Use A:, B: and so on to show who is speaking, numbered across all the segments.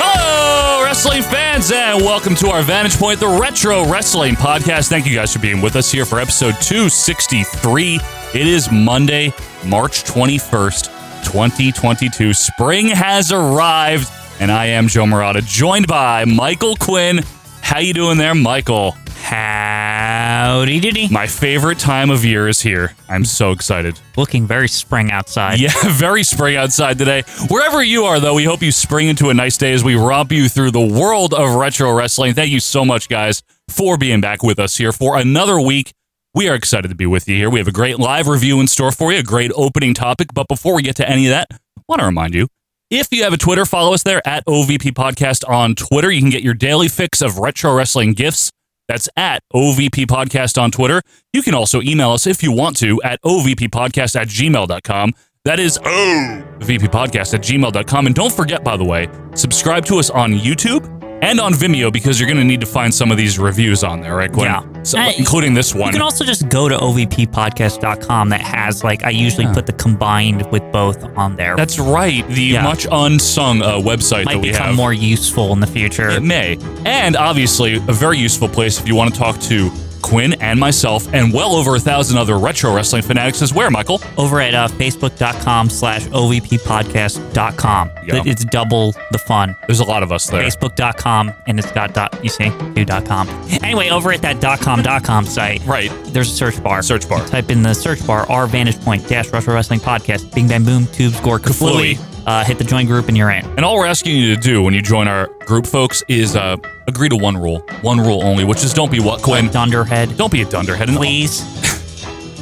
A: Hello, wrestling fans, and welcome to our Vantage Point, the Retro Wrestling Podcast. Thank you guys for being with us here for episode 263. It is Monday, March 21st, 2022. Spring has arrived, and I am Joe Morata, joined by Michael Quinn. How you doing there, Michael?
B: Howdy doody.
A: My favorite time of year is here. I'm so excited.
B: Looking very spring outside.
A: Yeah, very spring outside today. Wherever you are, though, we hope you spring into a nice day as we romp you through the world of retro wrestling. Thank you so much, guys, for being back with us here for another week. We are excited to be with you here. We have a great live review in store for you, a great opening topic. But before we get to any of that, I want to remind you if you have a Twitter, follow us there at OVP Podcast on Twitter. You can get your daily fix of retro wrestling gifts. That's at OVP Podcast on Twitter. You can also email us if you want to at OVPPodcast at gmail.com. That is OVPPodcast at gmail.com. And don't forget, by the way, subscribe to us on YouTube and on Vimeo because you're going to need to find some of these reviews on there, right, Gwen?
B: Yeah.
A: So,
B: Uh,
A: including this one.
B: You can also just go to ovppodcast.com that has like I usually
A: Yeah.
B: put the combined with both on there.
A: That's right. The
B: Yeah.
A: much unsung uh, website
B: might
A: that we
B: become
A: have.
B: more useful in the future.
A: It may. And obviously, a very useful place if you want to talk to Quinn and myself and well over a thousand other retro wrestling fanatics is where, Michael?
B: Over at uh, facebook.com slash ovppodcast.com.
A: Yeah.
B: It- It's double the fun.
A: There's a lot of us there.
B: Facebook.com and it's dot dot you see do dot com. Anyway, over at that dot com dot com site.
A: Right.
B: There's a search bar.
A: Search bar.
B: You type in the search bar our vantage point dash retro wrestling podcast. Bing bang boom tubes gore
A: Kaflooey.
B: kaflooey. Uh, hit the join group and you're in.
A: And all we're asking you to do when you join our group, folks, is uh, agree to one rule, one rule only, which is don't be what, Quinn?
B: Dunderhead.
A: Don't be a dunderhead. And all-
B: please.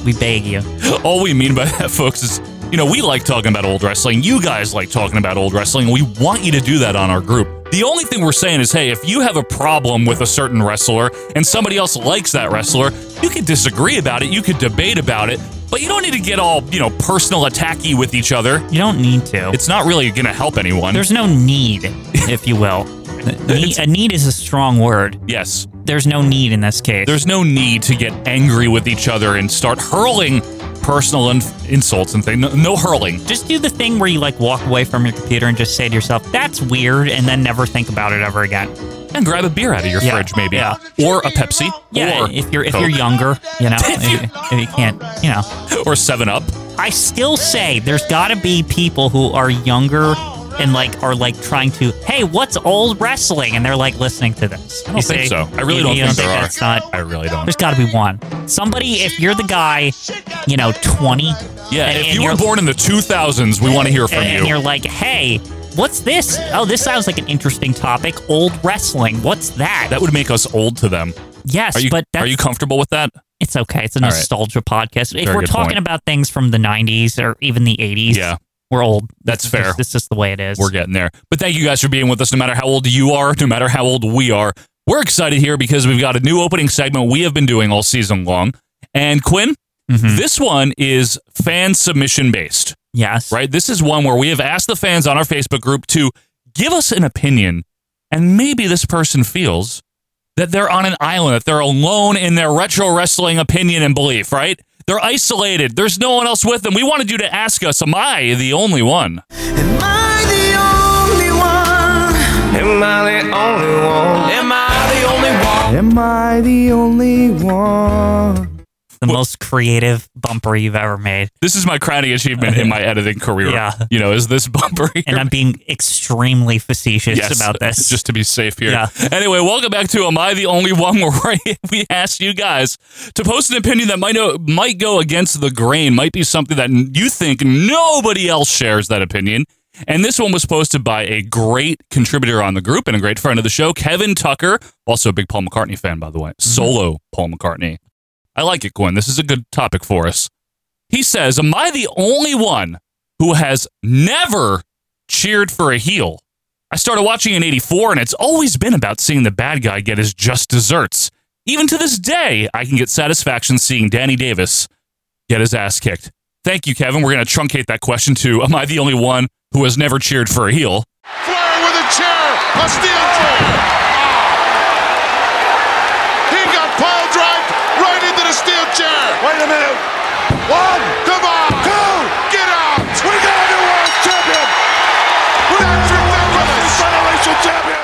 B: we beg you.
A: All we mean by that, folks, is you know we like talking about old wrestling. You guys like talking about old wrestling. We want you to do that on our group. The only thing we're saying is, hey, if you have a problem with a certain wrestler and somebody else likes that wrestler, you could disagree about it. You could debate about it. But you don't need to get all you know personal attacky with each other.
B: You don't need to.
A: It's not really going to help anyone.
B: There's no need, if you will. Ne- a need is a strong word.
A: yes.
B: There's no need in this case.
A: There's no need to get angry with each other and start hurling personal in- insults and things. No, no hurling.
B: just do the thing where you like walk away from your computer and just say to yourself, "That's weird," and then never think about it ever again.
A: And grab a beer out of your
B: Yeah.
A: fridge, maybe,
B: Yeah.
A: or a Pepsi,
B: Yeah,
A: or
B: if you're if
A: Coke.
B: you're younger, you know,
A: If
B: if
A: you-
B: you, if you can't, you know,
A: or Seven Up.
B: I still say there's got to be people who are younger and like are like trying to, hey, what's old wrestling? And they're like listening to this.
A: I don't think so. I really don't
B: you
A: think there are.
B: That's not.
A: I really don't.
B: There's got to be one. Somebody, if you're the guy, you know, 20.
A: Yeah,
B: and-
A: if
B: and
A: you were
B: you're-
A: born in the 2000s, we want to hear from
B: and, and
A: you.
B: you're like, hey, what's this? Oh, this sounds like an interesting topic. Old wrestling. What's that?
A: That would make us old to them.
B: yes,
A: Are you
B: but that's,
A: are you comfortable with that?
B: it's okay. It's a
A: right.
B: nostalgia podcast. If
A: Very
B: we're
A: good
B: talking
A: point.
B: about things from the 90s or even the 80s,
A: Yeah.
B: we're old.
A: That's
B: This is
A: fair.
B: just- This is just the way it is.
A: We're getting there. But thank you guys for being with us, no matter how old you are, no matter how old we are. We're excited here because we've got a new opening segment we have been doing all season long. And Quinn,
B: Mhm.
A: this one is fan submission based.
B: yes.
A: right? This is one where we have asked the fans on our Facebook group to give us an opinion, and maybe this person feels that they're on an island, that they're alone in their retro wrestling opinion and belief, right? They're isolated. There's no one else with them. We wanted you to ask us, am I the only one?
C: Am I the only one? Am I the only one? Am I the only one? Am I the only one?
B: The most creative bumper you've ever made.
A: This is my crowning achievement in my editing career.
B: Yeah.
A: You know, is this bumper here?
B: And I'm being extremely facetious
A: Yes,
B: about this.
A: Just to be safe here.
B: Yeah.
A: Anyway, welcome back to Am I the Only One? Where we asked you guys to post an opinion that might know, might go against the grain, might be something that you think nobody else shares that opinion. And this one was posted by a great contributor on the group and a
B: Mm-hmm.
A: great friend of the show, Kevin Tucker, also a big Paul McCartney fan, by the way, solo Paul McCartney. I like it, Quinn. This is a good topic for us. He says, Am I the only one who has never cheered for a heel? I started watching in 84, and it's always been about seeing the bad guy get his just desserts. Even to this day, I can get satisfaction seeing Danny Davis get his ass kicked. Thank you, Kevin. We're going to truncate that question to Am I the only one who has never cheered for a heel?
D: Flair with a chair. A steel chair. Ah. He got pile drived right into the steel chair. Wait a minute. One. Come on. Two. Get out. We got a new world champion. That's ridiculous. Federation champion.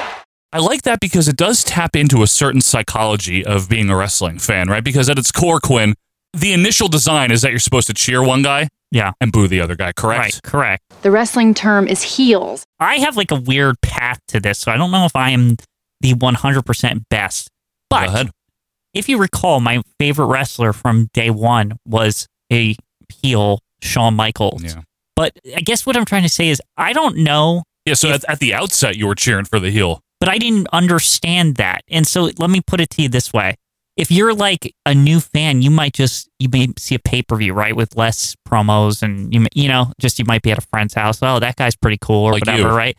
A: I like that because it does tap into a certain psychology of being a wrestling fan, right? Because at its core, Quinn, the initial design is that you're supposed to cheer one guy
B: Yeah.
A: and boo the other guy, correct?
B: Right. Correct.
E: The wrestling term is heels.
B: I have like a weird path to this, so I don't know if I am the 100% best. But
A: Go ahead.
B: if you recall, my favorite wrestler from day one was a heel, Shawn Michaels.
A: Yeah.
B: But I guess what I'm trying to say is I don't know,
A: Yeah, so at, at the outset, you were cheering for the heel.
B: but I didn't understand that. And so let me put it to you this way. If you're like a new fan, you might just you may see a pay per view right with less promos, and you may, you know just you might be at a friend's house. Oh, that guy's pretty cool or
A: Like
B: whatever,
A: you.
B: right?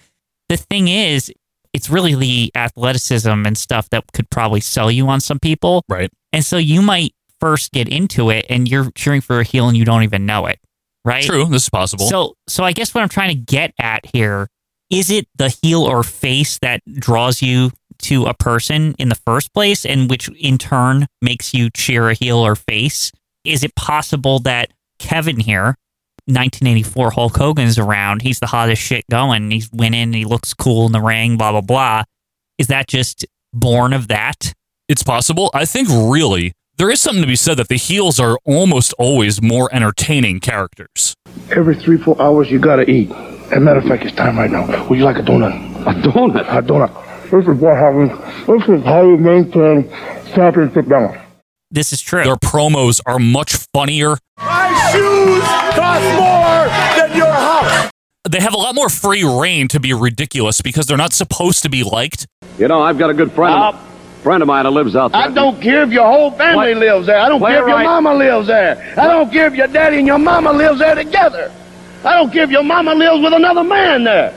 B: The thing is, it's really the athleticism and stuff that could probably sell you on some people,
A: Right.
B: And so you might first get into it and you're cheering for a heel and you don't even know it, right?
A: True, this is possible.
B: So, so I guess what I'm trying to get at here is it the heel or face that draws you to a person in the first place, and which in turn makes you cheer a heel or face? Is it possible that Kevin here, 1984 Hulk Hogan's around, he's the hottest shit going, he's winning, he looks cool in the ring, blah blah blah. Is that just born of that?
A: it's possible. I think really there is something to be said that the heels are almost always more entertaining characters.
F: Every three, four hours, you gotta eat. As a matter of fact, it's time right now. Would you like a donut? A donut? A donut. This is what happens. This is how you maintain championship balance.
B: This is true.
A: Their promos are much funnier.
C: My shoes cost more than your house.
A: They have a lot more free reign to be ridiculous because they're not supposed to be liked.
G: You know, I've got a good friend, of, friend of mine that lives out there.
F: I don't care if your whole family lives there. I don't care if your
G: Playwright-
F: mama lives there. I don't care if your daddy and your mama lives there together. I don't care if your mama lives with another man there.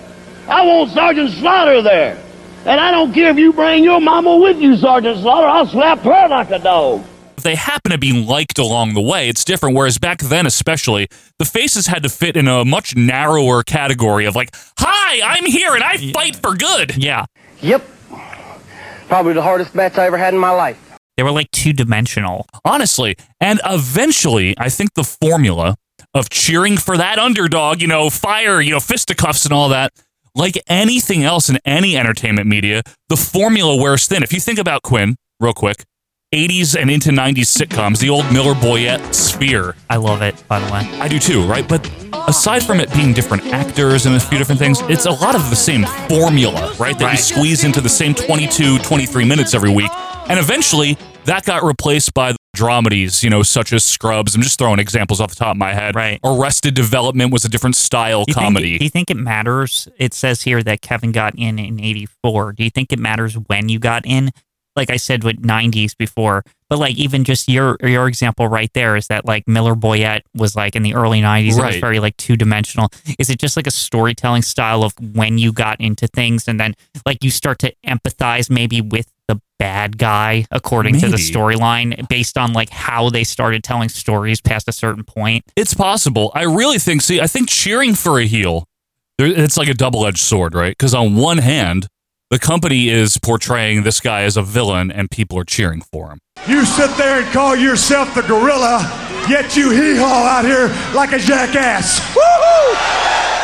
F: I want Sergeant Slaughter there. And I don't care if you bring your mama with you, Sergeant Slaughter. I'll slap her like a dog.
A: If they happen to be liked along the way, it's different. Whereas back then, especially, the faces had to fit in a much narrower category of like, hi, I'm here and I fight for good.
B: yeah,
H: Yep. Probably the hardest match I ever had in my life.
B: they were like two dimensional.
A: honestly. And eventually, I think the formula of cheering for that underdog, you know, fire, you know, fisticuffs and all that, like anything else in any entertainment media, the formula wears thin. If you think about Quinn, real quick, 80s and into 90s sitcoms, the old Miller Boyette sphere.
B: I love it. By the way,
A: I do too, right? But aside from it being different actors and a few different things, it's a lot of the same formula, right? That you
B: Right.
A: squeeze into the same 22, 23 minutes every week. And eventually, that got replaced by the dramedies, you know, such as Scrubs. I'm just throwing examples off the top of my head.
B: Right.
A: Arrested Development was a different style
B: Do you
A: comedy.
B: Think, do you think it matters? It says here that Kevin got in in '84. Do you think it matters when you got in? Like I said with '90s before, but like even just your your example right there is that like Miller Boyette was like in the early '90s. It was
A: Right.
B: very like two dimensional. Is it just like a storytelling style of when you got into things, and then like you start to empathize maybe with the bad guy according to the
A: Maybe.
B: storyline based on like how they started telling stories past a certain point?
A: It's possible. I really think. See, I think cheering for a heel, there, it's like a double-edged sword, right? Because on one hand, the company is portraying this guy as a villain, and people are cheering for him.
C: You sit there and call yourself the gorilla, yet you hee-haw out here like a jackass. Woo-hoo!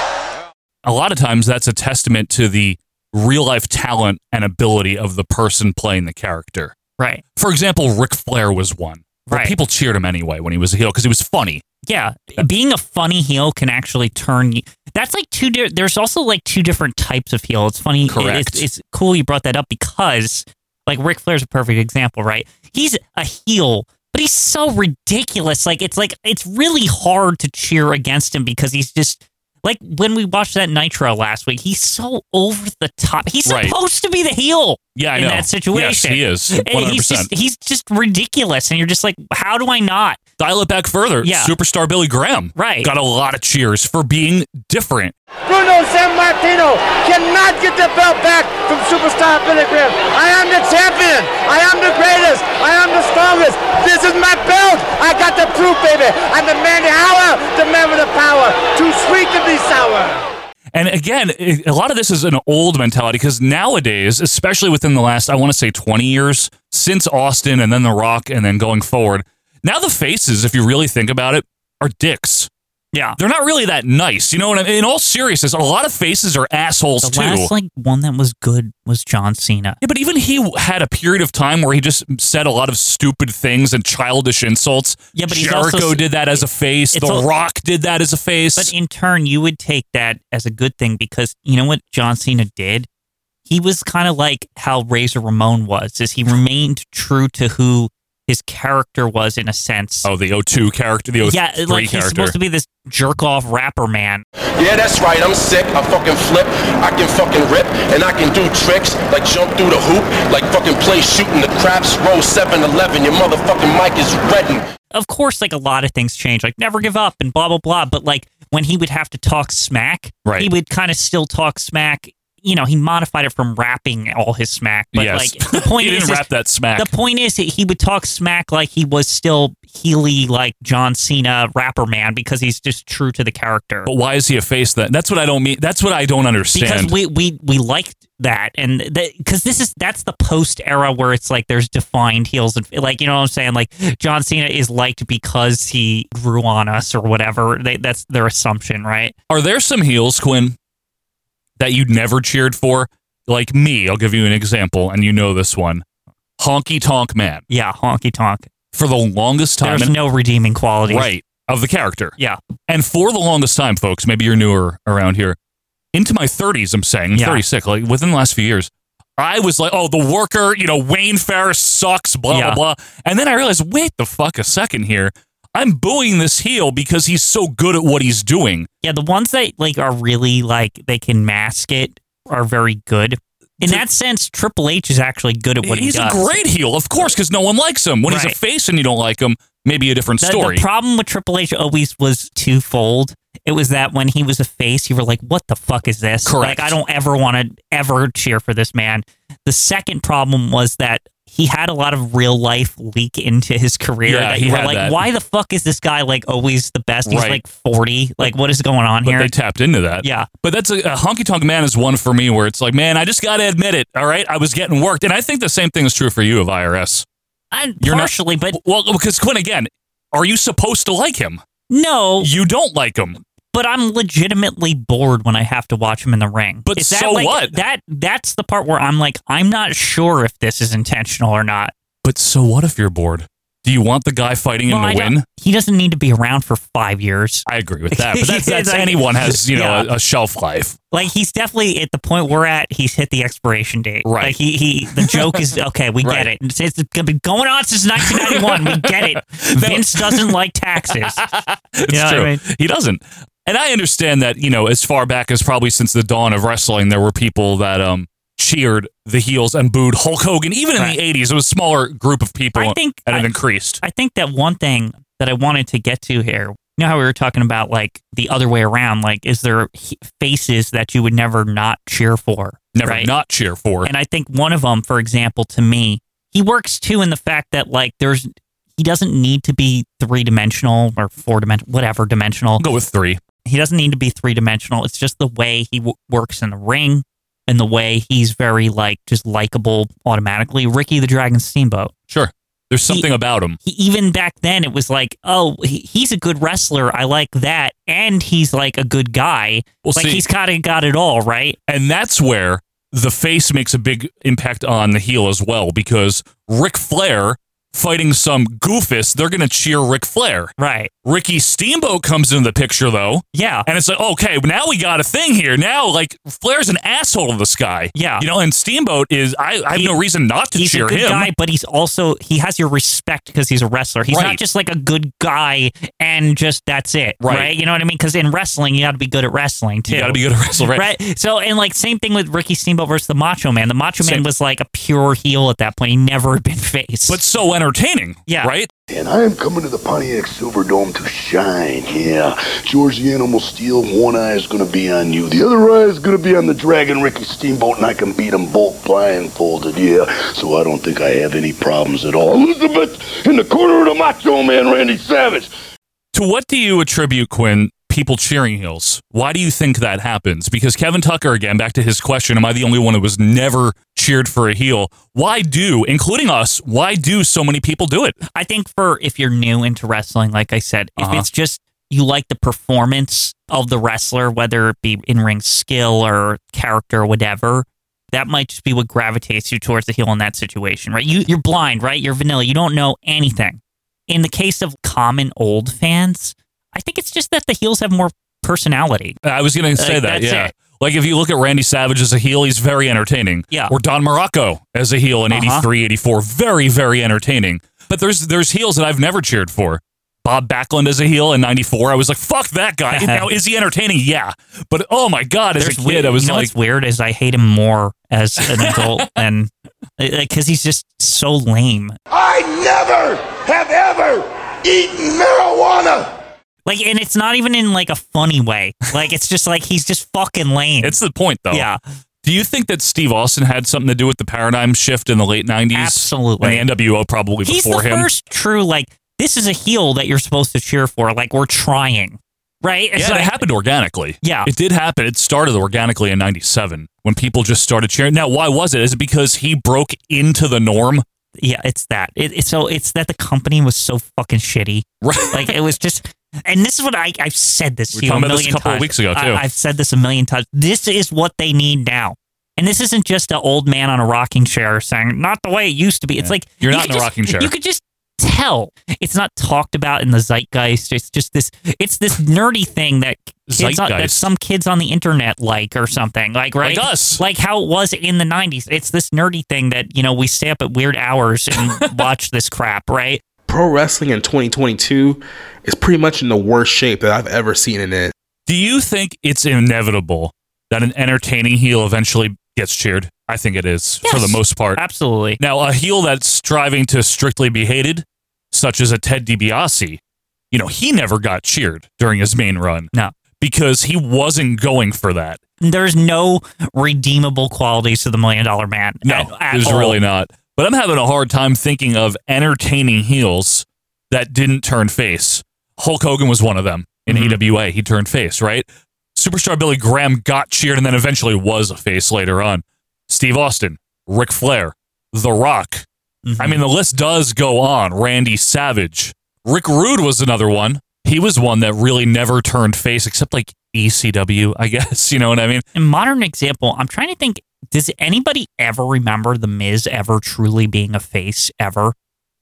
A: A lot of times, that's a testament to the real-life talent and ability of the person playing the character.
B: Right.
A: For example, Ric Flair was one. where
B: Right.
A: People cheered him anyway when he was a heel because he was funny.
B: yeah being a funny heel can actually turn you that's like two di- there's also like two different types of heel it's funny it-
A: Correct.
B: it's, it's cool you brought that up because like Ric Flair's a perfect example right he's a heel but he's so ridiculous like it's like it's really hard to cheer against him because he's just Like when we watched that Nitro last week, he's so over the top. He's
A: Right.
B: supposed to be the heel.
A: Yeah, I
B: in
A: know.
B: that situation.
A: Yes, he is.
B: And He's
A: 100%.
B: just he's just ridiculous, and you're just like, how do I not?
A: Dial it back further.
B: Yeah.
A: Superstar Billy Graham
B: Right.
A: got a lot of cheers for being different.
I: Bruno San Martino cannot get the belt back from superstar Billy Graham. I am the champion. I am the greatest. I am the strongest. This is my belt. I got the proof, baby. I'm the man of the hour, the man with the power. Too sweet to be sour.
A: And again, it- a lot of this is an old mentality because nowadays, especially within the last, I want to say 20 years since Austin and then The Rock and then going forward, now the faces, if you really think about it, are dicks.
B: Yeah.
A: They're not really that nice. You know what I mean? In all seriousness, a lot of faces are assholes
B: The
A: too.
B: last like one that was good was John Cena.
A: Yeah, but even he had a period of time where he just said a lot of stupid things and childish insults.
B: Yeah, but he's
A: Jericho
B: also-
A: did that as a face.
B: It's
A: The
B: al-
A: Rock did that as a face.
B: But in turn, you would take that as a good thing because you know what John Cena did? He was kind of like how Razor Ramon was, is he remained true to who his character was in a sense.
A: oh, the O2 character, the O3
B: yeah, like he's
A: character.
B: supposed to be this jerk off rapper man.
J: Yeah, that's right. I'm sick. I fucking flip. I can fucking rip, and I can do tricks like jump through the hoop, like fucking play shooting the craps. Roll 7-Eleven. Your motherfucking mic is reddin'.
B: Of course, like a lot of things change, like never give up and blah blah blah. But like when he would have to talk smack,
A: Right.
B: he would kind of still talk smack. You know, he modified it from rapping all his smack. But
A: yes.
B: like the point
A: he
B: is,
A: didn't
B: is
A: wrap that smack.
B: The point is, that he would talk smack like he was still Healy, like John Cena rapper man, because he's just true to the character.
A: but why is he a face then? That's what I don't mean. That's what I don't understand.
B: Because we we we liked that, and because this is that's the post era where it's like there's defined heels and like you know what I'm saying. Like John Cena is liked because he grew on us or whatever. They, that's their assumption, right?
A: Are there some heels, Quinn, that you never cheered for? Like me, I'll give you an example, and you know this one. Honky Tonk Man.
B: Yeah, honky tonk.
A: For the longest time,
B: There's
A: and-
B: no redeeming qualities,
A: right, of the character.
B: Yeah,
A: And for the longest time, folks, maybe you're newer around here, into my 30s, I'm saying, I'm
B: Yeah.
A: 36, like within the last few years, I was like, oh, the worker, you know, Wayne Ferris sucks, blah,
B: Yeah.
A: blah, blah. And then I realized, wait the fuck a second here. I'm booing this heel because he's so good at what he's doing.
B: yeah. The ones that like are really like they can mask it are very good. In that sense, Triple H is actually good at what
A: he's
B: he does.
A: a great heel, of course, because no one likes him. When he's a
B: Right.
A: face and you don't like him, maybe a different
B: The,
A: story.
B: the problem with Triple H always was twofold. It was that when he was a face, you were like, "What the fuck is this?"
A: Correct.
B: Like, I don't ever want to ever cheer for this man. The second problem was that he had a lot of real life leak into his career.
A: Yeah,
B: that
A: he
B: you were
A: had
B: like,
A: that.
B: "Why the fuck is this guy like always the best? He's
A: Right.
B: like forty. Like, what is going on
A: but
B: here?"
A: they tapped into that.
B: Yeah.
A: But that's a, a honky tonk man is one for me where it's like, man, I just got to admit it. All right. I was getting worked. And I think the same thing is true for you of IRS.
B: I,
A: You're not-
B: partially, but
A: Well, because Quinn, again, are you supposed to like him?
B: no.
A: You don't like him.
B: but I'm legitimately bored when I have to watch him in the ring.
A: But
B: Is that
A: so
B: like,
A: what?
B: That that's the part where I'm like, I'm not sure if this is intentional or not.
A: But so what if you're bored? Do you want the guy fighting him
B: Well, I
A: to
B: don't-
A: win?
B: He doesn't need to be around for five years.
A: I agree with that. But that's, that's
B: Like-
A: anyone has, you know,
B: Yeah.
A: a, a shelf life.
B: Like he's definitely at the point we're at. He's hit the expiration date.
A: Right.
B: Like he, he the joke is okay. We
A: Right.
B: get it. It's, it's gonna be going on since 1991. we get it. Vince doesn't like taxes.
A: It's
B: You know what I
A: true.
B: mean?
A: He doesn't. And I understand that, you know, as far back as probably since the dawn of wrestling, there were people that um cheered the heels and booed Hulk Hogan. Even in
B: Right.
A: the 80s, it was a smaller group of people
B: I think
A: and it
B: I-
A: increased.
B: I think that one thing that I wanted to get to here, you know how we were talking about like the other way around, like is there he- faces that you would never not cheer for?
A: Never
B: right?
A: not cheer for.
B: And I think one of them, for example, to me, he works too in the fact that like there's he doesn't need to be three dimensional or four dimensional, whatever dimensional.
A: I'll go with three.
B: He doesn't need to be three dimensional. It's just the way he w- works in the ring and the way he's very like just likable automatically. Ricky the Dragon Steamboat
A: Sure. There's something about him.
B: he, even back then it was like, oh, he, he's a good wrestler. I like that, and he's like a good guy.
A: Well,
B: like
A: see-
B: he's kind of got it all, right?
A: And that's where the face makes a big impact on the heel as well, because Ric Flair fighting some goofus, they're going to cheer Ric Flair.
B: Right.
A: Ricky Steamboat comes into the picture though.
B: Yeah.
A: And it's like, okay, now we got a thing here. Now, like, Flair's an asshole to this guy.
B: Yeah.
A: You know, and Steamboat is, I, I have
B: He-
A: no reason not to
B: he's
A: cheer
B: a good
A: him.
B: guy, but he's also he has your respect because he's a wrestler. He's
A: Right.
B: not just like a good guy and just that's it,
A: Right.
B: right? You know what I mean? Because in wrestling, you got to be good at wrestling too.
A: You got to be good at wrestling, right?
B: right? So and like same thing with Ricky Steamboat versus the Macho Man. The Macho
A: Same.
B: Man was like a pure heel at that point. He never had been face,
A: But so entertaining.
B: Yeah.
A: Right?
K: And I am coming to the Pontiac Silverdome to shine, yeah. George the Animal Steel, one eye is gonna be on you. The other eye is gonna be on the Dragon Ricky Steamboat, and I can beat them both blindfolded, yeah. So I don't think I have any problems at all. Elizabeth in the corner of the Macho Man, Randy Savage.
A: To what do you attribute, Quinn, people cheering heels? Why do you think that happens? Because Kevin Tucker, again, back to his question, am I the only one who was never cheered for a heel? Why do, including us, why do so many people do it?
B: I think for if you're new into wrestling, like I said, if
A: Uh-huh.
B: it's just you like the performance of the wrestler, whether it be in ring skill or character or whatever, that might just be what gravitates you towards the heel in that situation, right? You you're blind, right? You're vanilla. You don't know anything. In the case of common old fans, I think it's just that the heels have more personality.
A: I was going to say
B: Like,
A: that,
B: that's
A: yeah.
B: it.
A: Like if you look at Randy Savage as a heel, he's very entertaining.
B: Yeah.
A: Or Don Morocco as a heel in
B: Uh-huh.
A: 83, 84, very, very entertaining. But there's there's heels that I've never cheered for. Bob Backlund as a heel in 94, I was like, fuck that guy. now, is he entertaining? Yeah. But oh my God, as
B: There's
A: a kid,
B: weird-
A: I was
B: you know
A: like,
B: what's weird is I hate him more as an adult than because he's just so lame.
D: I never have ever eaten marijuana.
B: Like, and it's not even in like a funny way. Like, it's just like he's just fucking lame.
A: it's the point though.
B: yeah,
A: Do you think that Steve Austin had something to do with the paradigm shift in the late 90s?
B: Absolutely.
A: And the NWO probably
B: he's the
A: before him.
B: first true like this is a heel that you're supposed to cheer for. Like, we're trying, right? It's
A: yeah,
B: like-
A: it happened organically.
B: Yeah.
A: It did happen. It started organically in 97 when people just started cheering. Now, why was it? Is it because he broke into the norm?
B: yeah, it's that. It, it's so it's that the company was so fucking shitty.
A: Right.
B: Like it was just. And this is what I, I've said this
A: We
B: to
A: were
B: you a
A: talking about
B: million
A: this a couple of
B: times.
A: weeks ago, too.
B: I, I've said this a million times. This is what they need now. And this isn't just an old man on a rocking chair saying, not the way it used to be. It's like
A: You're
B: you
A: not
B: could
A: in a
B: just-
A: rocking chair.
B: You could just tell. It's not talked about in the zeitgeist. It's just this it's this nerdy thing that kids on, that
A: Zeitgeist.
B: some kids on the internet like or something. Like right?
A: Like us.
B: Like how it was in the nineties. It's this nerdy thing that, you know, we stay up at weird hours and watch this crap, right?
L: Pro wrestling in 2022 is pretty much in the worst shape that I've ever seen it in.
A: Do you think it's inevitable that an entertaining heel eventually gets cheered? I think it is for the
B: Yes.
A: most part.
B: Absolutely.
A: Now, a heel that's striving to strictly be hated, such as a Ted DiBiase, you know, he never got cheered during his main run.
B: No.
A: Because he wasn't going for that.
B: There's no redeemable qualities to the million dollar man.
A: No,
B: at- at
A: there's
B: all.
A: really not. But I'm having a hard time thinking of entertaining heels that didn't turn face. Hulk Hogan was one of them in
B: Mm-hmm.
A: AWA. He turned face, right? Superstar Billy Graham got cheered and then eventually was a face later on. Steve Austin, Ric Flair, The Rock. I
B: Mm-hmm.
A: mean, the list does go on. Randy Savage. Rick Rude was another one. He was one that really never turned face except like ECW, I guess. You know what I mean?
B: A modern example, I'm trying to think does anybody ever remember The Miz ever truly being a face ever?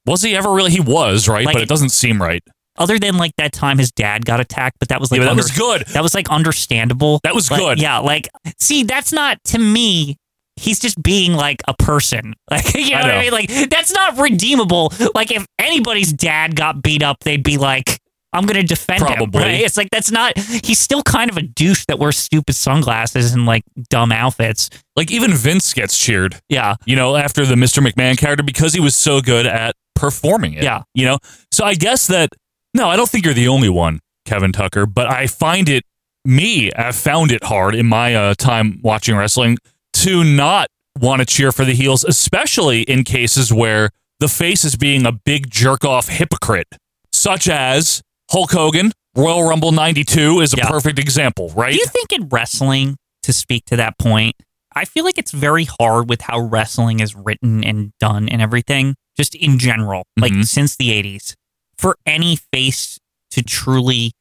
A: Was he ever really? He was, right?
B: Like
A: but it
B: it-
A: doesn't seem right.
B: Other than like that time his dad got attacked, but that was like
A: Yeah, but that
B: under-
A: was good.
B: That was like understandable.
A: That was
B: Like,
A: good.
B: Yeah, like see, that's not to me. He's just being like a person. Like you know,
A: I
B: what
A: know.
B: I mean? Like that's not redeemable. Like if anybody's dad got beat up, they'd be like, I'm gonna defend him.
A: Probably.
B: Right? It's like that's not he's still kind of a douche that wears stupid sunglasses and like dumb outfits.
A: Like even Vince gets cheered,
B: Yeah.
A: you know, after the Mr. McMahon character because he was so good at performing it.
B: Yeah.
A: You know? So I guess that no, I don't think you're the only one, Kevin Tucker, but I find it me, I found it hard in my uh, time watching wrestling to not want to cheer for the heels, especially in cases where the face is being a big jerk off hypocrite, such as Hulk Hogan, Royal Rumble 92 is a
B: Yeah.
A: perfect example, right?
B: Do you think in wrestling, to speak to that point, I feel like it's very hard with how wrestling is written and done and everything, just in general,
A: Mm-hmm.
B: like since the 80s, for any face to truly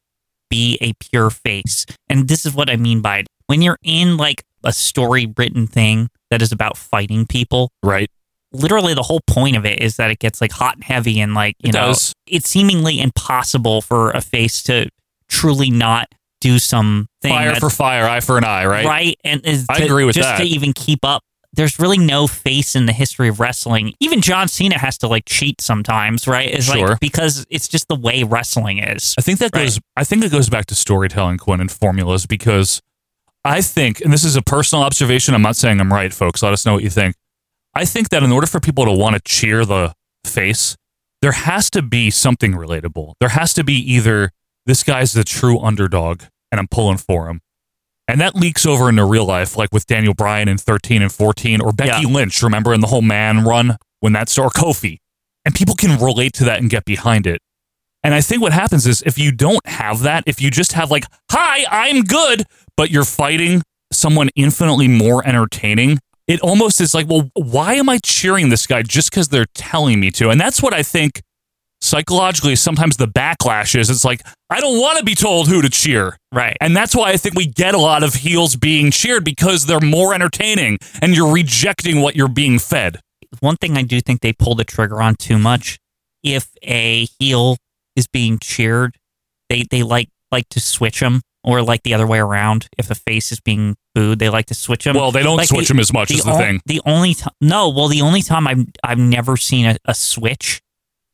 B: be a pure face. And this is what I mean by it. When you're in like a story written thing that is about fighting people,
A: right.
B: literally the whole point of it is that it gets like hot and heavy and like you
A: It
B: know
A: does.
B: it's seemingly impossible for a face to truly not do some thing
A: Fire
B: that's-
A: for fire, eye for an eye, right?
B: right and is
A: I
B: to-
A: agree with
B: just
A: that.
B: to even keep up there's really no face in the history of wrestling even john cena has to like cheat sometimes right it's
A: Sure.
B: like because it's just the way wrestling is
A: I think that goes. I think it goes back to storytelling, Quinn, and formulas because I think, and this is a personal observation. I'm not saying I'm right, folks. Let us know what you think. I think that in order for people to want to cheer the face, there has to be something relatable. There has to be either this guy's the true underdog, and I'm pulling for him. And that leaks over into real life, like with Daniel Bryan in 13 and 14, or Becky Lynch, remember, in the whole man run when that's, or Kofi. And people can relate to that and get behind it. And I think what happens is if you don't have that, if you just have like, hi, I'm good, but you're fighting someone infinitely more entertaining, it almost is like, well, why am I cheering this guy just because they're telling me to? And that's what I think psychologically sometimes the backlash is it's like i don't want to be told who to cheer
B: right
A: and that's why i think we get a lot of heels being cheered because they're more entertaining and you're rejecting what you're being fed
B: one thing I do think they pull the trigger on too much. If a heel is being cheered, they they like like to switch them or like the other way around. If a face is being booed, they like to switch them.
A: Well, they don't
B: like
A: switch 'em as much is the
B: on-
A: thing.
B: The only time, no, well, the only time I've I've never seen a, a switch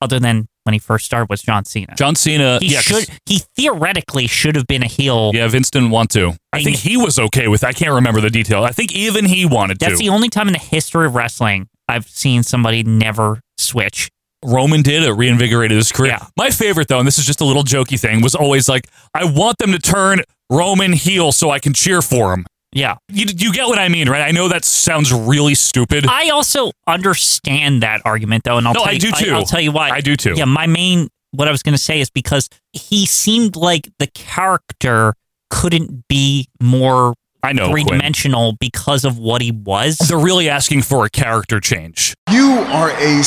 B: other than when he first started was John Cena.
A: john cena
B: He
A: yeah, 'cause-
B: should he theoretically should have been a heel.
A: yeah vince didn't want to i
B: I
A: think he was okay with i can't remember the detail i think even he wanted
B: That's
A: to
B: the only time in the history of wrestling I've seen somebody never switch.
A: Roman did it reinvigorated his career. My favorite though, and this is just a little jokey thing, was always like, I want them to turn Roman heel so I can cheer for him.
B: Yeah.
A: You, you get what I mean, right? I know that sounds really stupid.
B: I also understand that argument though, and I'll
A: No,
B: tell
A: I
B: you,
A: do too.
B: I, will tell you why.
A: I do too.
B: Yeah, my main what I was going to say is because he seemed like the character couldn't be more
A: I know,
B: three
A: Quinn.
B: dimensional because of what he was.
A: They're really asking for a character change.
M: You are a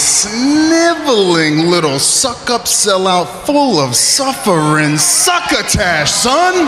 M: sniveling little suck up sellout full of suffering succotash, son!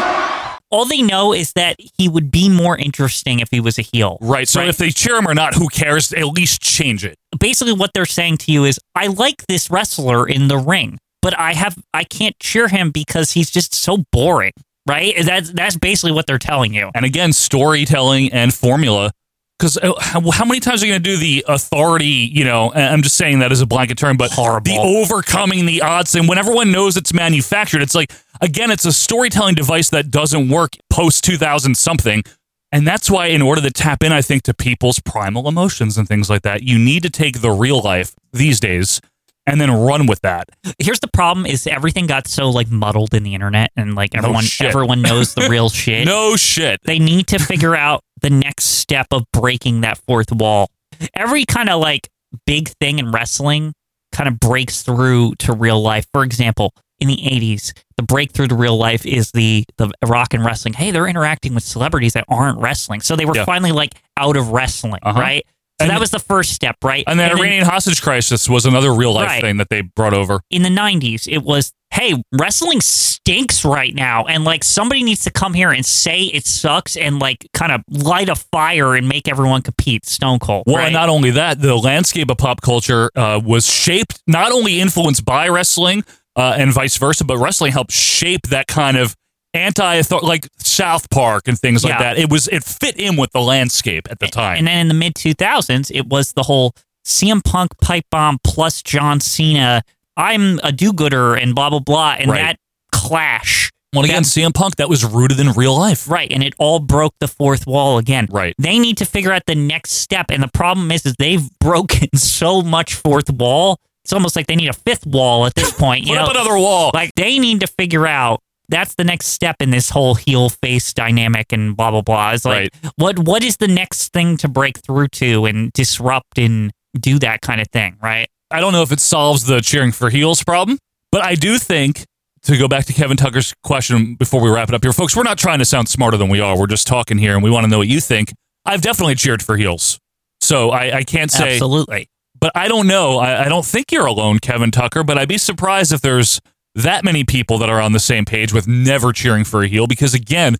B: All they know is that he would be more interesting if he was a heel.
A: Right. So if they cheer him or not, who cares? At least change it.
B: Basically, what they're saying to you is, I like this wrestler in the ring, but I have I can't cheer him because he's just so boring. Right? That's that's basically what they're telling you.
A: And again, storytelling and formula. Because how, how many times are you going to do the authority? You know, and I'm just saying that as a blanket term, but the overcoming the odds thing. When everyone knows it's manufactured, it's like again, it's a storytelling device that doesn't work post 2000 something. And that's why, in order to tap in, I think to people's primal emotions and things like that, you need to take the real life these days and then run with that.
B: here's the problem is everything got so like muddled in the internet and like everyone
A: shit.
B: everyone knows the real shit.
A: No shit.
B: They need to figure out the next step of breaking that fourth wall. Every kind of like big thing in wrestling kind of breaks through to real life. For example, in the 80s, the breakthrough to real life is the the rock and wrestling. Hey, they're interacting with celebrities that aren't wrestling. So they were
A: Yeah.
B: finally like out of wrestling,
A: Uh-huh.
B: right? So
A: And-
B: that was the first step, right?
A: And that
B: then-
A: Iranian hostage crisis was another real life
B: Right.
A: thing that they brought over.
B: in the 90s it was hey wrestling stinks right now and like somebody needs to come here and say it sucks and like kind of light a fire and make everyone compete stone cold
A: Well,
B: right?
A: and not only that, the landscape of pop culture uh, was shaped, not only influenced by wrestling uh, and vice versa, but wrestling helped shape that kind of anti like South Park and things like
B: Yeah.
A: that. It was it fit in with the landscape at the time.
B: and then in the mid 2000s it was the whole CM Punk pipe bomb plus John Cena I'm a do-gooder and blah blah blah and
A: Right.
B: that clash
A: well, again, CM Punk that was rooted in real life.
B: Right, and it all broke the fourth wall again.
A: Right.
B: They need to figure out the next step, and the problem is, is they've broken so much fourth wall. It's almost like they need a fifth wall at this point. You
A: Put
B: know?
A: up another wall.
B: Like they need to figure out that's the next step in this whole heel face dynamic and blah blah blah. It's like what what is the next thing to break through to and disrupt and do that kind of thing, right?
A: I don't know if it solves the cheering for heels problem, but I do think to go back to Kevin Tucker's question before we wrap it up here, folks, we're not trying to sound smarter than we are. We're just talking here and we want to know what you think. I've definitely cheered for heels. So I, I can't say
B: Absolutely.
A: But I don't know. I, I don't think you're alone, Kevin Tucker, but I'd be surprised if there's that many people that are on the same page with never cheering for a heel because again,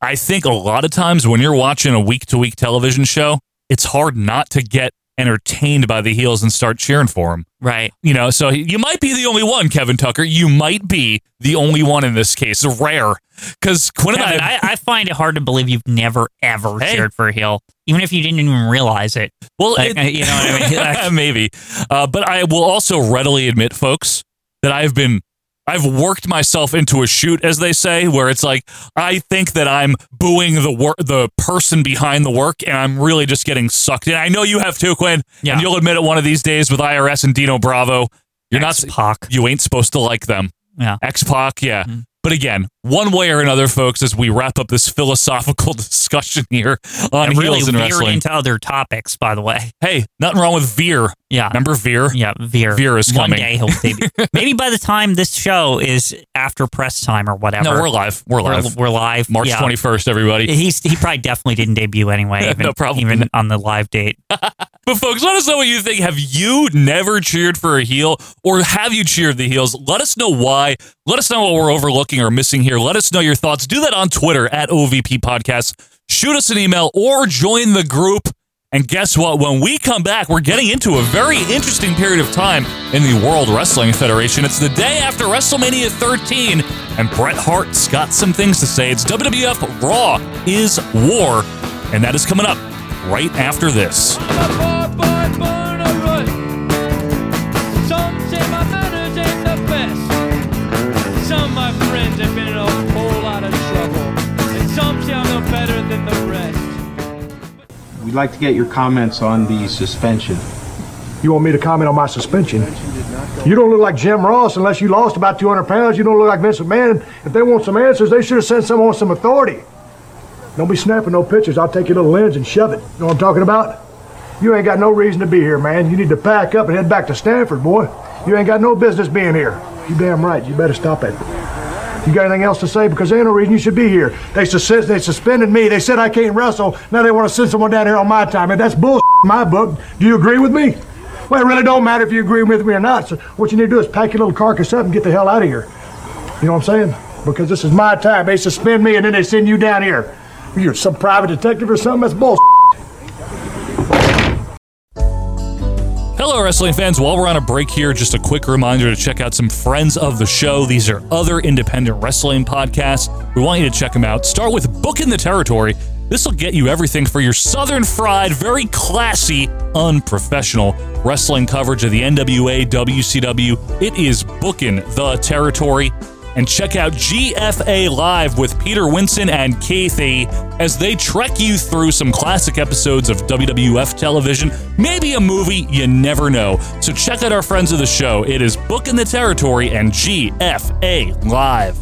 A: I think a lot of times when you're watching a week to week television show, it's hard not to get entertained by the heels and start cheering for him.
B: Right.
A: You know, so he- you might be the only one, Kevin Tucker. You might be the only one in this case. Rare. Because Quinn and
B: Kevin,
A: I,
B: I, I find it hard to believe you've never ever
A: Hey.
B: cheered for a heel, even if you didn't even realize it.
A: Well,
B: Like,
A: it-
B: you know what I mean. Like,
A: maybe, uh, but I will also readily admit, folks, that I've been, I've worked myself into a shoot, as they say, where it's like I think that I'm booing the work, the person behind the work, and I'm really just getting sucked in. I know you have too, Quinn,
B: Yeah.
A: and you'll admit it one of these days with IRS and Dino Bravo. You're
B: X-Pac.
A: not, you ain't supposed to like them.
B: Yeah. Mm-hmm.
A: X Pac, yeah. But again, one way or another, folks, as we wrap up this philosophical discussion here on
B: and
A: heels
B: really
A: and
B: veered
A: wrestling,
B: into other topics, by the way.
A: Hey, nothing wrong with Veer.
B: Yeah.
A: Remember Veer?
B: Yeah, Veer.
A: Veer is
B: One
A: coming.
B: day he'll debut. Maybe by the time this show is after press time or whatever.
A: No, we're live. We're live.
B: We're, we're live.
A: March
B: yeah.
A: 21st, everybody.
B: He's, he probably definitely didn't debut anyway, even,
A: No problem.
B: even on the live date.
A: But folks, let us know what you think. Have you never cheered for a heel or have you cheered the heels? Let us know why. Let us know what we're overlooking or missing here. Let us know your thoughts. Do that on Twitter at OVP Podcast. Shoot us an email or join the group. And guess what? When we come back, we're getting into a very interesting period of time in the World Wrestling Federation. It's the day after WrestleMania 13, and Bret Hart's got some things to say. It's WWF Raw is War, and that is coming up right after this.
C: Some say my manners ain't the best. Some my friends have been in a whole lot of trouble. And some say I'm no better than the rest.
N: We'd like to get your comments on the suspension.
O: You want me to comment on my suspension? You don't look like Jim Ross unless you lost about 200 pounds. You don't look like Vince McMahon. If they want some answers, they should have sent someone with some authority. Don't be snapping no pictures. I'll take your little lens and shove it. You know what I'm talking about? You ain't got no reason to be here, man. You need to pack up and head back to Stanford, boy. You ain't got no business being here. You damn right. You better stop it. You got anything else to say? Because there ain't no reason you should be here. They, sus- they suspended me. They said I can't wrestle. Now they want to send someone down here on my time. And that's bull in my book. Do you agree with me? Well, it really don't matter if you agree with me or not. So what you need to do is pack your little carcass up and get the hell out of here. You know what I'm saying? Because this is my time. They suspend me and then they send you down here. You're some private detective or something. That's bull.
A: Hello, wrestling fans. While we're on a break here, just a quick reminder to check out some friends of the show. These are other independent wrestling podcasts. We want you to check them out. Start with Book in the Territory. This will get you everything for your Southern fried, very classy, unprofessional wrestling coverage of the NWA, WCW. It is Booking the Territory and check out GFA Live with Peter Winson and Kathy as they trek you through some classic episodes of WWF television, maybe a movie, you never know. So check out our friends of the show. It is Book in the Territory and GFA Live.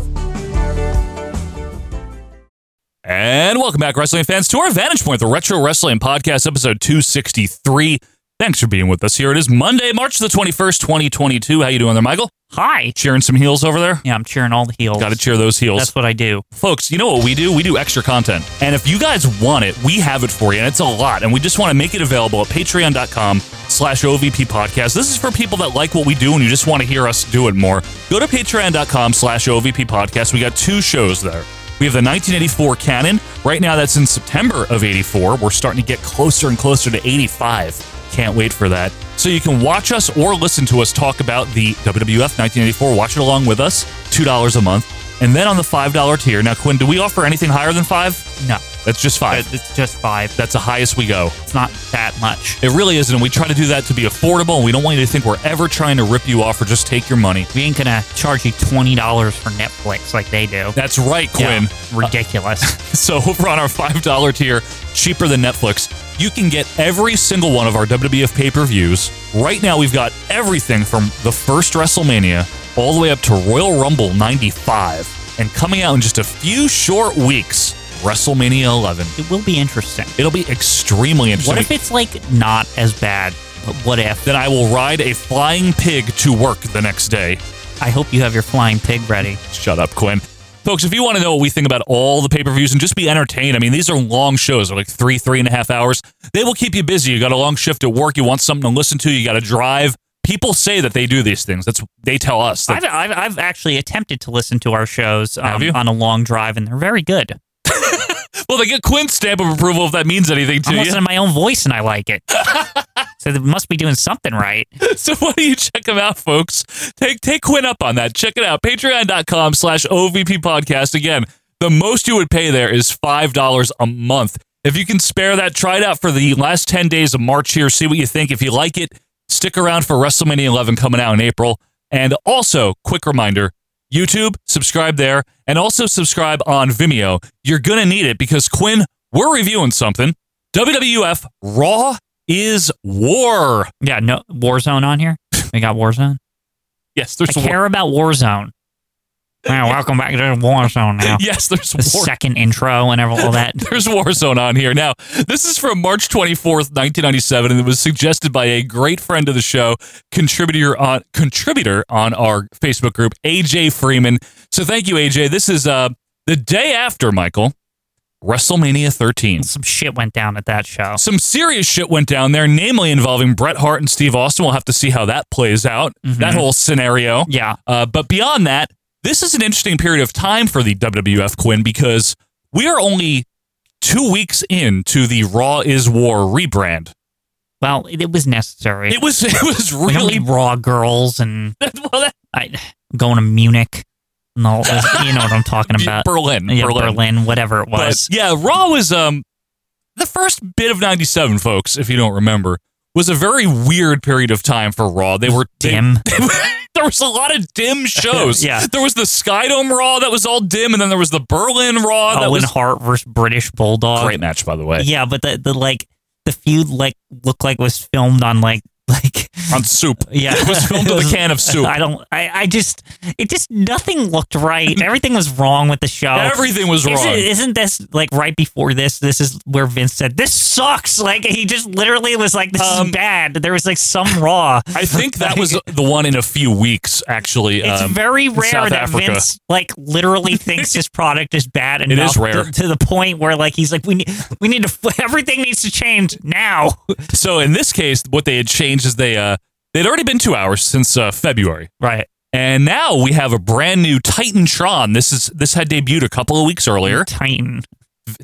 A: And welcome back, wrestling fans, to our Vantage Point, the Retro Wrestling Podcast, episode 263. Thanks for being with us here. It is Monday, March the 21st, 2022. How you doing there, Michael?
B: Hi.
A: Cheering some heels over there?
B: Yeah, I'm cheering all the heels.
A: Got to cheer those heels.
B: That's what I do.
A: Folks, you know what we do? We do extra content. And if you guys want it, we have it for you. And it's a lot. And we just want to make it available at patreon.com slash OVP podcast. This is for people that like what we do and you just want to hear us do it more. Go to patreon.com slash OVP podcast. We got two shows there. We have the 1984 canon. Right now, that's in September of 84. We're starting to get closer and closer to 85. Can't wait for that. So you can watch us or listen to us talk about the WWF 1984. Watch it along with us, $2 a month. And then on the $5 tier. Now, Quinn, do we offer anything higher than five?
B: No.
A: That's just five.
B: It's just five.
A: That's the highest we go.
B: It's not that much.
A: It really isn't. And we try to do that to be affordable. And we don't want you to think we're ever trying to rip you off or just take your money.
B: We ain't gonna charge you twenty dollars for Netflix like they do.
A: That's right,
B: Yeah,
A: Quinn.
B: ridiculous.
A: So over on our $5 tier, cheaper than Netflix, you can get every single one of our WWF pay-per-views. Right now we've got everything from the first WrestleMania all the way up to Royal Rumble 95 and coming out in just a few short weeks, WrestleMania 11.
B: it will be interesting.
A: It'll be extremely interesting.
B: What if it's like not as bad? But what if?
A: then I will ride a flying pig to work the next day.
B: I hope you have your flying pig ready.
A: Shut up, Quinn. Folks, if you want to know what we think about all the pay per views and just be entertained, I mean, these are long shows. They're like three, three and a half hours. They will keep you busy. You got a long shift at work. You want something to listen to. You got to drive. People say that they do these things. That's they tell us.
B: I've,
A: That,
B: I've, I've actually attempted to listen to our shows um,
A: Have you?
B: on a long drive, and they're very good.
A: well, they get Quinn's stamp of approval if that means anything to
B: I'm
A: you.
B: listening to my own voice, and I like it. So they must be doing something right.
A: so why don't you check them out, folks? Take take Quinn up on that. Check it out. Patreon.com slash OVP podcast. Again, the most you would pay there is five dollars a month. If you can spare that, try it out for the last ten days of March here. See what you think. If you like it, stick around for WrestleMania eleven coming out in April. And also, quick reminder, YouTube, subscribe there, and also subscribe on Vimeo. You're gonna need it because Quinn, we're reviewing something. WWF Raw is war.
B: Yeah, no Warzone on here. We got Warzone.
A: Yes, there's
B: I
A: war.
B: care about Warzone. Man, welcome back to Warzone now.
A: Yes, there's
B: the
A: war.
B: second intro and all that.
A: There's Warzone on here. Now, this is from March 24th, 1997, and it was suggested by a great friend of the show, contributor on contributor on our Facebook group, AJ Freeman. So thank you, AJ. This is uh the day after, Michael, WrestleMania 13.
B: Some shit went down at that show.
A: Some serious shit went down there, namely involving Bret Hart and Steve Austin. We'll have to see how that plays out,
B: Mm-hmm.
A: that whole scenario.
B: Yeah.
A: Uh, but beyond that, this is an interesting period of time for the WWF, Quinn, because we are only two weeks into the Raw is War rebrand.
B: Well, it, it was necessary.
A: It was it was
B: We don't
A: really
B: need raw girls and
A: well, that-
B: I, going to Munich. And all, you know what I'm talking about?
A: Berlin,
B: yeah,
A: Berlin.
B: Berlin, whatever it
A: But,
B: was.
A: yeah, Raw was um the first bit of '97, folks. If you don't remember, was a very weird period of time for Raw. They were they-
B: Dim.
A: there was a lot of dim shows.
B: Yeah.
A: there was the Skydome Raw that was all dim, and then there was the Berlin Raw oh, that
B: Owen
A: was
B: Hart versus British Bulldog.
A: great match, by the way.
B: Oh, Yeah, but the, the like the feud like looked like was filmed on like like
A: on soup.
B: yeah
A: it was filmed
B: It
A: with
B: was-
A: a can of soup.
B: I don't. I, I just it just nothing looked right. Everything was wrong with the show.
A: Everything was wrong.
B: Isn't, isn't this like right before this? This is where Vince said this sucks. Like he just literally was like this
A: Um,
B: is bad. There was like some raw.
A: I think that was the one in a few weeks, actually.
B: It's
A: um,
B: very
A: in
B: rare
A: South
B: that
A: Africa.
B: Vince like literally thinks his product is bad
A: is
B: enough.
A: rare.
B: to, to the point where like he's like we need we need to everything needs to change now.
A: So in this case, what they had changed is they uh they'd already been two hours since uh, February,
B: Right.
A: and now we have a brand new Titantron. This is this had debuted a couple of weeks earlier,
B: Titan.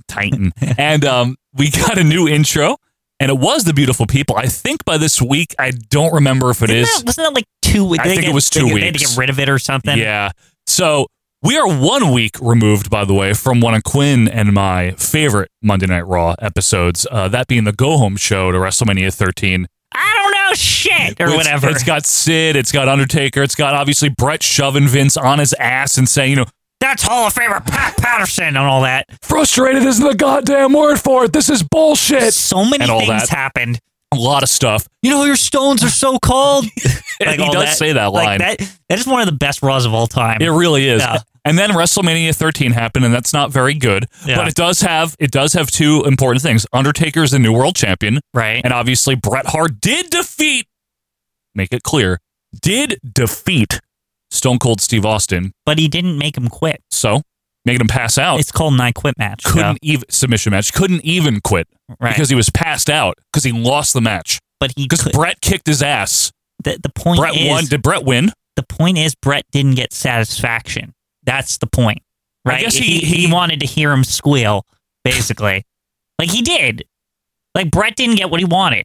A: Titan, and um we got a new intro, and it was the beautiful people. I think by this week, I don't remember if it
B: Didn't
A: is.
B: that- wasn't that like two weeks?
A: I think it was two
B: they, They had to
A: weeks.
B: get rid of it or something.
A: Yeah. So we are one week removed, by the way, from one of Quinn and my favorite Monday Night Raw episodes, uh, that being the Go Home Show to WrestleMania 13.
B: I don't know shit or
A: It's-
B: whatever.
A: It's got Sid, it's got Undertaker, it's got obviously Brett shoving Vince on his ass and saying, you know,
B: That's Hall of Famer Pat Patterson and all that.
A: frustrated isn't the goddamn word for it. This is bullshit.
B: So many
A: And all that.
B: things happened.
A: A lot of stuff.
B: You know your stones are so cold.
A: And he
B: all
A: does say that
B: Like,
A: line.
B: that that is one of the best Raws of all time.
A: It really is.
B: Yeah.
A: And then WrestleMania 13 happened, and that's not very good.
B: Yeah.
A: But it does have it does have two important things. Undertaker is the new world champion,
B: right.
A: and obviously Bret Hart did defeat. Make it clear, did defeat Stone Cold Steve Austin.
B: but he didn't make him quit.
A: So making him pass out,
B: It's called an I quit match.
A: Oh. couldn't even submission match, couldn't even quit
B: though. right.
A: because he was passed out because he lost the match
B: but he
A: because
B: could,
A: Bret kicked his ass.
B: the, the point
A: Bret
B: is
A: won. Did Bret win?
B: the point is Brett didn't get satisfaction. That's the point,
A: I
B: right?
A: guess
B: If
A: he-
B: he,
A: he-
B: wanted to hear him squeal, basically. like he did. Like Brett didn't get what he wanted.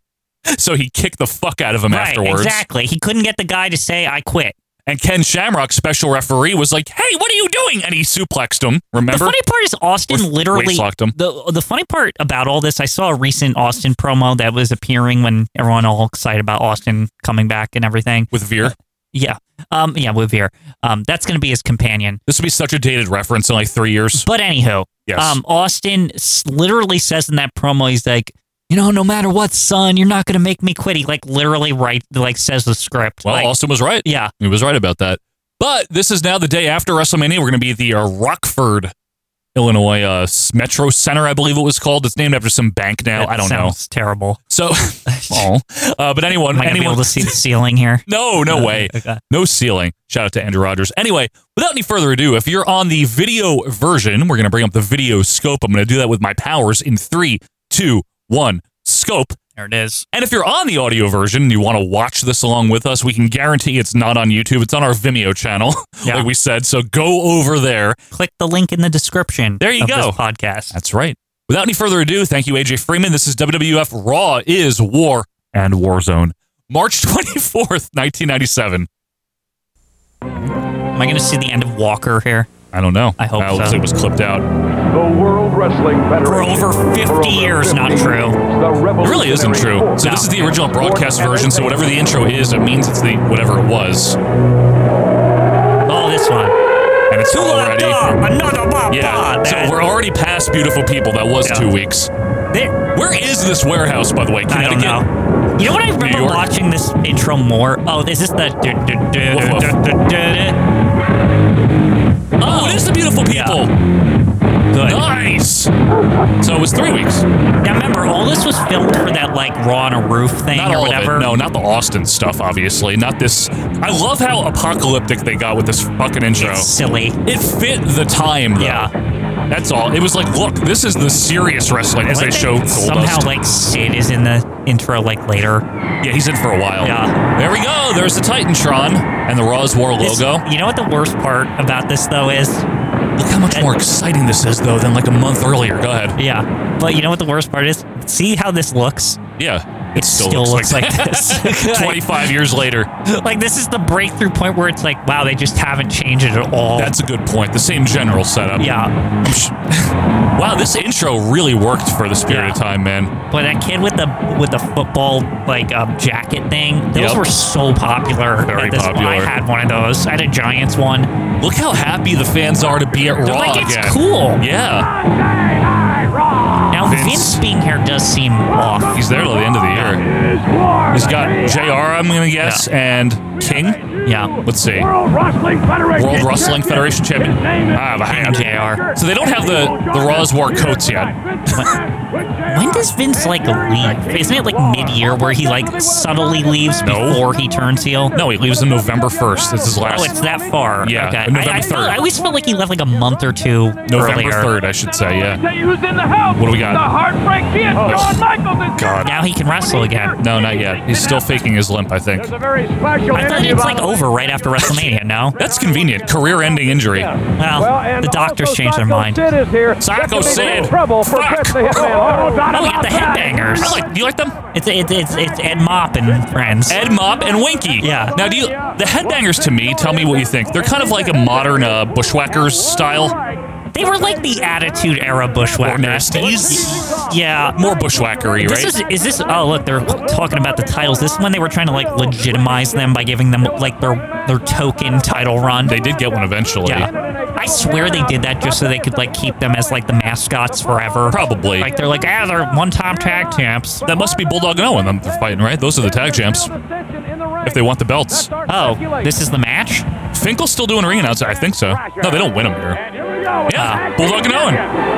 A: So he kicked the fuck out of him
B: Right,
A: afterwards.
B: exactly. He couldn't get the guy to say I quit.
A: And Ken Shamrock, special referee, was like, "Hey, what are you doing?" And he suplexed him. Remember?
B: The funny part is Austin
A: With-
B: literally
A: waistlocked him.
B: the the funny part about all this. I saw a recent Austin promo that was appearing when everyone all excited about Austin coming back and everything.
A: with Veer.
B: Yeah, um, yeah, with Veer. Um, that's going to be his companion.
A: This would be such a dated reference in like three years.
B: But anywho,
A: Yes.
B: um, Austin s- literally says in that promo, he's like, you know, no matter what, son, you're not going to make me quit. He like literally right like says the script.
A: well,
B: like,
A: Austin was right.
B: yeah,
A: He was right about that. But this is now the day after WrestleMania. We're going to be at the uh, Rockford, Illinois uh, s- Metro Center, I believe it was called. It's named after some bank now.
B: That
A: I don't know.
B: sounds Terrible.
A: So, Aw. uh, but anyone,
B: Am I going to be
A: anyone,
B: able to see the ceiling here?
A: No, no
B: Uh,
A: way.
B: okay.
A: No ceiling. Shout out to Andrew Rogers. Anyway, without any further ado, if you're on the video version, we're going to bring up the video scope. I'm going to do that with my powers in three, two, one, scope.
B: There it is.
A: And if you're on the audio version and you want to watch this along with us, we can guarantee it's not on YouTube. It's on our Vimeo channel,
B: Yeah.
A: like we said. So go over there.
B: Click the link in the description.
A: There you
B: of
A: go.
B: This podcast.
A: That's right. Without any further ado, thank you, AJ Freeman. This is WWF Raw is War
P: and Warzone. March 24th, 1997.
Q: Am I going to see the end of Walker here?
P: I don't know.
Q: I hope
P: Uh, looks like
Q: so.
P: it was clipped out.
R: The World Wrestling
Q: For
R: Federation.
Q: over 50 years, not true.
P: It really isn't true. So this is the original broadcast version. So whatever the intro is, it means it's the whatever it was.
Q: Oh, this one.
P: And it's already
Q: another
P: yeah. So we're already past beautiful people. That was two weeks. Where is this warehouse, by the way?
Q: I don't
P: Connecticut.
Q: know. You know what I remember
P: York.
Q: watching this intro more? Oh, is this the? du- du- du- du-
P: Woof, woof.
Q: du- du- du-
P: Oh, it is the beautiful people.
Q: du- Good.
P: Nice. So it was three weeks.
Q: Now remember, all this was filmed for that like Raw on a Roof thing
P: Not
Q: or
P: all
Q: whatever.
P: of it. No, not the Austin stuff. Obviously, not this. I love how apocalyptic they got with this fucking intro.
Q: It's silly.
P: It fit the time, though. Yeah. That's all. It was like, look, this is the serious wrestling as
Q: Like
P: they show Goldust.
Q: somehow like Sid is in the intro like later.
P: Yeah, he's in for a while.
Q: Yeah.
P: There we go. There's the Titantron and the Raw's War
Q: This-
P: logo.
Q: you know what the worst part about this though is?
P: Look how much more exciting this is, though, than like a month earlier. Go ahead.
Q: Yeah, but you know what the worst part is? See how this looks?
P: Yeah.
Q: It still, looks, like, this.
P: 25 years later.
Q: like this is the breakthrough point where it's like, wow, they just haven't changed it at all.
P: That's a good point. The same general setup.
Q: yeah.
P: I'm sh- wow, this intro really worked for this period of time, man.
Q: But that kid with the with the football like um, jacket thing, those
P: Yep.
Q: were so popular. at
P: Very
Q: this point.
P: popular.
Q: I had one of those. I had a Giants one.
P: Look how happy the fans are to be at
Q: They're
P: Raw
Q: like, it's
P: again.
Q: cool.
P: Yeah.
Q: Now
P: Vince-
Q: Vince. being here does seem off.
P: He's there till the end of the year. He's got JR, I'm going to guess, and King.
Q: Yeah.
P: Let's see.
R: World Wrestling Federation.
P: World Wrestling Federation champion. Ah, the hand.
Q: JR.
P: So they don't have the the Raws wore coats yet.
Q: When does Vince like leave? Isn't it like mid year where he like subtly leaves
P: No.
Q: before he turns heel?
P: No, he leaves on November first. It's his last.
Q: Oh, it's that far.
P: Yeah,
Q: Okay.
P: November
Q: I, I, felt-
P: 3rd.
Q: I always felt like he left like a month or two
P: November
Q: earlier.
P: third, I should say. Yeah.
R: Tell you who's in the house.
P: What do we got?
R: The Heartbreak Kid,
P: Oh,
R: Shawn
P: it's-
R: Michaels. is-
P: God.
Q: Now he can wrestle again.
P: No, not yet. He's still faking his limp. I think.
R: There's a very special
Q: I thought
R: interview
Q: it's
R: about
Q: like over right after WrestleMania. No.
P: That's convenient. Career-ending injury.
Q: Well,
R: and
Q: the doctors
R: also
Q: changed their
R: Psycho
Q: mind.
R: Sid is here. That
P: Psycho
R: could be
P: Sid.
R: big Trouble for
P: Fuck.
R: Chris the Hitman. Arnold.
Q: Oh, we got the headbangers.
P: I like. You like them?
Q: It's it's it's, it's Ed Mop and friends.
P: Ed Mop and Winky.
Q: Yeah.
P: Now, do you the headbangers to me? Tell me what you think. They're kind of like a modern uh, bushwhackers style.
Q: They were like the Attitude Era bushwhackers.
P: Or nasties.
Q: Yeah.
P: More bushwhackery,
Q: This
P: right?
Q: is is this? Oh, look, they're talking about the titles. This is when they were trying to like legitimize them by giving them like their their token title run.
P: they did get one eventually.
Q: Yeah. I swear they did that just so they could like keep them as like the mascots forever.
P: Probably.
Q: Like they're like, ah, they're one time tag champs.
P: That must be Bulldog and Owen. They're fighting, right? Those are the tag champs. If they want the belts.
Q: Oh, this is the match?
P: Finkel's still doing ring announcing. I think so. No, they don't win them here. Yeah, Bulldog and Owen.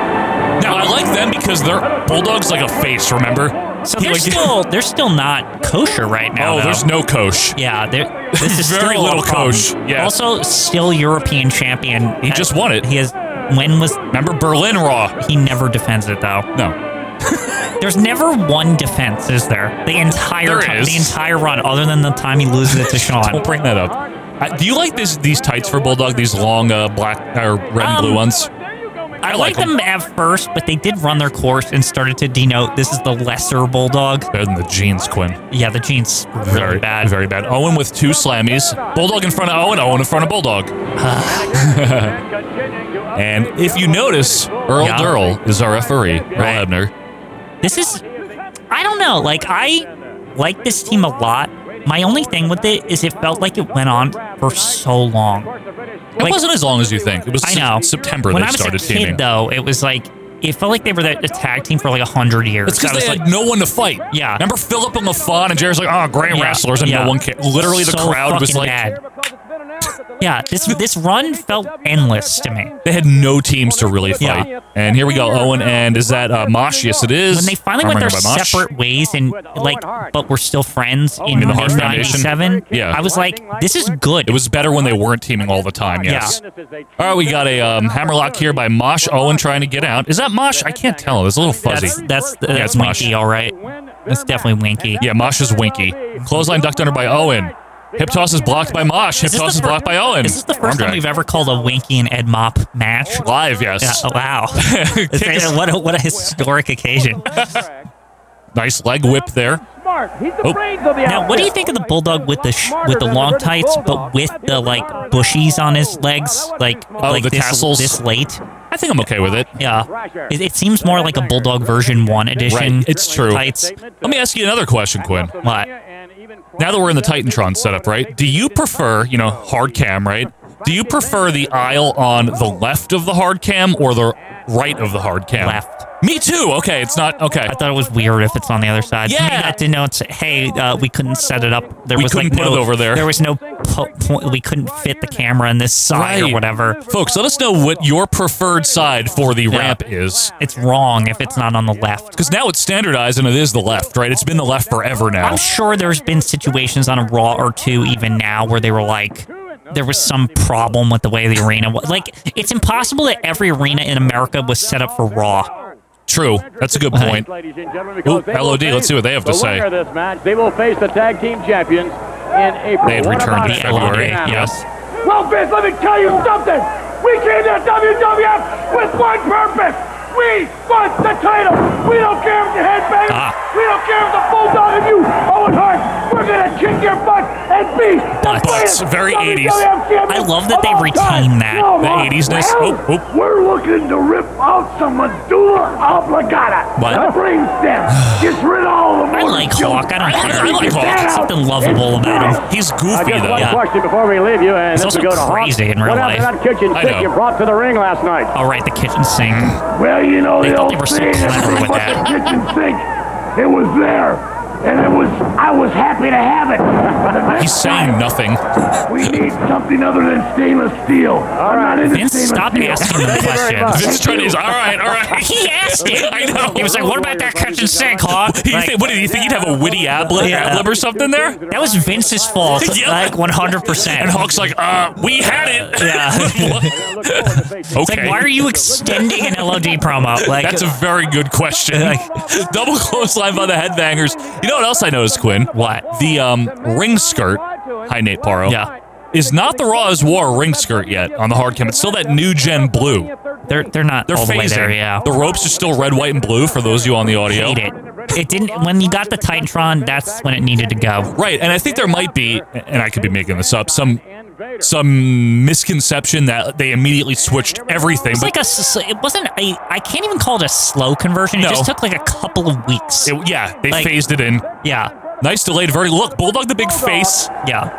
P: Now I like them because they're Bulldog's like a face. Remember?
Q: So
P: He
Q: they're
P: was-
Q: still they're still not kosher right now.
P: Oh,
Q: though.
P: there's no Kosh.
Q: Yeah, there- this is
P: Very
Q: still a
P: little
Q: problem.
P: coach, yeah.
Q: Also, still European champion.
P: He just won it.
Q: He has. When was
P: Remember Berlin Raw?
Q: he never defends it though?
P: No.
Q: There's never one defense, is there? The entire
P: There
Q: time,
P: is.
Q: the entire run, other than the time he loses it to Sean.
P: Don't bring that up. I, do you like this, these tights for Bulldog? These long uh, black or red and blue
Q: Um,
P: ones?
Q: I like them at first, but they did run their course and started to denote this is the lesser bulldog.
P: Better than the jeans, Quinn.
Q: Yeah, the jeans were really
P: Very
Q: bad.
P: Very bad. Owen with two slammies. Bulldog in front of Owen. Owen in front of Bulldog. and if you notice, Earl
Q: Yeah.
P: Durrell is our referee. Earl
Q: Right.
P: Ebner.
Q: This is, I don't know. Like I like this team a lot. My only thing with it is it felt like it went on for so long.
P: It
Q: Like-
P: wasn't as long as you think. It was
Q: I
P: se-
Q: know.
P: September
Q: when
P: they
Q: I was
P: started
Q: a kid,
P: teaming.
Q: though, it was like it felt like they were the, the tag team for like a hundred years.
P: It's because
Q: I
P: they had
Q: was like,
P: no one to fight.
Q: Yeah.
P: Remember Philip and LaFon and Jerry's like, oh, great
Q: Yeah,
P: wrestlers, and
Q: yeah.
P: no one cared. Literally, the
Q: So
P: crowd was like,
Q: fucking bad. yeah, this this run felt endless to me.
P: they had no teams to really
Q: Yeah.
P: fight. And here we go, Owen, and is that uh, Mosh? Yes, it is.
Q: When they finally
P: I'm
Q: went their
P: remembered by Mosh.
Q: separate ways and like, but we're still friends in
P: mean the Hart Foundation?
Q: '97.
P: Yeah.
Q: I was like, this is good.
P: It was better when they weren't teaming all the time, yes. All right, we got a um, hammerlock here by Mosh Owen trying to get out. Is that Mosh? I can't tell. It's a little fuzzy.
Q: That's that's
P: Yeah,
Q: that's
P: it's Mosh.
Q: Winky, all right. That's definitely Winky.
P: Yeah, Mosh is winky. Clothesline ducked under by Owen. Hip toss is blocked by Mosh. Hip
Q: Is this
P: toss
Q: the
P: is blocked by Owen.
Q: This is the
P: Arm
Q: first time
P: drag.
Q: we've ever called a Winky and Ed Mop match.
P: Live, yes.
Q: Yeah, wow. It's-
P: Kick is-
Q: what, a, what a historic occasion.
P: Nice leg whip there.
R: smart. He's the
B: Oh.
R: brains of the
B: Now, what do you
R: outfit.
B: think of the bulldog with the sh- with the long tights, but with the like bushies on his legs, like
A: Oh,
B: like
A: the
B: this,
A: tassels?
B: this late?
A: I think I'm okay with it.
B: Yeah, it, it seems more like a bulldog version one edition.
A: Right, it's true.
B: Tights.
A: Let me ask you another question, Quinn. What? Now that we're in the Titantron setup, right? Do you prefer, you know, hard cam, right? Do you prefer the aisle on the left of the hard cam or the right of the hard cam?
B: Left.
A: Me too. Okay, it's not okay. I
B: thought it was weird if it's on the other side.
A: Yeah.
B: Maybe that denotes, hey, uh, we couldn't set it up. There
A: We
B: was like
A: couldn't put
B: no,
A: it over there.
B: There was no po- point. We couldn't fit the camera in this side or
A: Right.
B: whatever.
A: Folks, let us know what your preferred side for the ramp is.
B: It's wrong if it's not on the left.
A: Because now it's standardized and it is the left, right? It's been the left forever now.
B: I'm sure there's been situations on a Raw or two, even now, where they were like, there was some problem with the way the arena was. Like, it's impossible that every arena in America was set up for Raw.
A: True. That's a good
B: Right.
A: point.
P: ladies and gentlemen,
A: Ooh,
P: because they will
A: LOD,
P: face
A: let's see what they have to
P: the
A: say.
P: winner of this match. They will face the tag team champions in April.
A: They had
P: What
A: returned
P: about
A: in
P: it?
A: February. Yes.
R: Well, Vince, let me tell you something. We came to WWF with one purpose. We want the title. We don't care if the headbang.
B: Ah.
R: We don't care if the bulldog of you, Owen Hart. We're gonna kick your butt and be the
A: Butts.
R: greatest
A: Very
R: WWF
A: 80s.
R: champion
B: I love that they
R: of all
B: retain
R: time.
B: that.
R: No,
A: The
R: huh?
A: 80s ness.
R: Well,
A: Oh, oh.
R: We're looking to rip out some medulla oblongata.
A: What?
R: The brainstem. Just rid of all the.
B: I like Hawk. I don't care. I like Hawk. There's something lovable about him.
A: He's
P: I
A: goofy,
P: just
A: though.
P: one question before we leave you, and
B: He's
P: this
B: also
P: will go to Hawk.
B: crazy in real
P: What happened to
B: life.
P: that kitchen
B: I
P: sink
B: know.
P: you brought to the ring last night?
B: All right, the kitchen sink.
R: Well, you know,
B: They
R: the
B: thought
R: old
B: they were so
R: saying,
B: clever
R: "Everything
B: with
R: but
B: that.
R: the kitchen sink. It was there, and it was. I was happy to have it. But the next
A: He's saying nothing.
R: time, we need something other than stainless steel. All right,
B: Vince, stop asking them questions.
A: Vince is trying to. He's, all right, all right.
B: He asked it.
A: I know.
B: He was like, "What about that kitchen sink, Hawk?"
A: He
B: Like,
A: think- what did you think? You'd have a witty ad lib,
B: Yeah.
A: ad lib or something there?
B: that was Vince's fault.
A: Yeah.
B: Like 100. percent
A: And Hawk's like, uh, we had it.
B: Yeah. It's
A: Okay.
B: like, why are you extending an LOD promo? Like
A: That's a very good question. Double clothesline by the headbangers. You know what else I noticed, Quinn? What? The um, ring skirt. Hi, Nate Paro.
B: Yeah.
A: Is not the Raws War ring skirt yet on the hard cam. It's still that new gen blue.
B: They're they're not
A: They're
B: all the way
A: phasing.
B: there. Yeah.
A: The ropes are still red, white, and blue for those of you on the audio.
B: Hate it. It didn't. When you got the Titantron, that's when it needed to go.
A: Right, and I think there might be, and I could be making this up, some some misconception that they immediately switched everything.
B: It's
A: But
B: like a. s- s- It wasn't a. I can't even call it a slow conversion. It
A: No.
B: just took like a couple of weeks.
A: it- yeah, they
B: Like-
A: phased it in.
B: yeah.
A: Nice delayed verdict. Look, Bulldog the big face.
B: Yeah.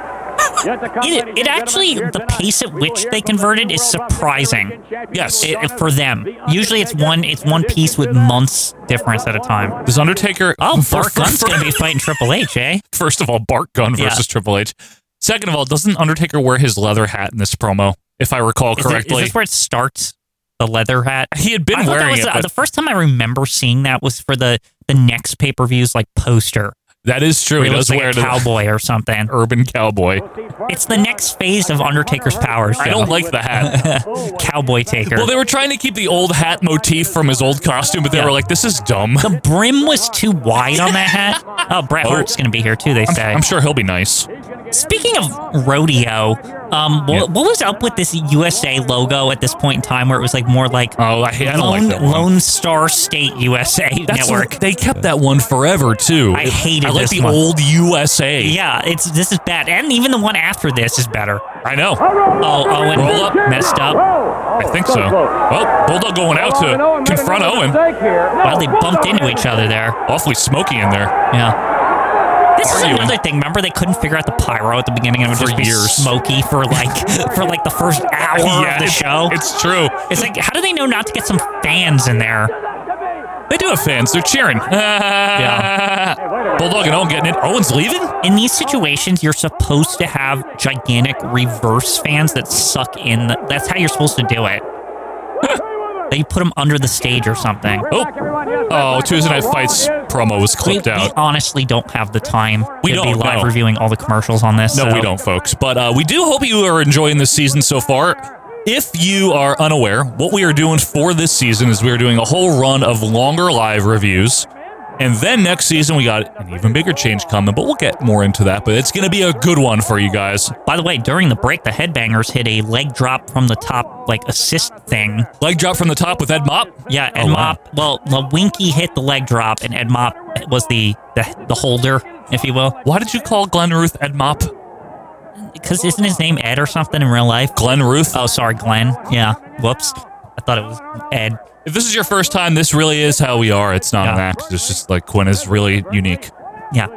B: It, it actually, the pace at which they converted is surprising.
A: Yes.
B: It- for them. Usually, it's one it's one piece with months difference at a time.
A: Does Undertaker?
B: Oh,
A: for-
B: Bart Gunn's gonna be fighting Triple H, eh?
A: First of all, Bart Gunn
B: Yeah.
A: versus Triple H. Second of all, doesn't Undertaker wear his leather hat in this promo? If I recall
B: Is, it- is
A: correctly,
B: this where it starts? The leather hat.
A: he had been
B: I thought that
A: wearing
B: was
A: it.
B: uh,
A: but
B: the first time I remember seeing that was for the the next pay per views like poster.
A: that is true.
B: where
A: He
B: he
A: does
B: looks like
A: wear
B: a
A: it. as
B: cowboy or something.
A: an Urban cowboy.
B: It's the next phase of Undertaker's powers.
A: I
B: Joe.
A: don't like the hat.
B: cowboy taker.
A: Well, they were trying to keep the old hat motif from his old costume, but they
B: Yeah.
A: were like, "This is dumb."
B: the brim was too wide on that hat. Oh, Bret
A: Oh.
B: Hart's gonna be here too. They
A: I'm,
B: say.
A: I'm sure he'll be nice.
B: Speaking of rodeo, um, wha-
A: Yeah.
B: what, was up with this USA logo at this point in time, where it was like more like
A: Oh, I, I don't
B: Lone,
A: like that one.
B: Lone Star State USA
A: That's
B: Network?
A: they kept that one forever too.
B: I hated
A: I like
B: this
A: the
B: one.
A: old USA.
B: yeah, it's this is bad, and even the one after this is better.
A: I know.
B: Oh, Owen
A: Roll up.
B: messed up.
A: I think so. Well, Bulldog going out to confront Owen.
B: Well, they bumped into each other there.
A: Awfully smoky in there.
B: Yeah. This is
A: Arguing.
B: another thing. Remember, they couldn't figure out the pyro at the beginning, and it would
A: For
B: just be
A: years.
B: smoky for like for like the first hour
A: Yeah,
B: of the
A: it's-
B: show. It's,
A: It's true.
B: like, how do they know not to get some fans in there?
A: They do have fans. They're cheering. Uh, Bulldog and Owen getting it. Owen's leaving.
B: In these situations, you're supposed to have gigantic reverse fans that suck in. The, that's how you're supposed to do it. they put them under the stage or something.
A: Oh, oh! Tuesday Night Fights promo was
B: We,
A: clipped
B: we
A: out.
B: honestly don't have the time
A: We
B: to be
A: don't,
B: live
A: no.
B: reviewing all the commercials on this.
A: No,
B: so-
A: we don't, folks. But uh, we do hope you are enjoying this season so far. If you are unaware, what we are doing for this season is we are doing a whole run of longer live reviews.
P: And then next season, we got an even bigger change coming, but we'll get more into that. But it's going to be a good one for you guys.
Q: By the way, during the break, the headbangers hit a leg drop from the top, like assist thing.
P: Leg drop from the top with Ed Mop?
Q: Yeah, Ed
P: Oh, wow.
Q: Mop. Well, the Winky hit the leg drop, and Ed Mop was the, the, the holder, if you will.
P: Why did you call Glenn Ruth Ed Mop?
Q: Because isn't his name Ed or something in real life?
P: Glenn Ruth?
Q: Oh, sorry, Glenn. Yeah. Whoops. I thought it was Ed.
P: If this is your first time, this really is how we are. It's not an act. It's just like Quinn is really unique.
Q: Yeah.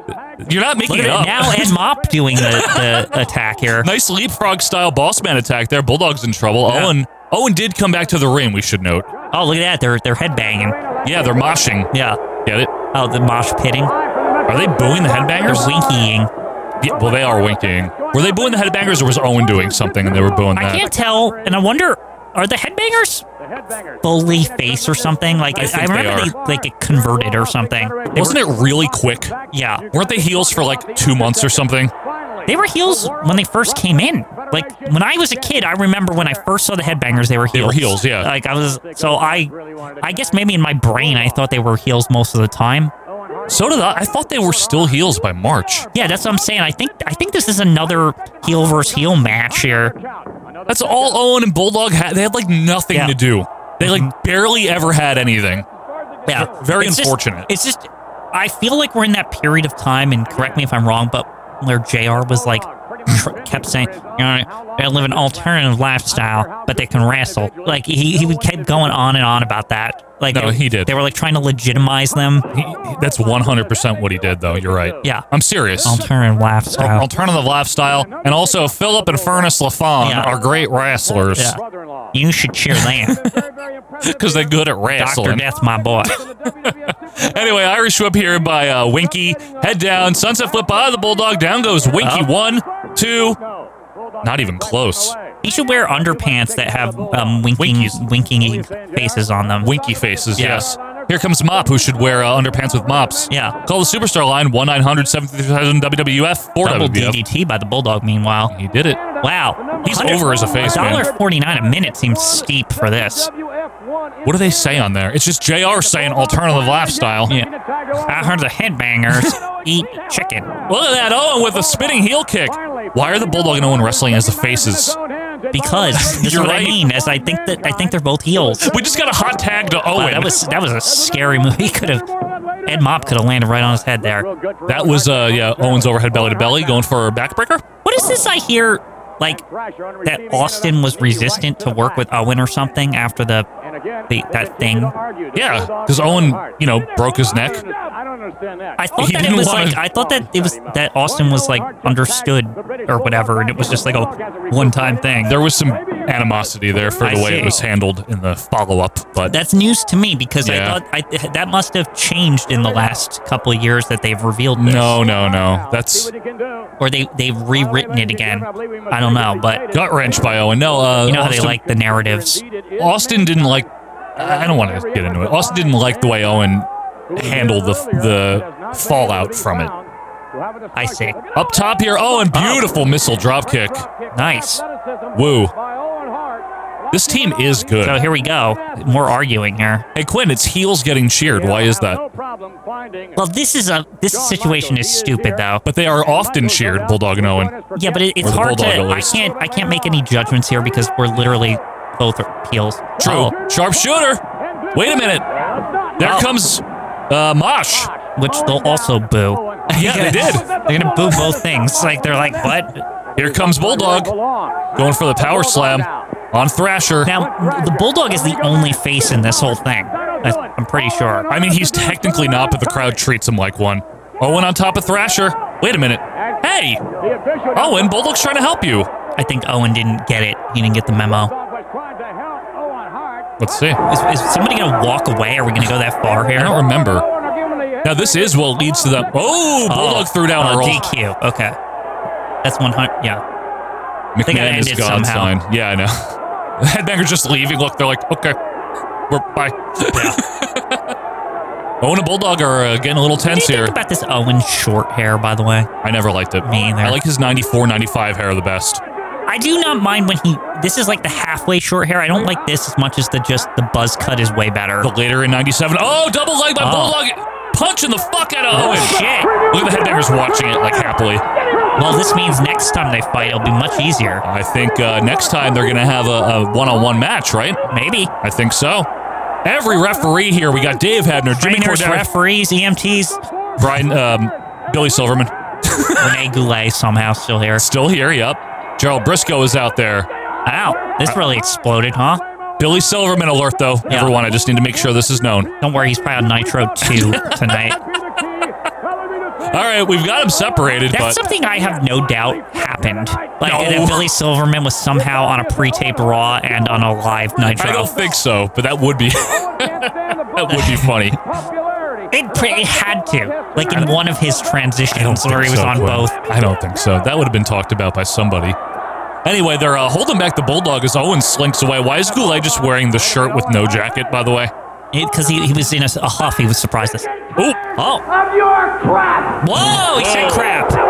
P: You're not making
Q: Look
P: it
Q: at
P: up.
Q: now Ed Mop doing the, the attack here.
P: nice leapfrog style boss man attack there. Bulldog's in trouble.
Q: Yeah.
P: Owen Owen did come back to the ring, we should note.
Q: Oh, look at that. They're they're headbanging.
P: Yeah, they're moshing.
Q: Yeah.
P: Get it?
Q: Oh, the mosh pitting.
P: Are they booing the
Q: They're
P: headbangers?
Q: winkying.
P: Yeah, well, they are winking. Were they booing the headbangers or was Owen doing something and they were booing that?
Q: I can't tell, and I wonder are the headbangers fully face or something? Like
P: I
Q: I,
P: think
Q: remember
P: they
Q: they,
P: are.
Q: like get converted or something. They
P: Wasn't
Q: were,
P: it really quick?
Q: Yeah,
P: Weren't they heels for like two months or something?
Q: they were heels when they first came in. Like when I was a kid, I remember when I first saw the headbangers, they were heels.
P: They were heels, yeah.
Q: Like I was, so I, I guess maybe in my brain I thought they were heels most of the time.
P: So did I. I thought they were still heels by March.
Q: Yeah, that's what I'm saying. I think I think this is another heel versus heel match here.
P: That's all Owen and Bulldog had. They had like nothing
Q: Yeah.
P: to do. They like barely ever had anything.
Q: Yeah,
P: Very
Q: It's just-
P: unfortunate.
Q: it's just, I feel like we're in that period of time, and correct me if I'm wrong, but where JR was like, tr- kept saying, you know, they live an alternative lifestyle, but they can wrestle. Like, he, he would kept going on and on about that. Like,
P: No,
Q: they-
P: he did.
Q: They were like trying to legitimize them.
P: That's 100% what he did, though. You're right.
Q: Yeah.
P: I'm serious.
Q: Alternative
P: Al-
Q: lifestyle.
P: alternative lifestyle. And also, Philip and Furnace LaFon
Q: Yeah.
P: are great wrestlers
Q: Yeah. You should cheer them.
P: because they're good at
Q: Dr.
P: wrestling.
Q: Death, my boy.
P: Anyway, Irish Whip here by uh, Winky. Head down, sunset flip by the Bulldog. Down goes Winky.
Q: Oh.
P: One, two. Not even close.
Q: He should wear underpants that have um, winking, winking faces on them.
P: Winky faces,
Q: Yeah.
P: yes. Here comes Mop, who should wear uh, underpants with mops.
Q: Yeah.
P: Call the Superstar line 1 900 73,000 WWF 4
Q: Double
P: WWF.
Q: DDT by the Bulldog, meanwhile.
P: He did it.
Q: Wow.
P: He's over as a face, man.
Q: $1.49 a minute seems steep for this.
P: What do they say on there? It's just JR saying alternative lifestyle.
Q: Yeah. I heard the headbangers eat chicken.
P: Look at that Owen with a spinning heel kick. Why are the Bulldog and Owen wrestling as the faces?
Q: Because this is
P: You're
Q: what I
P: right.
Q: mean, as I think that I think they're both heels.
P: We just got a hot tag to
Q: Wow,
P: Owen.
Q: that was that was a scary move. He could have Ed Mop could have landed right on his head there.
P: that was uh yeah Owen's overhead belly to belly going for a backbreaker.
Q: What is this I hear like that Austin was resistant to work with Owen or something after the, the that thing?
P: Yeah, because Owen you know broke his neck.
Q: I thought
P: He
Q: that it
P: didn't
Q: was
P: wanna-
Q: like I thought that it was that Austin was like understood or whatever, and it was just like a one time thing.
P: There was some animosity there for the
Q: I
P: way it
Q: see.
P: was handled in the follow up, but
Q: That's news to me because
P: Yeah.
Q: I thought I, that must have changed in the last couple of years that they've revealed this.
P: no no no that's
Q: Or they, they've rewritten it again. I don't know, but
P: gut wrench by Owen. No, uh,
Q: you know how they
P: Austin-
Q: like the narratives.
P: Austin didn't like. I I don't want to get into it. Austin didn't like the way Owen handled the the fallout from it.
Q: I see.
P: Up top here, Owen, beautiful missile drop kick.
Q: Nice.
P: Woo. This team is good.
Q: So here we go. More arguing here.
P: Hey Quinn, it's heels getting cheered. Why is that?
Q: Well, this is a this situation is stupid though.
P: But they are often cheered, Bulldog and Owen.
Q: Yeah, but it, it's
P: Or the
Q: hard to.
P: Bulldog, at
Q: I
P: least.
Q: can't. I can't make any judgments here because we're literally both are heels.
P: True.
Q: Oh,
P: Sharpshooter. Wait a minute. There
Q: Wow.
P: comes uh, Mosh.
Q: which they'll also boo.
P: Yeah, they did.
Q: They're gonna boo both things. Like they're like, what?
P: Here comes Bulldog, going for the power slam on Thrasher.
Q: Now the bulldog is the only face in this whole thing. I, I'm pretty sure.
P: I mean, he's technically not, but the crowd treats him like one. Owen on top of Thrasher. Wait a minute. Hey, Owen, Bulldog's trying to help you.
Q: I think Owen didn't get it. He didn't get the memo.
P: Let's see.
Q: Is, is somebody gonna walk away? Are we gonna go that far
P: I
Q: here?
P: don't remember. Now this is what leads to the. Oh, Bulldog threw down
Q: oh,
P: a roll.
Q: DQ. Okay, that's 100. Yeah, think I
P: McMahon is
Q: ended
P: God's
Q: somehow.
P: sign. Yeah, I know. Headbangers just leaving. Look, they're like, okay, we're bye. Owen and Bulldog are uh, getting a little
Q: What do
P: tense
Q: you
P: here.
Q: think about this Owen short hair, by the way?
P: I never liked it.
Q: Me either.
P: I like his 94, 95 hair the best.
Q: I do not mind when he. This is like the halfway short hair. I don't like this as much as the just the buzz cut is way better.
P: The later in 97. Oh, double leg by
Q: Oh.
P: Bulldog. punching the fuck out of Owen. Shit. Look at the headbangers watching it like happily.
Q: Well, this means next time they fight, it'll be much easier.
P: I think uh, next time they're going to have a, a one-on-one match, right?
Q: Maybe.
P: I think so. Every referee here, we got Dave Hebner, Jimmy
Q: Trainers,
P: Corderas,
Q: referees, E EMTs,
P: Brian, um, Billy Silverman.
Q: Renee Goulet somehow still here.
P: Still here, yep. Gerald Briscoe is out there.
Q: Wow, this really exploded, huh?
P: Billy Silverman alert, though.
Q: Yeah.
P: Everyone, I just need to make sure this is known.
Q: Don't worry, he's probably on Nitro 2 tonight.
P: All right, we've got him separated,
Q: That's
P: but
Q: something I have no doubt happened. Like
P: No.
Q: that Billy Silverman was somehow on a pre-tape Raw and on a live Nitro.
P: I don't think so. But that would be that would be funny.
Q: It, pre- it had to, like in one of his transitions where he was
P: So,
Q: on
P: Quinn,
Q: both.
P: I don't think so. That would have been talked about by somebody. Anyway, they're uh, holding back the bulldog as Owen slinks away. Why is Goulet just wearing the shirt with no jacket? By the way,
Q: Because he, he was in a, a huff, he was surprised. This.
P: Ooh,
Q: Oh,
R: Of your crap!
Q: whoa! He said crap.
R: Kelly,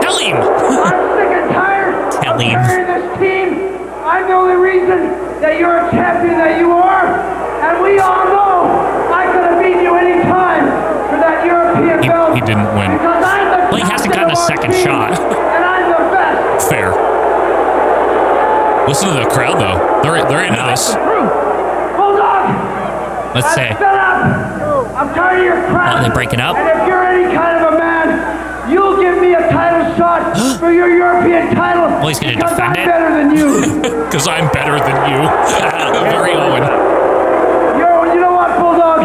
Q: Tell him.
R: I'm sick and tired
Q: Tell
R: of
Q: him.
R: carrying this team. I'm the only reason that you're a champion that you are. And we all know I could have beat you any time for that European
P: He-
R: belt.
P: he didn't win.
R: Because I'm the
Q: Well, he hasn't gotten
R: captain
Q: a
R: of our
Q: second
R: team,
Q: shot.
R: And I'm the best.
P: fair. Listen to the crowd though. They're they're into this.
R: Truth. Bulldog,
Q: Let's
R: I'm
Q: say.
R: fed up. I'm tired of your crap.
Q: Oh, they breaking up?
R: And if you're any kind of a man, you'll give me a title shot for your European title.
Q: Well, he's gonna
R: because
Q: defend
R: I'm
Q: it.
R: better than you.
P: Because I'm better than you. Very Owen.
R: you're, you know what, Bulldog?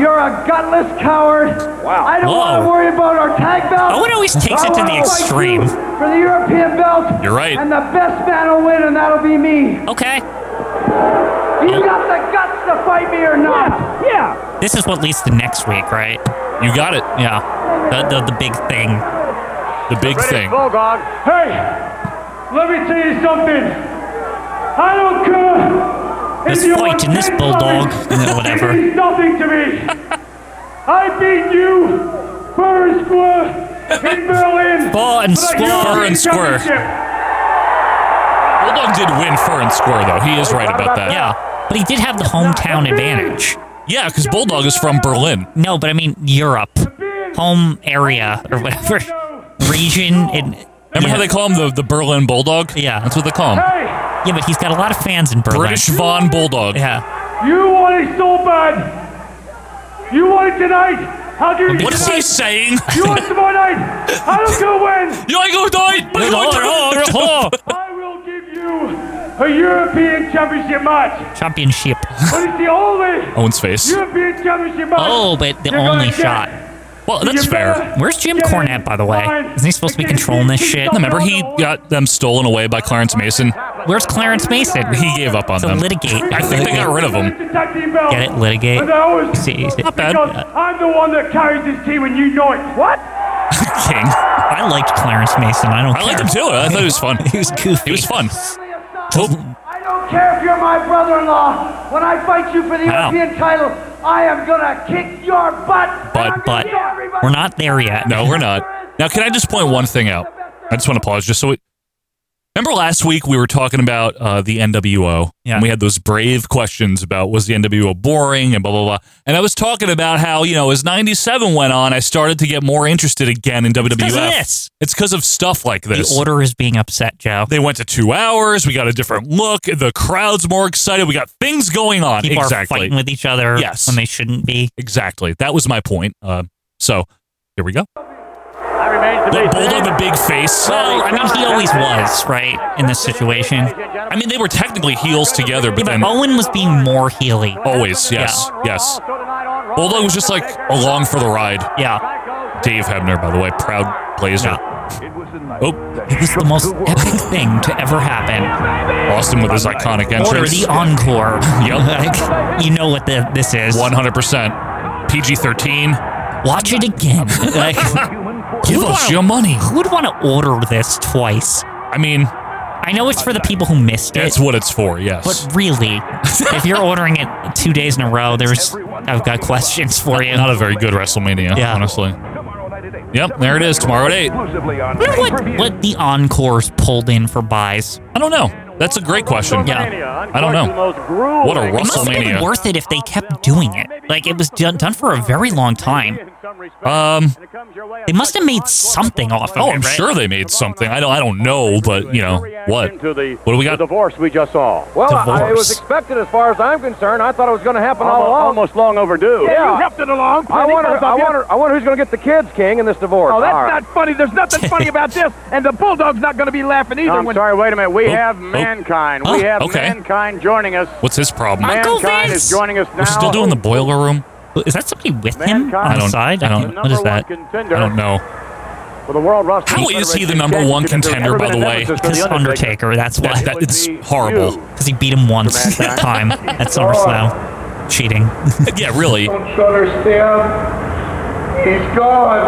R: You're a gutless coward. Wow. I don't want
Q: Whoa.
R: to worry about our tag belt.
Q: Owen always takes
R: I
Q: it to the
R: wanna fight
Q: extreme.
R: you For the European belt.
P: You're right.
R: And the best man will win, and that'll be me.
Q: Okay.
R: You got the guts to fight me or not? Yeah.
Q: This is what leads to next week, right?
P: You got it.
Q: Yeah. The the, the big thing.
P: The big thing.
R: Bulldog. Hey, let me tell you something. I don't care.
Q: This
R: if you
Q: fight
R: are
Q: and this
R: dead
Q: bulldog
R: solid.
Q: and whatever.
R: It means nothing to me. I beat you fair and square in Berlin.
Q: Fair and
R: for that
Q: square.
R: European
P: Fair and square.
R: Championship.
P: Bulldog did win fair and square though. He is right about that.
Q: Yeah, but he did have the hometown advantage.
P: Yeah, because Bulldog is from Berlin.
Q: No, but I mean Europe, home area or whatever region. In,
P: Remember
Q: yeah,
P: how they call him the, the Berlin Bulldog?
Q: Yeah.
P: That's what they call him.
R: Hey,
Q: yeah, but he's got a lot of fans in Berlin.
P: British Von Bulldog.
Q: Yeah,
R: you want it so bad. You want it tonight. How do you
P: What is he saying?
R: You want it tomorrow night. I don't care when.
P: You're going to die! But you're going
Q: Oh,
P: to
R: I will give you a European Championship match.
Q: championship.
R: But it's the only
P: Owen's face.
R: European Championship match.
Q: Oh, but the
R: you're gonna
Q: only
R: get.
Q: shot.
P: Well, that's
R: You
P: fair.
R: better-
Q: Where's Jim
R: Yeah,
Q: Cornette, by the way?
R: fine.
Q: Isn't he supposed to be controlling this shit?
P: Remember, he got them stolen away by Clarence Mason.
Q: Where's Clarence Mason?
P: He gave up on
Q: to
P: them.
Q: litigate.
P: I think they got rid of him.
Q: Get it? Litigate.
R: And I always-
Q: See, see.
P: Not bad.
R: Because I'm the one that carries this team, and you know it. What?
P: King.
Q: I liked Clarence Mason. I don't.
P: I
Q: care.
P: liked him too. I thought he was fun.
Q: he was goofy.
P: He was fun. Oh,
R: I don't care if you're my brother-in-law. When I fight you for the
Q: Wow.
R: European title, I am gonna kick your butt. and
P: Butt,
R: I'm gonna
Q: But
R: kick everybody.
Q: we're not there yet.
P: no, we're not. Now, can I just point one thing out? I just want to pause just so we. Remember last week we were talking about uh, the NWO?
Q: Yeah.
P: And we had those brave questions about was the NWO boring and blah, blah, blah. And I was talking about how, you know, as 97 went on, I started to get more interested again in WWF.
Q: Because of this.
P: It's because of stuff like this.
Q: The order is being upset, Joe.
P: They went to two hours. We got a different look. The crowd's more excited. We got things going on.
Q: People
P: exactly.
Q: are fighting with each other
P: Yes.
Q: when they shouldn't be.
P: exactly. That was my point. Uh, so here we go.
A: That remains to be
P: The Bulldog,
A: seen.
P: the big face.
Q: Well, I mean, he always was right in this situation.
P: I mean, they were technically heels together, but
Q: Yeah,
P: then Oh,
Q: but Owen was being more healy.
P: always, yes, yes. Bulldog was just like along for the ride.
Q: Yeah,
P: Dave Hebner, by the way, proud blazer. Oh,
Q: it was the most epic thing to ever happen.
P: Austin with his iconic
Q: Order
P: entrance.
Q: the encore.
P: Yep.
Q: like, you know what the, this is.
P: 100%. PG 13.
Q: Watch it again. Like,
P: Give
Q: who'd
P: us
Q: wanna-
P: your money.
Q: Who would want to order this twice?
P: I mean,
Q: I know it's for the people who missed it.
P: that's what it's for, yes.
Q: But really, if you're ordering it two days in a row, there's I've got questions for you.
P: Not a very good WrestleMania,
Q: Yeah.
P: honestly. Yep, there it is. Tomorrow at eight.
Q: I wonder what what the encores pulled in for buys.
P: I don't know. That's a great question.
Q: Yeah.
P: I don't know. Oh, What a
Q: It must have been
P: WrestleMania.
Q: worth it if they kept doing it. Like it was done, done for a very long time. Um, they must have made something off of it.
P: Oh, I'm
Q: right?
P: sure they made something. I don't. I don't know, but you know what? What do we got?
R: divorce we just saw.
P: Well,
R: Well, I- it was
P: divorce.
R: expected as far as I'm concerned. I thought it was going to happen all
S: Almost-
R: along. Almost long overdue.
S: Yeah, you
R: helped it along. I
S: plenty,
R: wonder,
S: both of
R: I,
S: you.
R: wonder, I wonder who's going to get the kids, King, in this divorce.
S: Oh, that's
R: All right.
S: not funny. There's nothing funny about this, and the Bulldog's not going to be laughing either.
R: No, I'm
S: when
R: sorry, wait a minute. We
S: Oh,
R: have
S: oh,
R: mankind.
P: oh,
R: we have
P: okay.
R: mankind joining us.
P: What's his problem?
R: mankind is joining us now.
P: We're still doing the boiler room.
Q: Is that somebody with
R: him on
P: I
R: the
P: don't,
Q: side?
P: I
Q: I
P: don't.
Q: can't-
P: What is that? I
R: contender
P: don't know.
R: for the World Wrestling
P: How is he the
R: Federation
P: number one
R: Championship.
P: contender, by the way?
R: Nemesis for the
Q: Undertaker. That's why.
P: That, that, it's horrible.
Q: Because he beat him once that time at SummerSlam, cheating.
P: yeah, really.
T: Don't you understand? He's gone.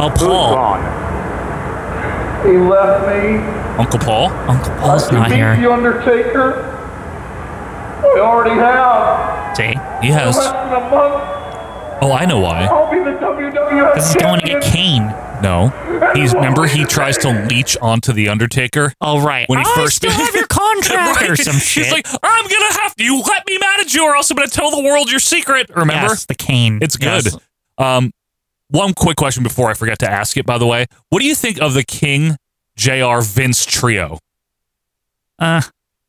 Q: Oh, Paul.
T: He left me.
P: Uncle Paul.
Q: Uncle Paul's not
T: Beat
Q: here.
T: the Undertaker. We already have.
Q: See?
P: He has.
T: In less than a month,
P: Oh, I know why.
T: I'll be the WWF
Q: Because he's going to get Kane.
P: No, he's remember he tries to leech onto the Undertaker.
Q: Oh right,
P: when he
Q: I
P: first
Q: still have your contract or some shit.
P: He's like, I'm gonna have to. You let me manage you, or else I'm gonna tell the world your secret. Remember
Q: Yes, the Kane.
P: It's good.
Q: Yes.
P: Um, one quick question before I forget to ask it. By the way, what do you think of the King Jr. Vince trio?
Q: Uh,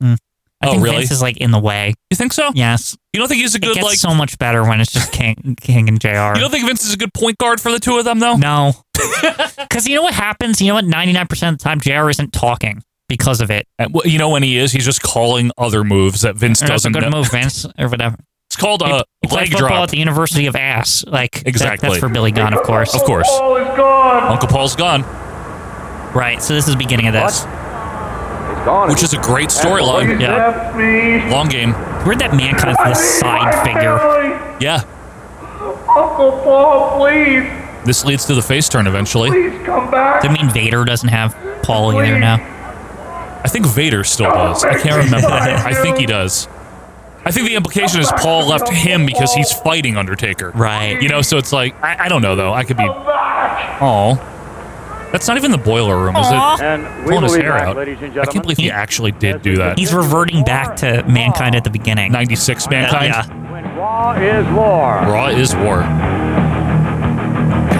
Q: mm. I
P: Oh,
Q: think
P: really?
Q: Vince is like in the way.
P: You think so?
Q: Yes.
P: You don't think he's a
Q: it
P: good
Q: gets
P: like?
Q: so much better when it's just King, King and Jr.
P: you don't think Vince is a good point guard for the two of them though?
Q: no, because you know what happens. You know what? Ninety nine percent of the time, Jr. isn't talking because of it.
P: And, well, you know when he is, he's just calling other moves that Vince
Q: That's a
P: doesn't
Q: good
P: know.
Q: move, Vince, or whatever.
P: It's called a
Q: He played
P: leg
Q: football
P: drop.
Q: at the University of Ass. Like that-
P: Exactly.
Q: that's for Billy Gunn, of course.
P: Of course.
T: Paul is gone.
P: Uncle Paul's gone,
Q: Right. So this is the beginning of this.
R: He's gone.
P: which is a great
T: He
P: storyline.
Q: Yeah.
T: left me.
P: Long game.
Q: Where'd that man come from? This side figure.
T: Family.
P: Yeah.
T: Uncle Paul, please,
P: This leads to the face turn eventually.
T: please come back.
Q: Does that mean Vader doesn't have Paul either now?
P: I think Vader still does. I can't remember. Oh, I think he does. I think the implication is Paul left him because he's fighting Undertaker.
Q: Right.
P: You know, so it's like I, I don't know though. I could be.
T: Come back.
P: Oh, that's not even the boiler room, is
Q: Aw.
P: it?
R: And we
P: Pulling
R: will
P: his
R: be
P: hair
R: back,
P: out.
R: ladies
P: I
R: and
P: can't
R: gentlemen.
P: believe he actually did do that.
Q: He's reverting back to mankind at the beginning.
P: 96 mankind.
Q: Yeah.
R: When Raw is war.
P: Raw is war.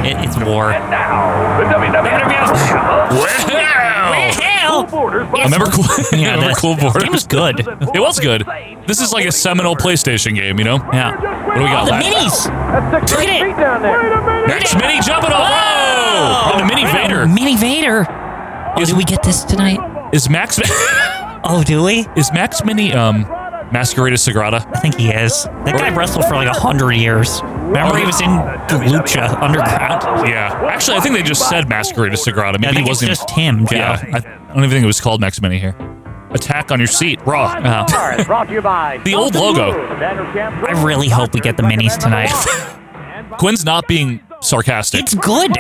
Q: It, it's war.
R: Now, the
P: Wow.
Q: Hell!
P: I remember Cool. I
Q: Yeah,
P: remember
Q: that,
P: Cool
Q: that
P: Board.
Q: game was good.
P: It was good. This is like a seminal PlayStation game, you know?
Q: Yeah. Oh,
P: What do we got?
Q: The
P: last?
Q: minis!
R: That's six
Q: Look at it.
R: feet down there.
P: Next mini jumping. Oh, whoa! And Oh, the mini Vader.
Q: Oh, Mini Vader! Oh,
P: Is-
Q: do we get this tonight?
P: Is Max
Q: Oh, do we?
P: is Max Mini um Masquerada Sagrada?
Q: I think he is. That guy wrestled for like a hundred years. Remember, he was in the Lucha Underground.
P: Yeah. Actually, I think they just said Masquerada Sagrada. Maybe
Q: I think
P: he
Q: it's
P: wasn't.
Q: just him, Joe.
P: Yeah. I, I don't even think it was called Max Mini here. Attack on your seat. Raw.
Q: Uh,
P: Uh,
R: Bar is brought to you by
Q: Oh,
P: The old logo.
Q: I really hope we get the minis tonight.
P: Quinn's not being sarcastic.
Q: It's good.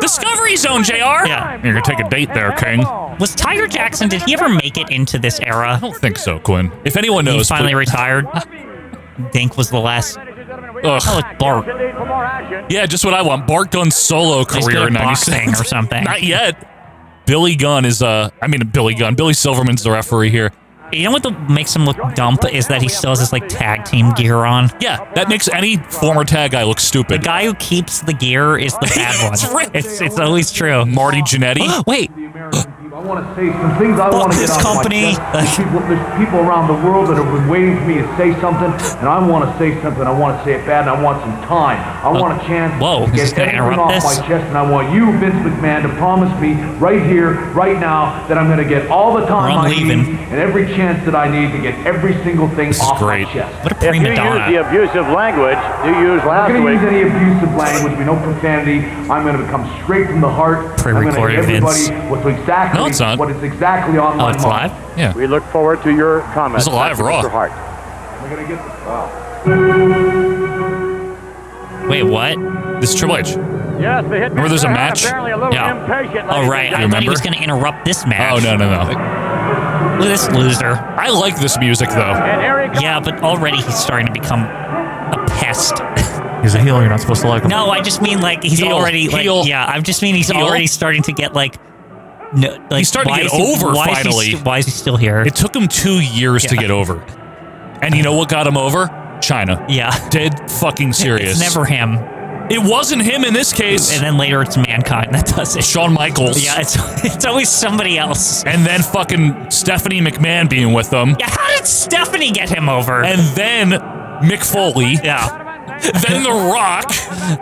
P: Discovery Zone, Jr.
Q: Yeah.
P: You're gonna take a date there, King.
Q: Was Tiger Jackson? Did he ever make it into this era?
P: I don't think so, Quinn. If anyone
Q: He
P: knows,
Q: finally
P: put-
Q: retired. Dink was the last.
P: Ugh.
Q: Oh, it's Bart.
P: yeah, just what I want. Bart Gunn's solo
Q: He's
P: career
Q: good
P: in
Q: at boxing
P: '96
Q: or something.
P: Not yet. Billy Gunn is uh, I mean Billy Gunn. Billy Silverman's the referee here.
Q: You know what the, makes him look dumb is that he still has this like tag team gear on.
P: Yeah, that makes any former tag guy look
Q: The
P: stupid.
Q: guy who keeps the gear is the bad
P: That's
Q: one.
P: right.
Q: It's it's always true.
P: Marty Jannetty.
Q: Wait,
T: I want to say some things I
Q: Fuck
T: want to
Q: this
T: get off
Q: company.
T: My chest. There's people, there's people around the world that have been waiting for me to say something, and I want to say something. I want to say it bad, and I want some time. I want a chance
Q: Uh, whoa,
T: to
Q: is this
T: get
Q: gonna
T: everything
Q: interrupt
T: off
Q: this?
T: my chest, and I want you, Vince McMahon, to promise me right here, right now, that I'm going to get all the
Q: Or
T: time
Q: I'm
T: I
Q: leaving.
T: need and every chance that I need to get every single thing
P: This is
T: off
P: great.
T: my chest.
Q: what a
R: If you
Q: prima
R: use the
Q: donna.
R: abusive language you used
T: I'm
R: last
T: not going
R: week,
T: to use any abusive language, we know profanity. I'm going to come straight from the heart. I'm going
Q: Pre-recorded,
T: to everybody
Q: Vince.
T: what's exactly
P: No, it's not.
T: what is exactly on
Q: Oh,
T: my
Q: it's
T: mind.
Q: live.
P: Yeah.
R: we look forward to your comments.
P: It's a live
R: Thank
P: Raw.
R: you, Mr. Hart.
T: We're going to get the
Q: Wait, what?
P: This is Triple H.
R: Yes, the
P: Remember there's a match?
R: Apparently a little
Q: Yeah.
R: impatient.
Q: Oh
R: ladies
Q: right,
R: and
Q: I thought he
P: remember?
Q: was going to interrupt this match.
P: Oh no no no.
Q: Look at this loser.
P: I like this music though.
R: And here he comes.
Q: Yeah, but already he's starting to become a pest.
P: He's a heel. You're not supposed to like him.
Q: No, I just mean like he's
P: Heel.
Q: already like
P: Heel.
Q: yeah. I just mean he's
P: Heel.
Q: already starting to get like no, like,
P: He's starting to
Q: why
P: get
Q: is he-
P: over
Q: why is he
P: finally.
Q: st- why is he still here?
P: It took him two years to
Q: Yeah.
P: get over. And you know what got him over? China.
Q: Yeah.
P: Dead fucking serious.
Q: It's never him.
P: It wasn't him in this case.
Q: And then later it's mankind that does it.
P: Shawn Michaels.
Q: Yeah, it's it's always somebody else.
P: And then fucking Stephanie McMahon being with them.
Q: Yeah, how did Stephanie get him over?
P: And then Mick Foley.
Q: Yeah.
P: Then The Rock.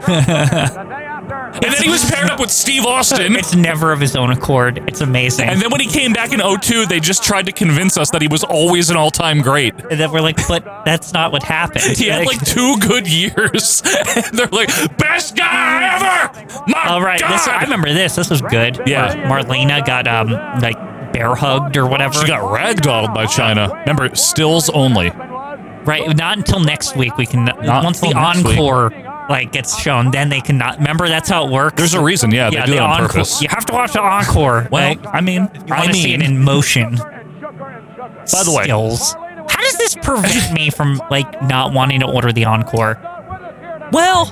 P: and then he was paired up with Steve Austin.
Q: it's never of his own accord. It's amazing.
P: And then when he came back in 02, they just tried to convince us that he was always an all time great.
Q: And then we're like, but that's not what happened.
P: He had like two good years. And they're like, best guy ever! My
Q: All right, this, I
P: God!"
Q: remember this. This was good.
P: Yeah.
Q: Mar- Marlena got um like bear hugged or whatever.
P: She got ragdolled by China. Remember, stills only.
Q: Right, not until next week we can.
P: Not
Q: once the
P: until next week.
Q: encore like gets shown, then they cannot. Remember, that's how it works.
P: There's a reason, yeah, they do
Q: the
P: it on
Q: encore-
P: purpose.
Q: You have to watch the encore.
P: Well,
Q: like,
P: I mean,
Q: you want
P: I
Q: to see it
P: mean-
Q: in motion.
P: By the way-
Q: Stills. how does this prevent me from like not wanting to order the encore? Well,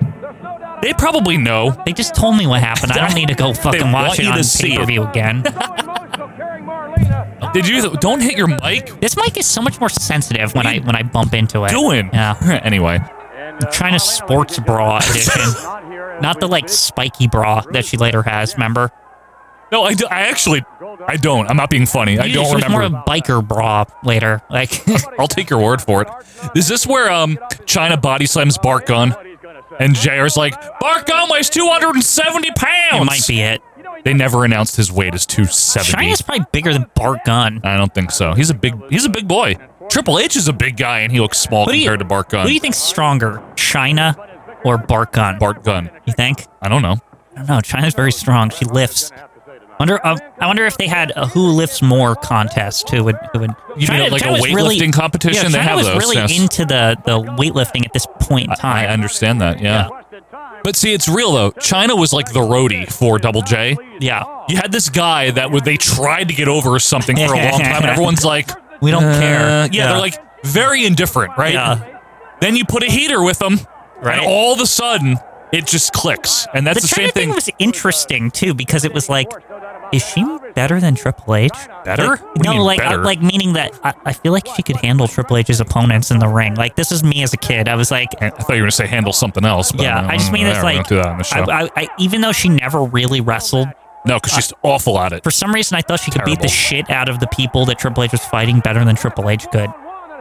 P: They probably know.
Q: they just told me what happened. I don't need to go fucking watch
P: want
Q: it
P: you
Q: on
P: to see
Q: pay per view again.
P: Did you? Don't hit your mic.
Q: This mic is so much more sensitive when I when I bump into it.
P: Doing.
Q: Yeah.
P: anyway,
Q: I'm trying to sports bra edition. Not the like spiky bra that she later has, remember?
P: no, I, do- I actually, I don't. I'm not being funny. I
Q: She
P: don't
Q: was more
P: remember.
Q: a biker bra later. Like
P: I'll take your word for it. Is this where um China body slams Bark Gun? And JR's like, Bark Gun weighs 270 pounds.
Q: it might be it.
P: They never announced his weight as 270.
Q: China's probably bigger than Bart Gun.
P: I don't think so. He's a big he's a big boy. Triple H is a big guy and he looks small
Q: Who do you-
P: compared to Bark Gun.
Q: Who do you think's stronger? China or Bart Gun?
P: Bark Gun.
Q: You think?
P: I don't know.
Q: I don't know. China's very strong. She lifts. Wonder, uh, I wonder if they had a who lifts more contest. Who would? Who would?
P: You mean like a
Q: was
P: weightlifting competition?
Q: Yeah,
P: They
Q: China
P: have
Q: was
P: those,
Q: really
P: yes.
Q: into the the weightlifting at this point in
P: I
Q: time.
P: understand that, yeah. But see, it's real though. China was like the roadie for Double J.
Q: yeah,
P: You had this guy that would they tried to get over or something for a long time, and everyone's like,
Q: we don't
P: "Uh,"
Q: care.
P: Yeah, they're like very indifferent, right?
Q: Yeah.
P: Then you put a heater with them,
Q: Right.
P: and all of a sudden it just clicks, and that's
Q: the,
P: the, same
Q: China thing.
P: thing.
Q: was interesting too because it was like, is she better than Triple H?
P: Better?
Q: Like,
P: What do you
Q: no,
P: mean
Q: like I-
P: better?
Q: like meaning that I, I feel like she could handle Triple H's opponents in the ring. Like this is me as a kid. I was like,
P: I thought you were gonna say handle something else. But
Q: yeah, I just mean
P: Mm,
Q: it's
P: we
Q: like
P: don't do that on the show.
Q: I, I, I, even though she never really wrestled.
P: no, because she's awful at it.
Q: For some reason, I thought she could beat the
P: Terrible.
Q: shit out of the people that Triple H was fighting better than Triple H could.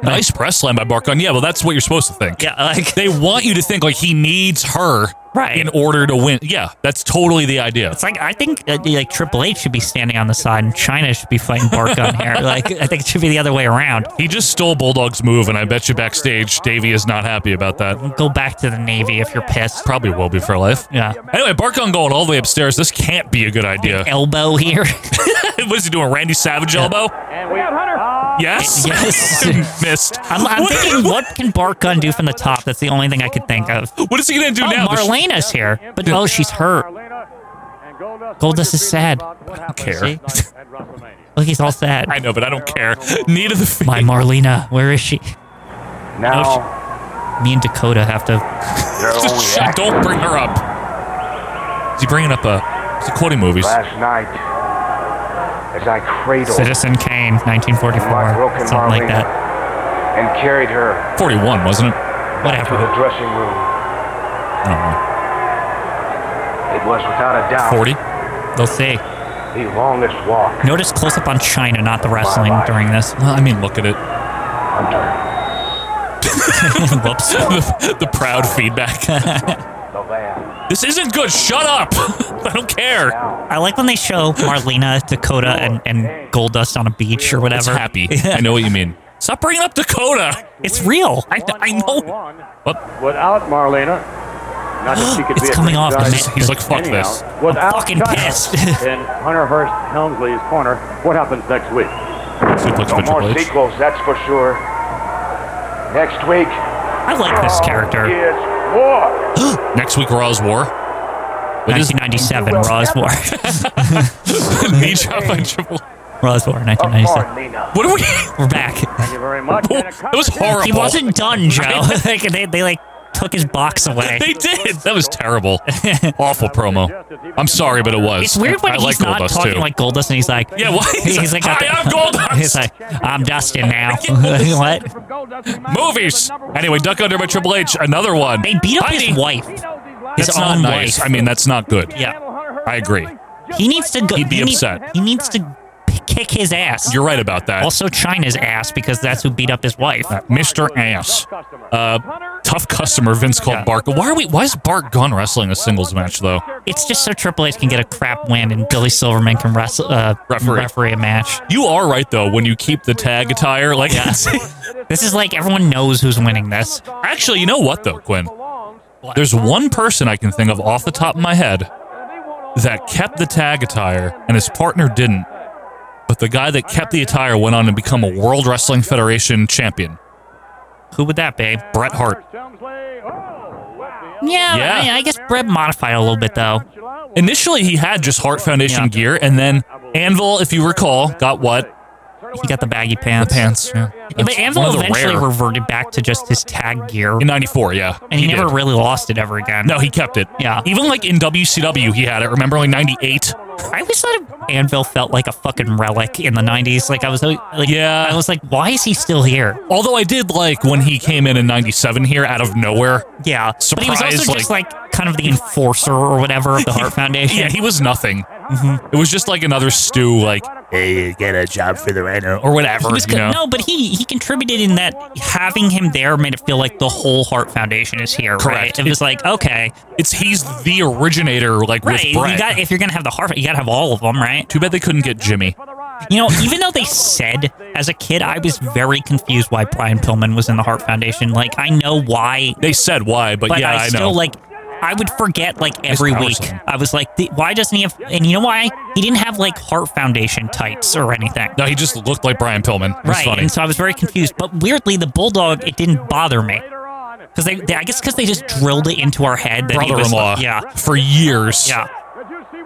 P: Nice press line by Barkon. Yeah, well, that's what you're supposed to think.
Q: Yeah, like
P: They want you to think like he needs her
Q: Right.
P: in order to win. Yeah, that's totally the idea.
Q: It's like I think uh, like Triple H should be standing on the side and China should be fighting Bark on here. Like I think it should be the other way around.
P: He just stole Bulldog's move, and I bet you backstage Davey is not happy about that.
Q: Go back to the Navy if you're pissed.
P: Probably will be for life.
Q: Yeah.
P: Anyway, Barkon going all the way upstairs. This can't be a good idea.
Q: Elbow here.
P: what is he doing? Randy Savage elbow?
R: And we got Hunter.
T: Ah.
P: Yes.
Q: Yes.
P: Missed.
Q: I'm, I'm
P: what,
Q: thinking, what can Bark Gun do from the top? That's the only thing I could think of.
P: what is he gonna do
Q: oh,
P: now? The sh-
Q: Marlena's here, but oh, she's hurt. Goldust is sad. I don't care. Look, he's all sad.
P: I know, but I don't care. Need of the face.
Q: My Marlena, where is she?
R: Now
Q: Me and Dakota have to
R: they're only
P: Shit,
R: acting.
P: don't bring her up. Is he bringing up a? It's a quoting movies.
R: Last night, as I cradled
Q: Citizen Kane,
R: my
Q: 1944,
R: broken
Q: something like
R: Marlena
Q: that.
R: and carried her
P: Forty-one, wasn't it?
R: to
Q: Whatever.
R: the dressing room,
P: I don't know.
R: it was without a doubt
P: 40.
Q: They'll see.
R: the longest walk
Q: Notice close up on China, not the wrestling during this.
P: Well, I mean, look at it.
R: under
Q: Whoops.
P: the, the proud feedback.
R: the land.
P: this isn't good. Shut up. I don't care.
Q: I like when they show Marlena, Dakota, and, and Goldust on a beach or
P: It's
Q: whatever.
P: happy.
Q: Yeah.
P: I know what you mean. Stop bringing up Dakota.
Q: It's real.
P: I, I know.
R: One
P: What?
R: without Marlena, not that she could
Q: It's
R: be a
Q: coming
R: good
Q: off the
R: guy.
Q: net.
P: He's like, fuck
R: Anyhow,
P: this.
R: Without
Q: fucking
R: China
Q: pissed.
R: in Hunter Hearst Helmsley's corner, what happens next week?
P: Suplex
R: No
P: by
R: more
P: Triple H.
R: sequels, that's for sure. Next week
Q: I like this character.
R: Oh, is war.
P: Next week, Raw's War. It is
Q: 1997, Raw's War.
P: knee drop by Triple H.
Q: Raw's War, 1997.
R: Marlena.
P: What are we?
Q: We're back.
R: Thank you very much.
P: That was horrible.
Q: He wasn't done, Joe. like, they, they like took his box away.
P: They did. That was terrible. Awful promo. I'm sorry, but it was.
Q: It's weird when
P: I
Q: he's
P: like
Q: not
P: Goldust
Q: talking
P: too.
Q: like Goldust, and he's like,
P: Yeah, why? He's like, "Hi, I'm Goldust."
Q: He's like, I'm Dustin now. what?
P: Movies. Anyway, Duck Under by Triple H. Another one. They
Q: beat up his wife.
P: That's
Q: His
P: not
Q: own
P: nice.
Q: wife.
P: I mean, that's not good.
Q: Yeah.
P: I agree.
Q: He needs to go.
P: He'd be
Q: he need-
P: upset.
Q: he needs to p- kick his ass.
P: You're right about that.
Q: Also, China's ass because that's who beat up his wife.
P: Mr. Ass. Uh, tough customer, Vince called Bart. Why are we? Why is Bart Gunn wrestling a singles match though?
Q: It's just so Triple H can get a crap win and Billy Silverman can wrestle uh,
P: Referee.
Q: referee. a match.
P: You are right though. When you keep the tag attire, like
Q: Yeah. this is like everyone knows who's winning this.
P: Actually, you know what though, Quinn? There's one person I can think of off the top of my head that kept the tag attire and his partner didn't. But the guy that kept the attire went on and become a World Wrestling Federation champion.
Q: Who would that be?
P: Bret Hart.
R: Oh,
Q: Yeah,
P: Yeah.
Q: I, I guess Brett modified a little bit though.
P: Initially, he had just Hart Foundation
Q: Yeah.
P: gear, and then Anvil, if you recall, got what?
Q: He got the baggy pants.
P: pants, yeah.
Q: Yeah, but
P: That's
Q: Anvil
P: one of the
Q: eventually
P: rare-
Q: reverted back to just his tag gear,
P: In 94, yeah.
Q: and he, never
P: did.
Q: really lost it ever again.
P: No, he kept it.
Q: Yeah.
P: Even like in WCW, he had it. Remember, like 98?
Q: I always thought Anvil felt like a fucking relic in the '90s. Like I was, like,
P: Yeah.
Q: I was like, why is he still here?
P: Although I did like when he came in in 97 here out of nowhere.
Q: Yeah, but he was
P: Surprise,
Q: also just like kind of the enforcer or whatever of the Hart Foundation.
P: Yeah, he was nothing.
Q: Mm-hmm.
P: It was just like another stew, like, hey, you get a job for the writer or whatever.
Q: He was
P: you
Q: good.
P: know?
Q: No, but he he contributed in that having him there made it feel like the whole Heart Foundation is here.
P: Correct.
Q: Right? It was like okay,
P: It's he's the originator, like
Q: right?
P: with
Q: You
P: Brett.
Q: got if you're gonna have the Heart, you gotta have all of them, right?
P: Too bad they couldn't get Jimmy.
Q: You know, even though they said as a kid, I was very confused why Brian Pillman was in the Heart Foundation. Like I know why,
P: They said why, but,
Q: but
P: yeah,
Q: I,
P: I,
Q: still
P: know.
Q: like. I would forget like every week.
P: Patterson.
Q: I was like, "The- why doesn't he have? And you know why? He didn't have like Heart Foundation tights or anything.
P: no, he just looked like Brian Pillman. It was
Q: right.
P: funny.
Q: And so I was very confused. But weirdly, the bulldog it didn't bother me because they, they I guess because they just drilled it into our head that he was
P: Brother-in-law.
Q: yeah
P: For years.
Q: yeah.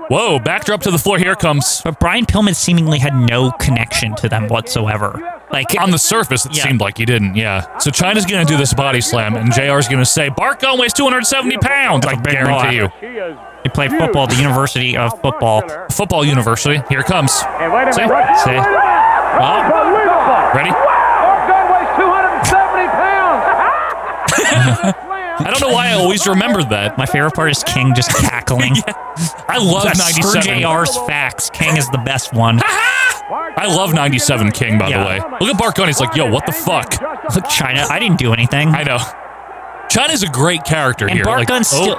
P: Whoa, backdrop to the floor. Here it comes.
Q: But Brian Pillman seemingly had no connection to them whatsoever. Like
P: On the surface, it
Q: Yeah.
P: seemed like he didn't. Yeah. So China's going to do this body slam, and JR's going to say, Bart Gunn weighs 270 pounds. I
Q: That's a big
P: guarantee
Q: boy.
P: you.
Q: he played football at the University of Football.
P: Football University. Here it comes.
U: And wait a
P: See?
U: minute. Right
Q: See?
U: Wait a minute.
P: Wow.
U: Unbelievable.
P: Ready?
U: Mark Gunn weighs 270 pounds.
P: I don't know why I always remembered that.
Q: My favorite part is King just cackling.
P: I love
Q: That's
P: 97.
Q: JR's facts. King is the best one.
P: I love 97 King, by the
Q: Yeah.
P: way. Look at Bart Gunn. He's like, yo, what the fuck?
Q: Look, China, I didn't do anything.
P: I know. China's a great character
Q: and
P: here.
Q: Bart
P: Like,
Q: Gunn's
P: oh,
Q: still.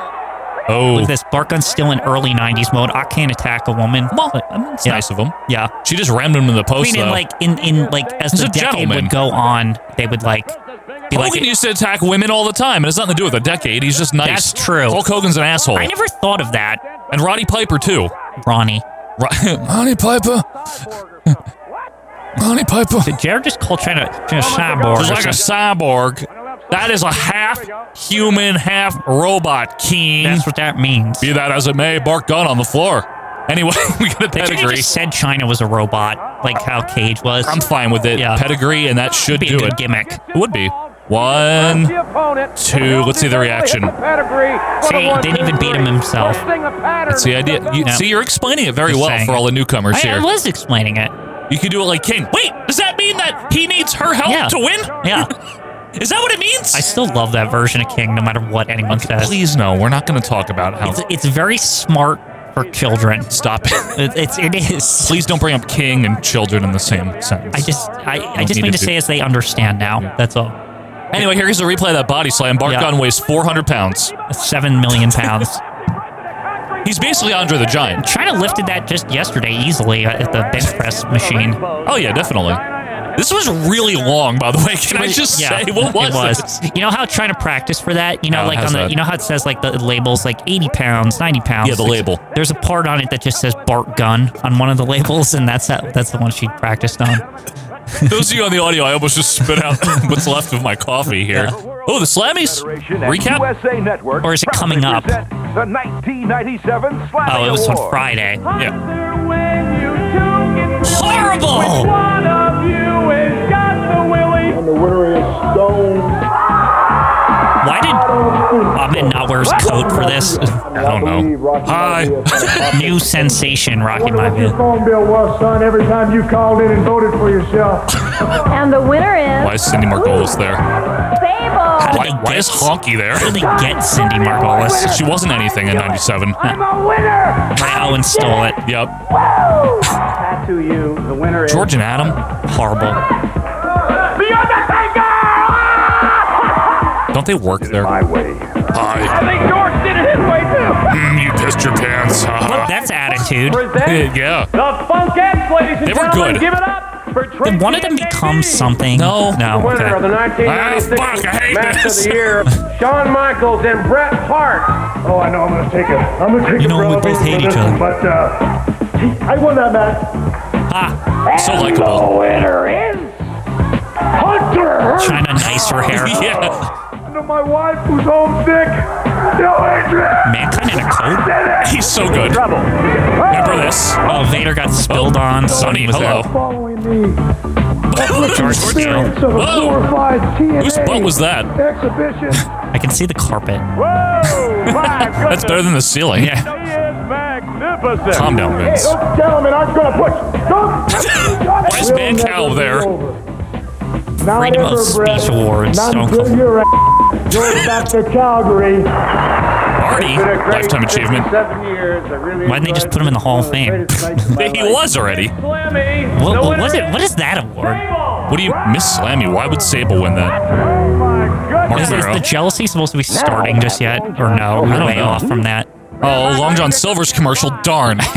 P: Oh.
Q: Look at this. Bart Gunn's still in early 90s mode. I can't attack a woman. Well, it's
P: nice of him.
Q: Yeah.
P: She just rammed him in the
Q: I
P: post,
Q: mean, in
P: though.
Q: like in in like as
P: He's
Q: the
P: a
Q: decade
P: gentleman.
Q: would go on, they would like be like.
P: Hogan used to attack women all the time. It has nothing to do with a decade. He's just nice.
Q: That's true.
P: Hulk Hogan's an asshole.
Q: I never thought of that,
P: and Roddy Piper, too.
Q: Ronnie.
P: Ro- Roddy Piper. Roddy Piper.
Q: Did Jared just call China,
P: Oh
Q: China cyborg?
P: He's like a cyborg. That is a half human, half robot king.
Q: That's what that means.
P: Be that as it may, Bart Gunn on the floor. Anyway, we got a
Q: They could've
P: pedigree.
Q: just said China was a robot, like how Cage was.
P: I'm fine with it.
Q: Yeah.
P: Pedigree, and that should
Q: Be a
P: do
Q: good
P: it.
Q: gimmick.
P: It would be. One. two. Let's see the reaction.
Q: See, he didn't even beat him himself.
P: That's the idea. You,
Q: No.
P: See, you're explaining it very
Q: Just
P: well
Q: saying.
P: for all the newcomers
Q: I,
P: here.
Q: I was explaining it.
P: You could do it like King. Wait, does that mean that he needs her help
Q: Yeah.
P: to win?
Q: Yeah.
P: Is that what it means?
Q: I still love that version of King, no matter what anyone says.
P: Please no, we're not going to talk about how.
Q: It's, it's very smart for children.
P: Stop it.
Q: It, it's it is.
P: Please don't bring up King and children in the same sentence.
Q: I just I, I
P: Don't
Q: just
P: need
Q: mean
P: to
Q: to
P: do-
Q: say as they understand now. That's all.
P: Anyway, here's a replay of that body slam. Bart
Q: Yeah.
P: Gunn weighs 400 pounds.
Q: Seven million pounds.
P: He's basically Andre the Giant.
Q: China lifted that just yesterday easily uh, at the bench press machine.
P: Oh yeah, definitely. This was really long, by the way. Can I just say what was,
Q: it was.
P: this?
Q: You know how trying to practice for that? You know,
P: Oh,
Q: like
P: how's
Q: on the
P: that?
Q: you know how it says like the labels like eighty pounds, ninety pounds.
P: Yeah, the
Q: It's-
P: label.
Q: There's a part on it that just says Bart Gun on one of the labels, and that's that, that's the one she practiced on.
P: Those of you on the audio, I almost just spit out what's left of my coffee here. Oh, the Slammies recap.
V: USA Network
Q: Or is it coming
V: proudly
Q: up?
V: present The 1997 Slammy
Q: Oh, it was on
V: Award.
Q: Friday.
P: Yeah,
Q: Horrible.
R: One of you has got the willy.
Q: Why did Bear's coat for this? I don't know. Hi. New sensation, Rocky
O: Your
Q: Maivia.
O: phone bill was, son, every time you called in and voted for yourself.
W: And the winner is
P: Why is Cindy Margolis there?
W: Sable.
P: Why, why is Honky there? How
Q: did they get Cindy Margolis?
P: She wasn't anything in 97.
Q: Wow, and stole it.
P: Yep.
T: Tattoo you. The winner is.
Q: George and Adam? Horrible.
P: Don't they work there? My
A: way.
P: Hi.
R: I think George did it his way too.
P: Mm, you pissed your pants.
Q: Look, that's attitude.
P: Present Yeah.
R: The Funkettes, ladies and
Q: They were
R: gentlemen,
Q: good.
R: give it up for
Q: Did
R: Tracy
Q: one of them become something? No. No.
R: winner
Q: Okay.
R: of the 1996
Q: Ah, fuck, I hate
R: Match
Q: this.
R: of the Year, Shawn Michaels and Bret Hart.
O: Oh, I know. I'm gonna take a. I'm gonna take
Q: You
O: a
Q: know, we
O: relevant
Q: both hate
O: for
Q: each
O: this
Q: other.
O: one, But uh, I won that match.
Q: Ah, so
R: The
Q: likable.
R: winner is Hunter.
Q: Trying to nice her hair. yeah.
R: To my wife who's homesick. No interest.
Q: Man, kind of in a coat.
P: He's so good. Remember this?
Q: Oh, Vader got spilled
R: Oh,
Q: on.
P: Sonny,
Q: Sonny was
P: hello.
Q: out.
O: Following me.
Q: George
O: Experience
Q: Steele.
O: of a
P: Whoa.
O: glorified TNA
P: Whose butt was that?
O: exhibition.
Q: I can see the carpet.
R: Whoa, my
P: That's better than the ceiling. Yeah.
R: He is magnificent.
P: Calm down, Vince.
O: Gentlemen, I'm gonna put.
P: Why is Man Cow there?
O: Not
Q: Freedom of
O: ever, Brett.
Q: Speech Awards.
O: Not
Q: Stone
O: until
Q: Cold.
O: you're a- You're back to Calgary.
P: Artie, lifetime achievement.
R: Seven years. I really
Q: Why didn't they just put him in the Hall of Fame?
P: He was already.
R: Slammy.
Q: What,
R: the
Q: what
R: winner
Q: was it?
R: is
Q: What is that award?
P: What do you miss Slammy? Why would Sable win that?
Q: Is, is the jealousy supposed to be starting just yet, or no?
P: I
Q: We're
P: don't
Q: way
P: know.
Q: off from that.
P: Oh, Long John Silver's commercial. Darn.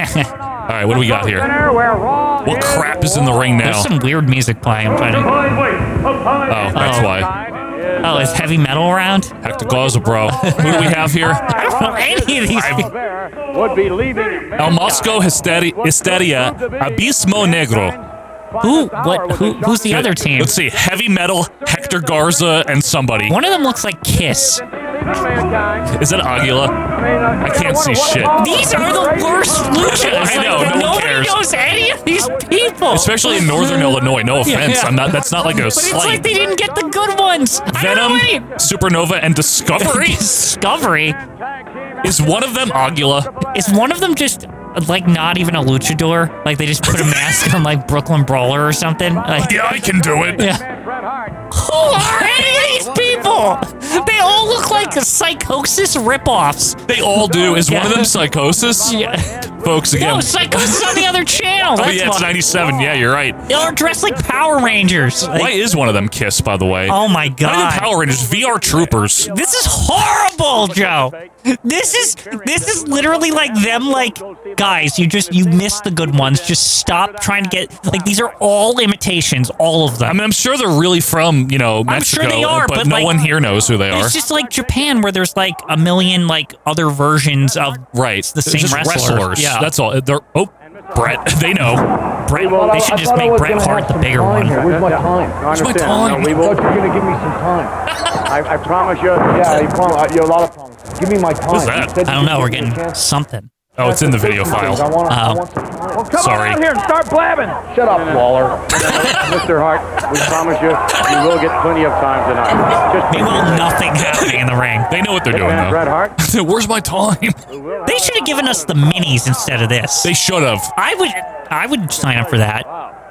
P: All right, what do we got here?
R: winner where Raw
P: What
R: is
P: crap is in the ring now?
Q: There's some weird music playing. I'm trying to.
P: Oh, that's why.
Q: Oh, is heavy metal around?
P: Hector Gaza, bro. Who do we have here?
Q: I don't know any of these. people.
R: would be leaving.
P: El Mosco Histeri- Histeria Abismo Negro.
Q: Who? What? Who, who's the other team?
P: Let's see. Heavy Metal, Hector Garza, and somebody.
Q: One of them looks like Kiss.
P: Is that Aguila? I can't see shit.
Q: These are the worst luchas.
P: I know, no
Q: Like,
P: one
Q: nobody
P: cares.
Q: knows any of these people.
P: Especially in Northern Illinois. No
Q: Yeah,
P: offense.
Q: yeah.
P: I'm not. That's not like a
Q: But it's like
P: slight.
Q: they didn't get the good ones.
P: Venom,
Q: I don't know.
P: Supernova, and Discovery.
Q: Discovery.
P: Is one of them Aguila?
Q: Is one of them just like not even a luchador? Like they just put a mask on like Brooklyn Brawler or something? Like
P: Yeah, I can do it.
Q: Yeah. Who are any of these people? They all look like a psychosis ripoffs.
P: They all do. Is one of
Q: Yeah.
P: them Psychosis?
Q: Yeah.
P: Folks, again.
Q: No, psychosis on the other channel.
P: Oh
Q: That's
P: yeah, it's
Q: why.
P: 97. Yeah, you're right.
Q: They are dressed like Power Rangers. Like,
P: Why is one of them Kiss, by the way?
Q: oh my
P: Not even
Q: god.
P: Power Rangers, VR Troopers.
Q: This is horrible, Joe. This is this is literally like them like guys, you just you missed the good ones. Just stop trying to get like these are all imitations, all of
P: I
Q: them.
P: mean, I'm sure they're really from, you know, Mexico,
Q: sure they are, but,
P: no
Q: like,
P: one here knows who they are.
Q: It's just like Japan where there's like a million like other versions of
P: right.
Q: the
P: It's
Q: same
P: just
Q: wrestler.
P: wrestlers.
Q: Yeah.
P: That's all. They're oh, Brett. They know.
Q: Bret.
O: Well,
Q: They
O: I- I
Q: should just
O: thought I
Q: make
O: was
Q: Bret
O: gonna
Q: Hart
O: have
Q: the
O: some
Q: bigger
O: time
Q: one.
O: here. Where's my time?
Q: Where's my time?
O: I thought you were gonna give me some time.
T: I, I promise you. Yeah, you promise. You have a lot of promises.
O: Give me my time.
P: What's that?
O: You said
Q: I don't
O: you
Q: know,
O: gave
Q: we're
O: me a
Q: getting
O: chance.
Q: something.
P: Oh, it's in the video
O: I
P: file.
O: want, I
Q: Oh.
O: want some time.
R: Well, come
P: Sorry.
R: on out here and start blabbing.
T: Shut up, Waller. Mr. Hart, we promise you, you will get plenty of time tonight. Just
Q: Meanwhile, nothing happening in the ring.
P: They know what they're doing
T: Man, Bret
P: though.
T: Hart.
P: Where's my time?
Q: They should have given us the minis instead of this.
P: They should have.
Q: I would I would sign up for that.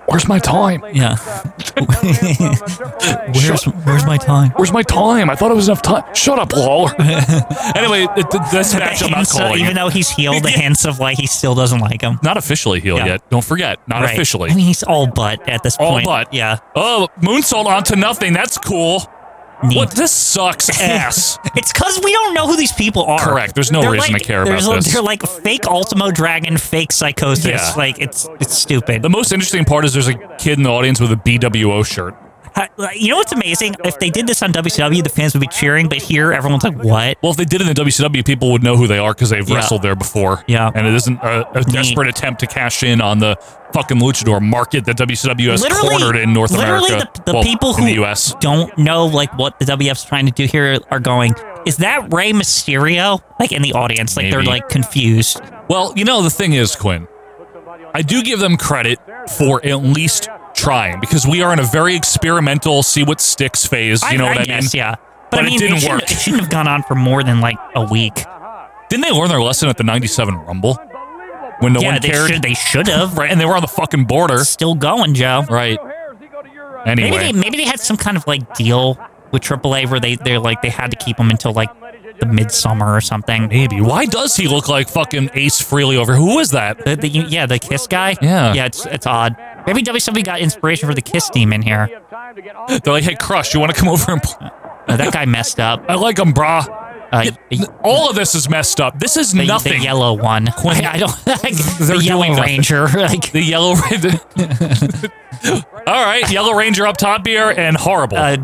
P: Where's my time?
Q: Yeah. where's where's my time?
P: Where's my time? I thought it was enough time. Shut up, Lawler. anyway, th- th- this
Q: The
P: match I'm not
Q: hints of-
P: calling.
Q: even
P: it.
Q: though he's healed, the hints of like he still doesn't like him.
P: Not officially healed
Q: Yeah.
P: yet. Don't forget. Not
Q: Right.
P: officially.
Q: I mean, he's all but at this
P: All
Q: point.
P: but.
Q: yeah.
P: Oh, moonsault onto nothing. That's cool.
Q: Neat.
P: What? This sucks ass.
Q: It's because we don't know who these people are.
P: Correct. There's no reason to care about
Q: there's a-
P: this.
Q: They're like fake Ultimo Dragon, fake Psychosis.
P: Yeah.
Q: Like it's it's stupid.
P: the most interesting part is there's a kid in the audience with a BWO shirt.
Q: Ha- like, you know what's amazing? If they did this on WCW, the fans would be cheering, but here everyone's like, "What?"
P: Well, if they did it in the WCW, people would know who they are because they've
Q: Yeah.
P: wrestled there before.
Q: Yeah.
P: And it isn't a, a desperate attempt to cash in on the fucking luchador market that WCW has cornered in North
Q: literally
P: America.
Q: the, the
P: Well,
Q: people who
P: in the U.S.
Q: don't know like what the WF's trying to do here are going. Is that Rey Mysterio? Like in the audience, like
P: Maybe.
Q: they're like confused.
P: Well, you know, the thing is, Quinn, I do give them credit for at least trying because we are in a very experimental, see what sticks phase. You know
Q: I,
P: what I,
Q: guess,
P: mean?
Q: Yeah, But, I
P: it
Q: mean,
P: didn't
Q: shouldn't-
P: work.
Q: It shouldn't have gone on for more than like a week.
P: Didn't they learn their lesson at the 97 Rumble? When no
Q: Yeah,
P: one
Q: they
P: cared?
Q: should- they should have.
P: right, and they were on the fucking border.
Q: Still going, Joe.
P: Right. Anyway.
Q: Maybe they maybe they had some kind of like deal with AAA where they they're like they had to keep him until like the midsummer or something.
P: Maybe. Why does he look like fucking Ace Freely over? Who is that?
Q: The, the, yeah, the Kiss guy.
P: Yeah.
Q: yeah, it's it's odd. Maybe WWE got inspiration for the Kiss team in here.
P: They're like, hey, Crush, you want to come over and play?
Q: Uh, that guy messed up.
P: I like him, brah.
Q: Uh,
P: All of this is messed up. This is
Q: the,
P: nothing.
Q: the yellow one. I, I don't.
P: They're
Q: the yellow
P: doing nothing.
Q: ranger. Like
P: The yellow. All right, Yellow Ranger up top here and horrible.
Q: uh,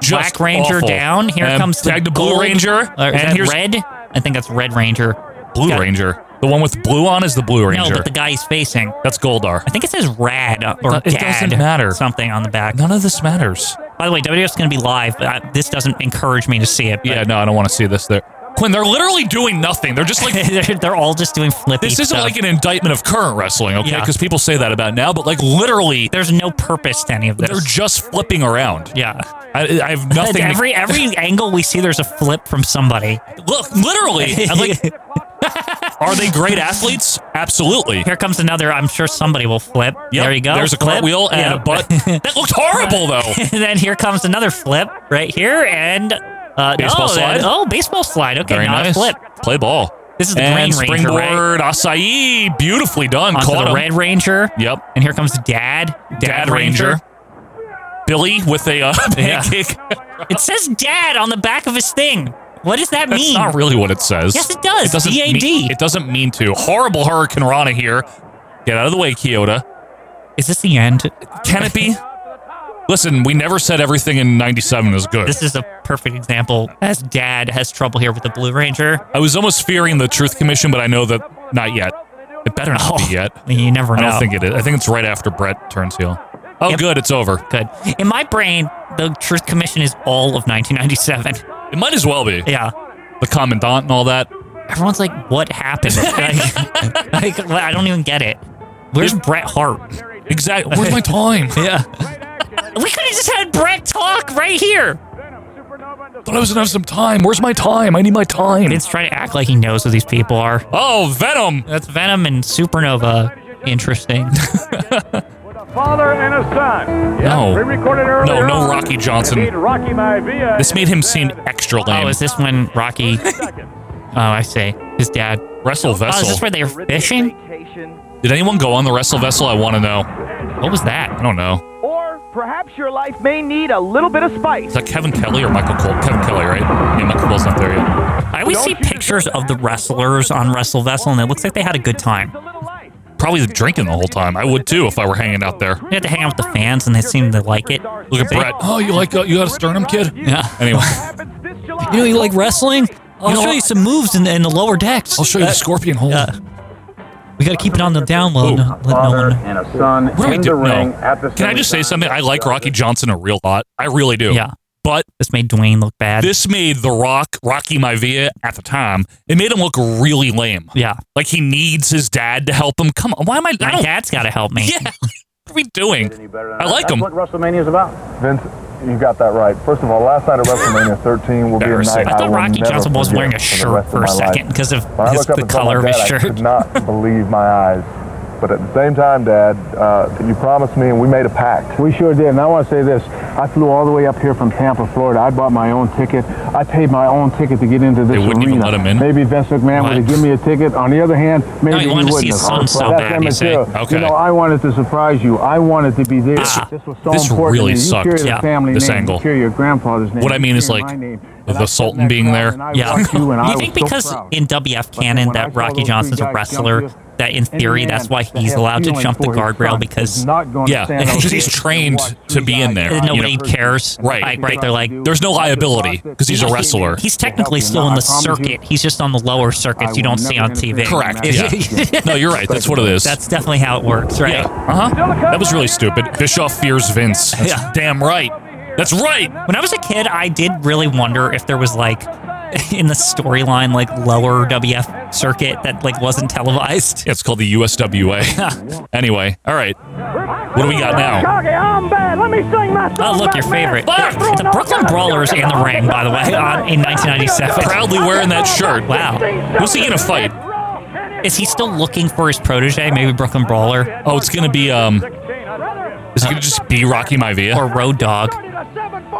P: Just
Q: black ranger
P: awful.
Q: down. Here
P: And
Q: comes the,
P: tag to Blue
Q: gold-
P: Ranger,
Q: Or is
P: and
Q: that
P: here's-
Q: red. I think that's red ranger.
P: Blue
Q: Got-
P: Ranger. The one with blue on is the Blue Ranger.
Q: No, but the guy he's facing.
P: That's Goldar.
Q: I think it says rad uh, or
P: It doesn't
Q: dad,
P: matter.
Q: Something on the back.
P: None of this matters.
Q: By the way, WWF's going to be live. But I, this doesn't encourage me to see it. but
P: Yeah, no, I don't want to see this there. Quinn, they're literally doing nothing. They're just like
Q: they're, they're all just doing flippy.
P: this isn't
Q: stuff.
P: like an indictment of current wrestling, okay?
Q: Yeah.
P: Because people say that about now, but like literally,
Q: There's no purpose to any of this.
P: they're just flipping around.
Q: yeah.
P: I, I have nothing. to-
Q: every every angle we see, there's a flip from somebody.
P: look, literally, I'm like, are they great athletes? Absolutely.
Q: Here comes another. I'm sure somebody will flip.
P: Yep,
Q: There you go.
P: There's a
Q: Flip.
P: cartwheel and a
Q: Yeah.
P: butt. that looked horrible though.
Q: and then here comes another flip right here, and uh,
P: Baseball
Q: oh,
P: slide.
Q: and- oh, baseball slide. Okay,
P: Very
Q: not
P: nice.
Q: a flip.
P: Play ball.
Q: This is the
P: and
Q: Green Ranger, right?
P: springboard acai, beautifully done.
Q: Onto
P: Caught
Q: the
P: him.
Q: Red Ranger.
P: Yep.
Q: And here comes Dad. Dad,
P: Dad Ranger. Billy with a uh,
Q: Yeah.
P: pancake.
Q: It says Dad on the back of his thing. What does that
P: That's
Q: mean?
P: not really what it says.
Q: Yes, it does.
P: doesn't
Q: DAD.
P: mean- it doesn't mean to. Horrible Hurricane Rana here. Get out of the way, Kyoto.
Q: Is this the end?
P: Can it be? Listen, we never said everything in 97 is good.
Q: This is a perfect example as Dad has trouble here with the Blue Ranger.
P: I was almost fearing the Truth Commission, but I know that not yet. It better not
Q: Oh.
P: be yet.
Q: You never
P: I
Q: know.
P: don't think it is. I think it's right after Brett turns heel. Oh,
Q: Yep.
P: good. It's over.
Q: Good. In my brain, the Truth Commission is all of 1997.
P: It might as well be.
Q: Yeah.
P: The Commandant and all that.
Q: Everyone's like, what happened? like, like, I don't even get it. Where's Bret Hart?
P: Exactly. Where's my time?
Q: Yeah. We could have just had Brett talk right here.
P: Thought I was gonna have some time. Where's my time? I need my time.
Q: Vince trying to act like he knows who these people are.
P: Oh, Venom.
Q: That's Venom and
P: Uh,
Q: Supernova. Interesting.
R: Father and a son.
P: No.
R: We recorded
P: No,
R: earlier.
P: no
R: on.
P: Rocky Johnson.
R: Beat Rocky Maivia.
P: This made him seem extra lame.
Q: Oh, is this when Rocky? Oh, I see. His dad.
P: Wrestle
Q: Oh, is this
P: Vessel.
Q: where they were fishing?
P: Did anyone go on the Wrestle Vessel? I want to know.
Q: What was that?
P: I don't know.
A: Or perhaps your life may need a little bit of
P: Is
A: spice.
P: that Kevin Kelly or Michael Cole? Kevin Kelly, right? Yeah, Michael Cole's not there yet.
Q: I always see pictures of the wrestlers on Wrestle Vessel, and it looks like they had a good time.
P: Probably drinking the whole time. I would too if I were hanging out there.
Q: They had to hang out with the fans, and they seemed to like it.
P: Look at Brett. Oh, you like uh, you got a sternum, kid?
Q: Yeah.
P: Anyway,
Q: You know, you like wrestling?
T: Oh,
Q: I'll show you some moves in, in the lower decks. Uh,
P: I'll show you the scorpion hold.
Q: we gotta keep it on the down low. Let no
R: Father
Q: one.
R: and a son
P: what do we
R: in
P: do?
R: the ring
P: no.
R: at the
P: Can I just say
R: same
P: something? I like Rocky Johnson a real lot. I really do.
Q: Yeah.
P: But
Q: This made Dwayne look bad.
P: this made The Rock, Rocky Maivia at the time, it made him look really lame.
Q: yeah.
P: Like he needs his dad to help him. Come on, why am I? I
Q: My
P: don't-
Q: dad's gotta help me.
P: Yeah, what are we doing? I like him.
R: WrestleMania is about.
O: Vince, you got that right. First of all, last night at WrestleMania 13 will be a night
Q: I thought
O: will
Q: Rocky
O: never
Q: Johnson was
O: forget
Q: wearing a
O: for the
Q: shirt
O: rest
Q: for a
O: of my life.
Q: second because of
O: When I
Q: his,
O: looked up
Q: the
O: and saw my
Q: color of his
O: dad, I
Q: shirt.
O: could not believe my eyes. But at the same time, Dad, uh, you promised me, and we made a pact.
T: We sure did. And I want to say this. I flew all the way up here from Tampa, Florida. I bought my own ticket. I paid my own ticket to get into this
P: They wouldn't even
T: arena.
P: let him in?
T: Maybe Vince McMahon
P: What?
T: would have given me a ticket. On the other hand, maybe
Q: he
T: he
Q: wanted
T: wouldn't
Q: to see his
T: have.
Q: son so
T: That's
Q: bad, you say.
T: immaterial.
P: Okay.
T: You know, I wanted to surprise you. I wanted to be there.
P: Ah,
T: this was so
P: this
T: important.
P: really
T: to me. you
P: sucked.
T: carry the
P: Yeah,
T: family
P: this
T: name. you
P: angle.
T: carry your grandfather's name.
P: What I
T: you
P: mean is,
T: carry
P: like,
T: my name. And
P: The
T: I sat in
P: Sultan
T: that
P: being
T: crowd
P: there.
T: and I
Q: Yeah.
T: watched You, and I
Q: you
T: was
Q: think
T: so
Q: because
T: proud.
Q: in WF
T: But then
Q: canon
T: when I
Q: that
T: saw
Q: Rocky
T: those
Q: Johnson's
T: three
Q: a
T: guys
Q: wrestler,
T: jump this-
Q: that in
T: any
Q: theory
T: man
Q: that's why
T: that
Q: he's
T: has
Q: allowed to
T: feelings
Q: jump the
T: for his
Q: guardrail
T: son is
Q: because
T: not gonna
P: Yeah,
T: stand out
P: because he's
T: there and
P: trained
T: watch
P: to
T: three
P: be in
T: guys
P: there.
T: try
P: you know?
Q: nobody cares.
P: Right,
Q: Like,
P: right.
Q: They're, like,
P: There's no liability because he's a wrestler.
Q: He's technically still in the circuit. He's just on the lower circuits you don't see on TV.
P: Correct. Yeah. no, you're right. That's what it is.
Q: That's definitely how it works, right?
P: Yeah. Uh huh. That was really stupid. Bischoff fears Vince. That's
Q: Yeah.
P: Damn right. That's right.
Q: When I was a kid, I did really wonder if there was like in the storyline like lower WF circuit that like wasn't televised.
P: Yeah, it's called the USWA. anyway, all right. What do we got now?
R: Kage, I'm bad. Let me sing my song.
Q: Oh, look, your favorite. The, the Brooklyn Brawlers in the ring, by the way, on, in 1997.
P: Proudly wearing that shirt.
Q: Wow.
P: Who's he gonna fight?
Q: Is he still looking for his protege? Maybe Brooklyn Brawler?
P: Oh, it's gonna be um. Is it gonna just be Rocky Maivia
Q: or Road Dog?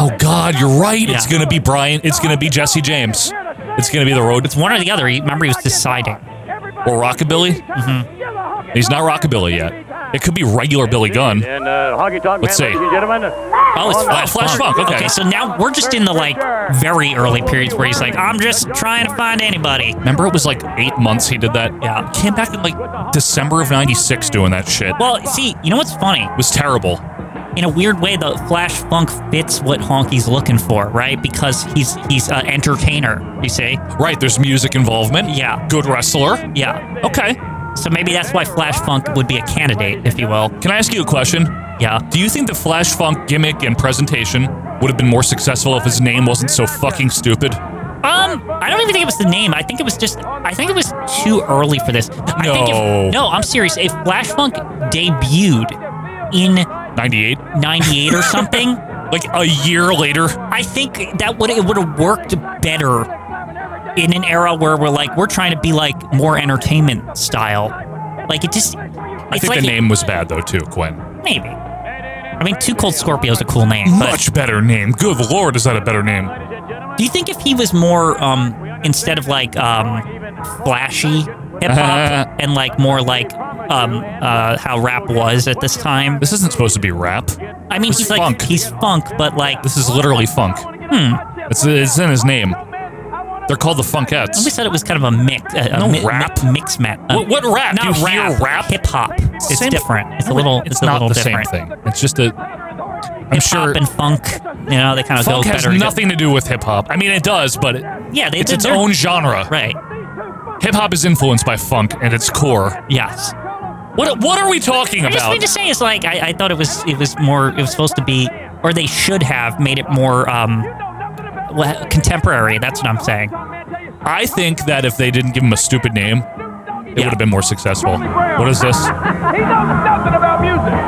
P: Oh God, you're right. It's gonna be Brian. It's gonna be Jesse James. It's gonna be the road.
Q: It's one or the other. He- Remember, he was deciding.
P: Or Rockabilly. Mm-hmm. He's not Rockabilly yet. It could be regular Billy Gunn.
A: And uh, Honky Tonk
P: Let's
A: Man,
P: see.
A: ladies and gentlemen.
Q: Oh, it's
A: on
Q: Flash,
A: the-
Q: Flash Funk. Okay. so now we're just in the like very early periods where he's like, I'm just trying to find anybody.
P: Remember, it was like eight months he did that. Yeah, came back in like December of '96 doing that shit.
Q: Well, see, you know what's funny?
P: It was terrible.
Q: in a weird way, the Flash Funk fits what Honky's looking for, right? Because he's he's an entertainer. You see?
P: Right, there's music involvement.
Q: Yeah.
P: Good wrestler.
Q: Yeah.
P: Okay.
Q: So maybe that's why Flash Funk would be a candidate, if you will.
P: Can I ask you a question?
Q: Yeah.
P: Do you think the Flash Funk gimmick and presentation would have been more successful if his name wasn't so fucking stupid?
Q: Um, I don't even think it was the name. I think it was just. I think it was too early for this. I think
P: No.
Q: if, no, I'm serious. If Flash Funk debuted in
P: 98?
Q: '98 or something,
P: Like a year later?
Q: I think that would it would have worked better in an era where we're like we're trying to be like more entertainment style. Like it just.
P: I
Q: it's
P: think
Q: like
P: the name was bad though too, Quinn.
Q: maybe. I mean, Two Cold Scorpio is a cool name. But
P: Much better name. Good lord, is that a better name?
Q: do you think if he was more um instead of like um flashy hip hop and like more like um uh how rap was at this time?
P: This isn't supposed to be rap.
Q: I mean,
P: It's
Q: he's like
P: funk.
Q: he's funk, but like
P: This is literally funk.
Q: hmm.
P: It's, it's in his name. They're called the
Q: I always
P: Funkettes.
Q: thought it was kind of a mix. A, a
P: No
Q: mi-
P: rap.
Q: mi- mix mat. a-
P: What, what rap?
Q: Not
P: you
Q: rap.
P: hear rap?
Q: Hip hop. It's
P: Same-
Q: different. It's a little. It's,
P: It's
Q: a
P: not
Q: little
P: the
Q: different.
P: same thing. It's just a. I'm
Q: Hip hop
P: sure
Q: and funk. You know, they kind of
P: funk
Q: go
P: has
Q: better. together.
P: nothing to do with hip hop. I mean, it does, but it,
Q: Yeah, they,
P: it's
Q: they're-
P: its
Q: they're-
P: own genre.
Q: Right.
P: Hip hop is influenced by funk at its core.
Q: Yes.
P: What what are we talking
Q: I just
P: about?
Q: mean to say is like I, I thought it was it was more it was supposed to be or they should have made it more um well, contemporary. That's what I'm saying.
P: I think that if they didn't give him a stupid name, it would have been more successful.
R: Brown.
P: What is this?
R: He knows nothing about music.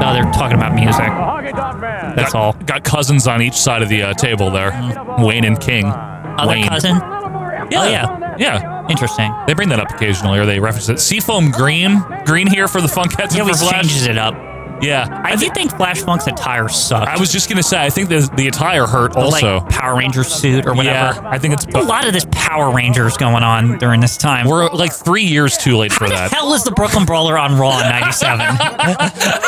Q: No, they're talking about music.
A: The Honky Tonk Man.
Q: That's
P: got,
Q: all. Mm.
P: Got cousins on each side of the uh, table there. Wayne and King.
Q: Other
P: Wayne.
Q: cousin. Oh yeah.
P: Yeah.
Q: Interesting.
P: They bring that up occasionally, or they reference it. Seafoam green, green here for the Funkettes.
Q: He
P: and for
Q: always
P: Flash.
Q: changes it up.
P: Yeah,
Q: I do think Flash Funk's attire sucked.
P: I was just gonna say. I think the the attire hurt
Q: The,
P: also.
Q: like, Power Ranger suit or whatever.
P: Yeah, I think it's
Q: a lot of this Power Rangers going on during this time.
P: We're like three years too late for that.
Q: hell is the Brooklyn Brawler on Raw in '97?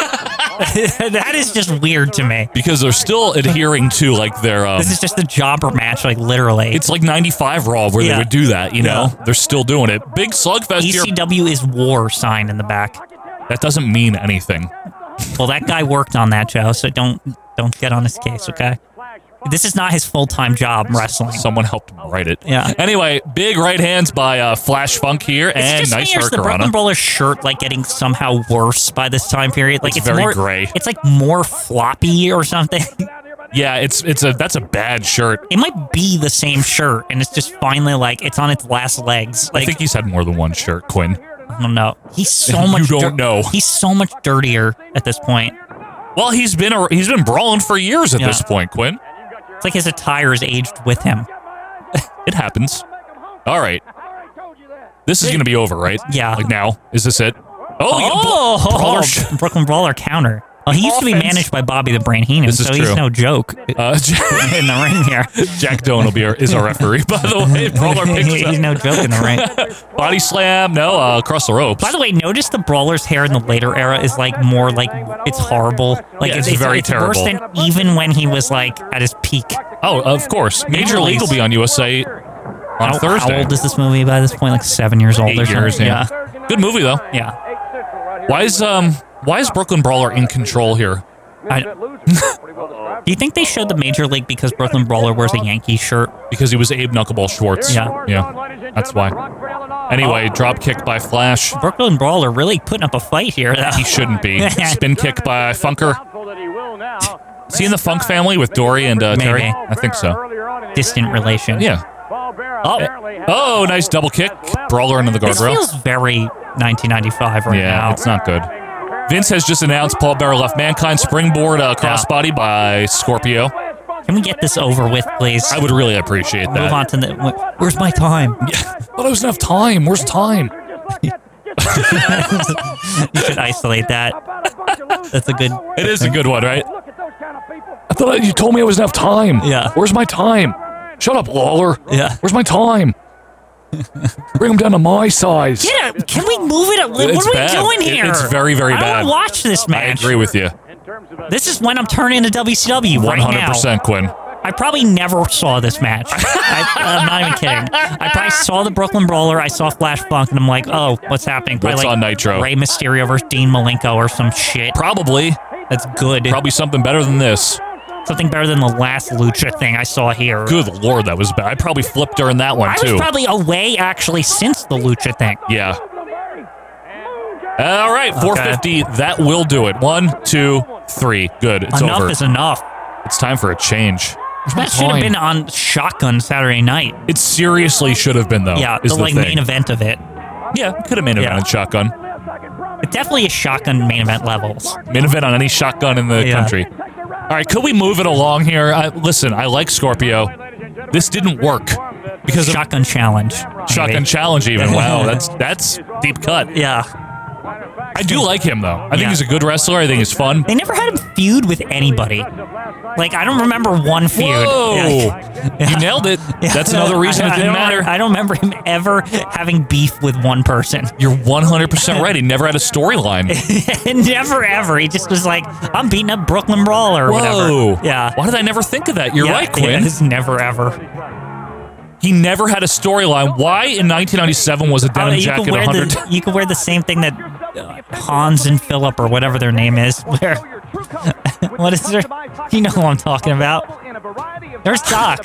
Q: that is just weird to me.
P: because they're still adhering to like their. Um,
Q: This is just a jobber match, like literally.
P: it's like '95 Raw where
Q: Yeah.
P: they would do that. You know,
Q: Yeah.
P: they're still doing it. Big slugfest here.
Q: ECW E is war sign in the back.
P: That doesn't mean anything.
Q: Well, that guy worked on that, Joe. So don't don't get on his case, okay? This is not his full time job wrestling.
P: Someone helped him write it.
Q: Yeah.
P: Anyway, big right hands by uh, Flash Funk here, and
Q: it's just
P: nice
Q: me, or is the Brooklyn
P: Hurricanrana.
Q: Brawler shirt like getting somehow worse by this time period? Like
P: It's
Q: it's,
P: very
Q: more
P: gray.
Q: It's like more floppy or something.
P: yeah, it's it's a that's a bad shirt.
Q: it might be the same shirt, and it's just finally like it's on its last legs. Like
P: I think he's had more than one shirt, Quinn.
Q: I don't know. He's so
P: You
Q: much.
P: don't know.
Q: He's so much dirtier at this point.
P: Well, he's been a, he's been brawling for years at
Q: Yeah.
P: this point, Quinn.
Q: It's like his attire is aged with him.
P: It happens. All right. This is going to be over, right?
Q: Yeah.
P: Like now, is this it? Oh,
Q: Oh,
P: yeah, Bra- Brawler sh-
Q: Brooklyn Brawler counter. Well, he used to be
P: Offense.
Q: managed by Bobby the Brain Heenan,
P: This is
Q: so he's
P: true.
Q: no joke
P: uh, Jack,
Q: in the ring here.
P: Jack Doan will be our, is our referee. By the way, Brawler
Q: He-
P: picks
Q: he's no
P: up
Q: joke in the ring.
P: body slam. No, uh, across the ropes.
Q: By the way, notice the Brawler's hair in the later era is like more like it's horrible. Like
P: Yeah, it's very
Q: Worse than
P: terrible.
Q: even when he was like at his peak.
P: oh, of course, Major League will be on USA on
Q: How,
P: Thursday.
Q: how old is this movie by this point? Like seven years old
P: Eight
Q: or something.
P: years, yeah. Good movie though.
Q: Yeah.
P: Why is um why is Brooklyn Brawler in control here?
Q: I- Do you think they showed the major league because Brooklyn Brawler wears a Yankee shirt?
P: Because he was Abe Knuckleball Schwartz.
Q: Yeah.
P: yeah, that's why.
Q: Oh,
P: Anyway, drop kick by Flash.
Q: Brooklyn Brawler really putting up a fight here. though.
P: He shouldn't be. Spin kick by Uh, Funker. Is he in the Funk family with Dory and uh, Terry?
Q: Maybe.
P: I think so.
Q: Distant relation.
P: Yeah.
Q: Oh.
P: Oh, nice double kick. Brawler into the
Q: This
P: guardrail.
Q: feels very 1995 right
P: Yeah,
Q: now.
P: it's not good. Vince has just announced Paul Bearer left Mankind springboard uh, crossbody by Scorpio.
Q: Can we get this over with, please?
P: I would really appreciate that.
Q: Move on to the. wh- Where's my time?
P: Well, there was enough time. Where's time?
Q: you should isolate that. That's a good.
P: It is a good one, right? I thought you told me I was enough time. Yeah. Where's my time? Shut up, Lawler. Yeah. Where's my time? Bring him down to my size.
Q: Get out! Can we move it up? What
P: It's
Q: are we
P: bad.
Q: doing
P: It-
Q: here?
P: it's very, very
Q: I don't
P: bad.
Q: wanna watch this
P: I
Q: match.
P: agree with you.
Q: This is when I'm turning to WCW right now.
P: 100%, Quinn.
Q: I probably never saw this match. I, I'm not even kidding. I probably saw the Brooklyn Brawler. I saw Flash Funk, and I'm like, oh, what's happening? Probably
P: What's
Q: like
P: on Nitro?
Q: Rey Mysterio versus Dean Malenko or some shit.
P: Probably.
Q: That's good.
P: Probably something better than this.
Q: Something better than the last Lucha thing I saw here.
P: Good lord, that was bad. I probably flipped during that one
Q: I
P: too.
Q: was probably away actually since the Lucha thing.
P: yeah. All right, 450. That will do it. One, two, three. Good. It's
Q: Enough
P: over.
Q: is enough.
P: It's time for a change. There's no
Q: That should have
P: time.
Q: been on Shotgun Saturday night.
P: It seriously should have been though.
Q: yeah,
P: Oh, is
Q: the, like
P: thing.
Q: main event of it.
P: Yeah, could have main evented
Q: Yeah.
P: shotgun.
Q: It definitely is shotgun main event levels.
P: Main event on any shotgun in the
Q: Yeah.
P: country. All right, could we move it along here? I, listen, I like Scorpio. This didn't work because of
Q: Shotgun challenge.
P: shotgun
Q: maybe.
P: challenge. Even wow, that's that's deep cut.
Q: Yeah.
P: I do like him though. I think
Q: Yeah.
P: he's a good wrestler. I think he's fun.
Q: They never had him feud with anybody. Like I don't remember one feud.
P: Whoa!
Q: Yeah.
P: You nailed it.
Q: Yeah.
P: That's another reason
Q: I-
P: it
Q: I
P: didn't
Q: don't-
P: matter.
Q: I don't remember him ever having beef with one person.
P: You're 100% right. He never had a storyline.
Q: never ever. He just was like, I'm beating up Brooklyn Brawler or
P: Whoa.
Q: whatever. Yeah.
P: Why did I never think of that? You're
Q: Yeah,
P: right,
Q: yeah,
P: Quinn.
Q: it's never ever.
P: He never had a storyline. Why in 1997 was a
Q: Oh,
P: denim
Q: you
P: jacket
Q: can wear
P: 100?
Q: the you can wear the same thing that uh, Hans and Philip or whatever their name is. Where what is their? You know who I'm talking about. There's Doc.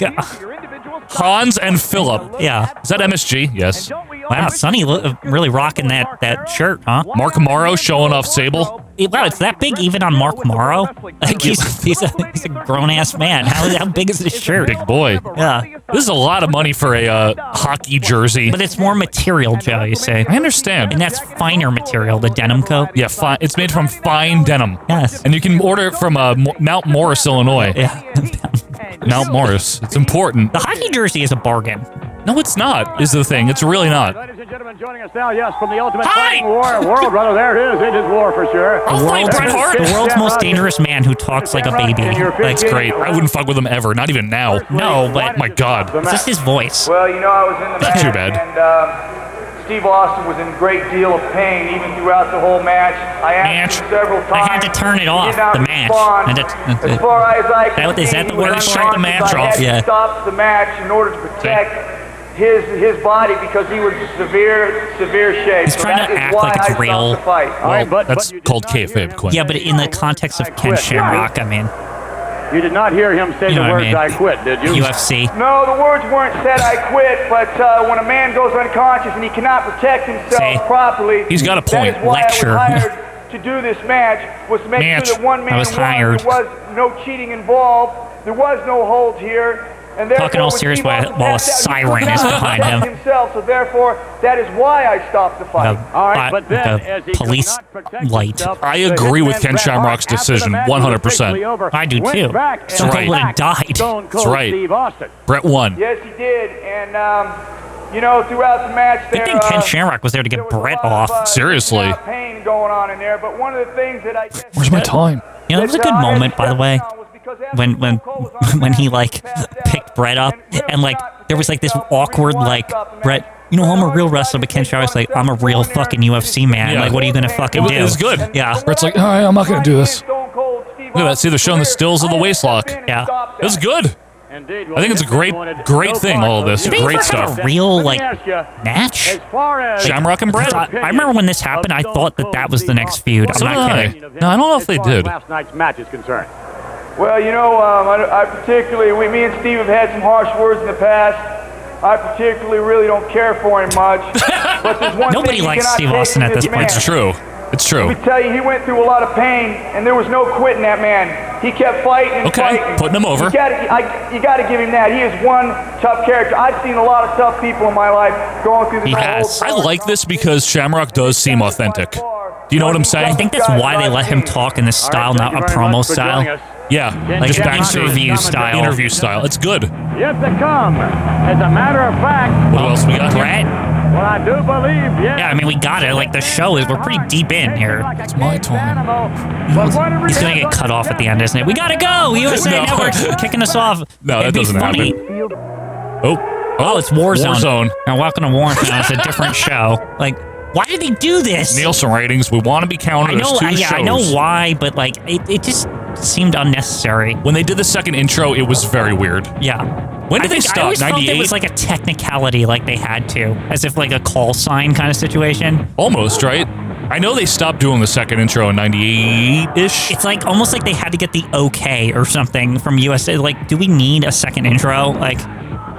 P: Hans and Philip.
Q: Yeah.
P: Is that MSG? Yes.
Q: Wow, Sonny lo- really rocking that that shirt, huh?
P: Mark Morrow showing off Sable.
Q: Wow, it's that big even on Mark Morrow. Like he's, he's a, he's a grown ass man. How, how big is this shirt?
P: Big boy.
Q: Yeah.
P: This is a lot of money for a uh, hockey jersey.
Q: But it's more material, Joe, you say.
P: I understand.
Q: And that's finer material, the denim coat.
P: Yeah, fi- it's made from fine denim.
Q: Yes.
P: And you can order it from uh, Mo- Mount Morris, Illinois.
Q: Yeah.
P: Mount Morris. It's important.
Q: The hockey jersey is a bargain.
P: No, it's not, is the thing. It's really not.
R: Ladies and gentlemen, joining us now, yes, from the Ultimate Fighting War World, rather, there it is. It is war for sure.
Q: The world's, the world's most dangerous man who talks like a baby.
P: That's great. I wouldn't fuck with him ever. Not even now.
Q: No, but
P: My God.
Q: it's just his voice.
X: Well, you know, I was in the
P: Not
X: match,
P: too bad.
X: and uh, Steve Austin was in great deal of pain even throughout the whole match. I asked him several times.
Q: I had to turn it
X: He
Q: off,
X: did not
Q: the match.
X: respond.
Q: I had to- uh,
X: as far as I
Q: That-
X: can
Q: is
X: see,
Q: that the
X: he was
Q: word? Shut the match
X: unconscious. I had
Q: off.
X: to
Q: Yeah.
X: Stop the match in order to protect. His, his body because he was in severe severe shape.
Q: He's
X: So
Q: trying
X: that
Q: to
X: is
Q: act
X: why
Q: like
X: I
Q: it's
X: stopped
Q: real.
X: The fight. All right, but- but
P: that's called kayfabe, Quinn.
Q: Yeah, but in the context of Ken Shamrock, I mean,
R: You did not hear him say
Q: You know what
R: the
Q: I
R: words
Q: mean.
R: I, quit," did you?
Q: UFC.
X: No, the words weren't said. I quit. But uh, when a man goes unconscious and he cannot protect himself
Q: See?
X: properly,
Q: He's got a
X: That
Q: point.
X: is why
Q: Lecture.
X: I was hired to do this match was to make
Q: Match.
X: sure that one
Q: I
X: man
Q: was
X: won.
Q: hired.
X: There was no cheating involved. There was no hold here. And therefore,
Q: Talking all
X: when
Q: serious
X: Steve
Q: while-
X: Austin
Q: while a
X: passed out, he
Q: siren
X: could
Q: is
X: not
Q: behind
X: protect
Q: him.
X: Himself, so therefore, that is why I stopped the fight.
Q: the, uh, the police light.
P: I agree with Ken Shamrock's decision 100%.
Q: I do
X: went
Q: too.
X: back and
Q: Stone Cold would have
X: attacked
Q: died.
X: Stone
P: That's right. Brett won.
X: Yes, he did. And, um, you know, throughout the match,
Q: Good
X: there
Q: thing
X: uh,
Q: Ken Shamrock was there to get Brett off.
P: Seriously.
X: pain going on in there. But one of the things that I
P: Where's my time?
Q: You know, it was a good moment, by the way, when when when he like picked Brett up and like there was like this awkward like Brett. You know, I'm a real wrestler, but Ken Shamrock's like, I'm a real fucking UFC man.
P: Yeah.
Q: Like, what are you gonna fucking
P: It was-
Q: do?
P: it was good.
Q: Yeah.
P: Brett's like, all right, I'm not going to do this. Look at that. See, they're showing the stills of the waist lock.
Q: Yeah.
P: It was good. I think it's a great, great thing, all of this.
Q: Did they
P: Great
Q: ever have
P: stuff.
Q: a real like
R: ya,
Q: match?
R: far as
P: Shamrock and Brett.
Q: I, I remember when this happened, I thought that that was the next feud. I'm
P: So did
Q: not
P: I.
Q: kidding.
P: No, I don't know if they did.
R: last night's match is concerned.
X: Well, you know, um, I, I particularly, we, me and Steve have had some harsh words in the past. I particularly really don't care for him much. But there's one thing
Q: Nobody
X: you
Q: likes
X: cannot
Q: Steve
X: take
Q: Austin at
X: from
Q: this
X: man.
Q: point.
P: true. It's true.
X: Let me tell you, he went through a lot of pain, and there was no quitting that man. He kept fighting and
P: Okay,
X: fighting.
P: putting him over.
X: You gotta, I, you gotta give him that. He is one tough character. I've seen a lot of tough people in my life going through this.
P: I like this because Shamrock does seem authentic. Do you know what I'm saying?
Q: I think that's why they let him talk in this style, not a promo style.
P: Yeah,
Q: Like
P: just
Q: an
P: backstage
Q: interview style.
P: Interview style. It's good. What
T: Yet to come, as a matter of fact,
Q: Oh,
P: else we got? here?
T: well, I do believe, yes,
Q: Yeah, I mean, we got it. Like, the show is, we're pretty deep in here. It's my time. He's going to get cut off at the end, isn't it? We got to go! USA
P: No.
Q: Network's kicking us off.
P: No, that
Q: It'd be
P: doesn't
Q: funny.
P: happen. Oh,
Q: Oh, it's Warzone.
P: Warzone.
Q: And welcome to Warzone. It's a different show. Like, why did they do this?
P: Nielsen ratings. We want to be counted
Q: I know,
P: as two
Q: I, yeah,
P: shows.
Q: I know why, but like, it, it just seemed unnecessary.
P: When they did the second intro, it was very weird.
Q: Yeah.
P: When did they
Q: I think- I
P: stop?
Q: always felt it
P: 98?
Q: was like a technicality, like they had to, as if like a call sign kind of situation.
P: Almost, right? I know they stopped doing the second intro in 98 ish.
Q: It's like almost like they had to get the okay or something from USA. Like, do we need a second intro? Like,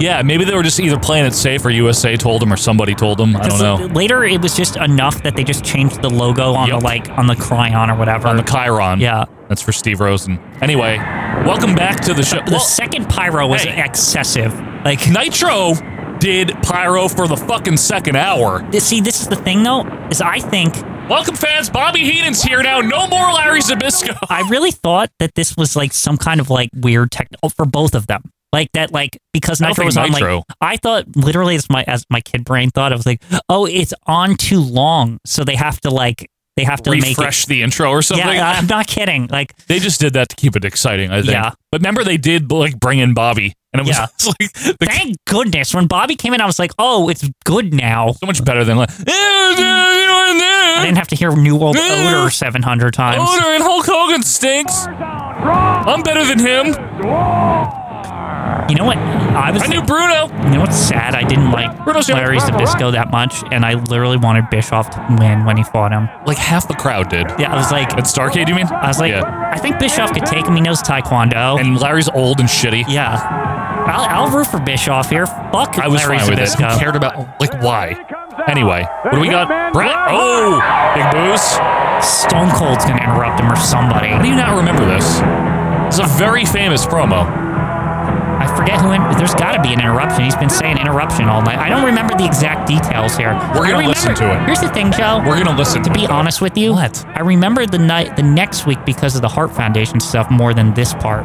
P: Yeah, maybe they were just either playing it safe or USA told them or somebody told them. I don't
Q: 'cause
P: know.
Q: Later, it was just enough that they just changed the logo on the like on the Cryon or whatever.
P: On the Chiron.
Q: Yeah.
P: That's for Steve Rosen. Anyway, welcome back to the show.
Q: The second pyro was excessive. Like
P: Nitro did pyro for the fucking second hour.
Q: This- See, this is the thing though, is I think
P: Welcome, fans. Bobby Heenan's here now. No more Larry Zabisco.
Q: I really thought that this was like some kind of like weird tech oh, for both of them. Like that, like because
P: I don't
Q: Nitro
P: think
Q: was on.
P: Nitro-
Q: Like I thought, literally, as my as my kid brain thought, I was like, oh, it's on too long, so they have to like they have to
P: Refresh
Q: make
P: the intro or
Q: it.
P: something.
Q: Yeah, uh, I'm not kidding. Like
P: They just did that to keep it exciting, I think.
Q: Yeah.
P: But remember, they did like bring in Bobby, and it was
Q: Yeah.
P: it's like the,
Q: thank goodness when Bobby came in, I was like, oh, it's good now.
P: so much better than like
Q: I didn't have to hear New World
P: Mm.
Q: Order 700 times.
P: Owner and Hulk Hogan stinks.
Q: Oh.
P: I'm better than him.
Q: You know what? I was.
P: I knew Bruno.
Q: You know what's sad? I didn't like
P: Bruno's the
Q: Larry
P: only-
Q: Zabisco that much, and I literally wanted Bischoff to win when he fought him.
P: Like half the crowd did.
Q: Yeah, I was like,
P: At Starcade, you mean?
Q: I was like, I think Bischoff could take him. He knows Taekwondo.
P: And Larry's old and shitty.
Q: Yeah, I'll, I'll root for Bischoff here. Fuck
P: I was
Q: Larry
P: fine with it.
Q: Zbyszko.
P: Who cared about like why? Anyway, what do we got? Brett. Oh, big booze.
Q: Stone Cold's gonna interrupt him or somebody.
P: How do you not remember this? It's a very famous promo.
Q: I forget who. In- There's got to be an interruption. He's been saying interruption all night. I don't remember the exact details here.
P: We're
Q: I
P: gonna
Q: remember-
P: listen to it.
Q: Here's the thing, Joe.
P: We're gonna listen
Q: to be honest with you, I remember the night, the next week because of the Heart Foundation stuff more than this part.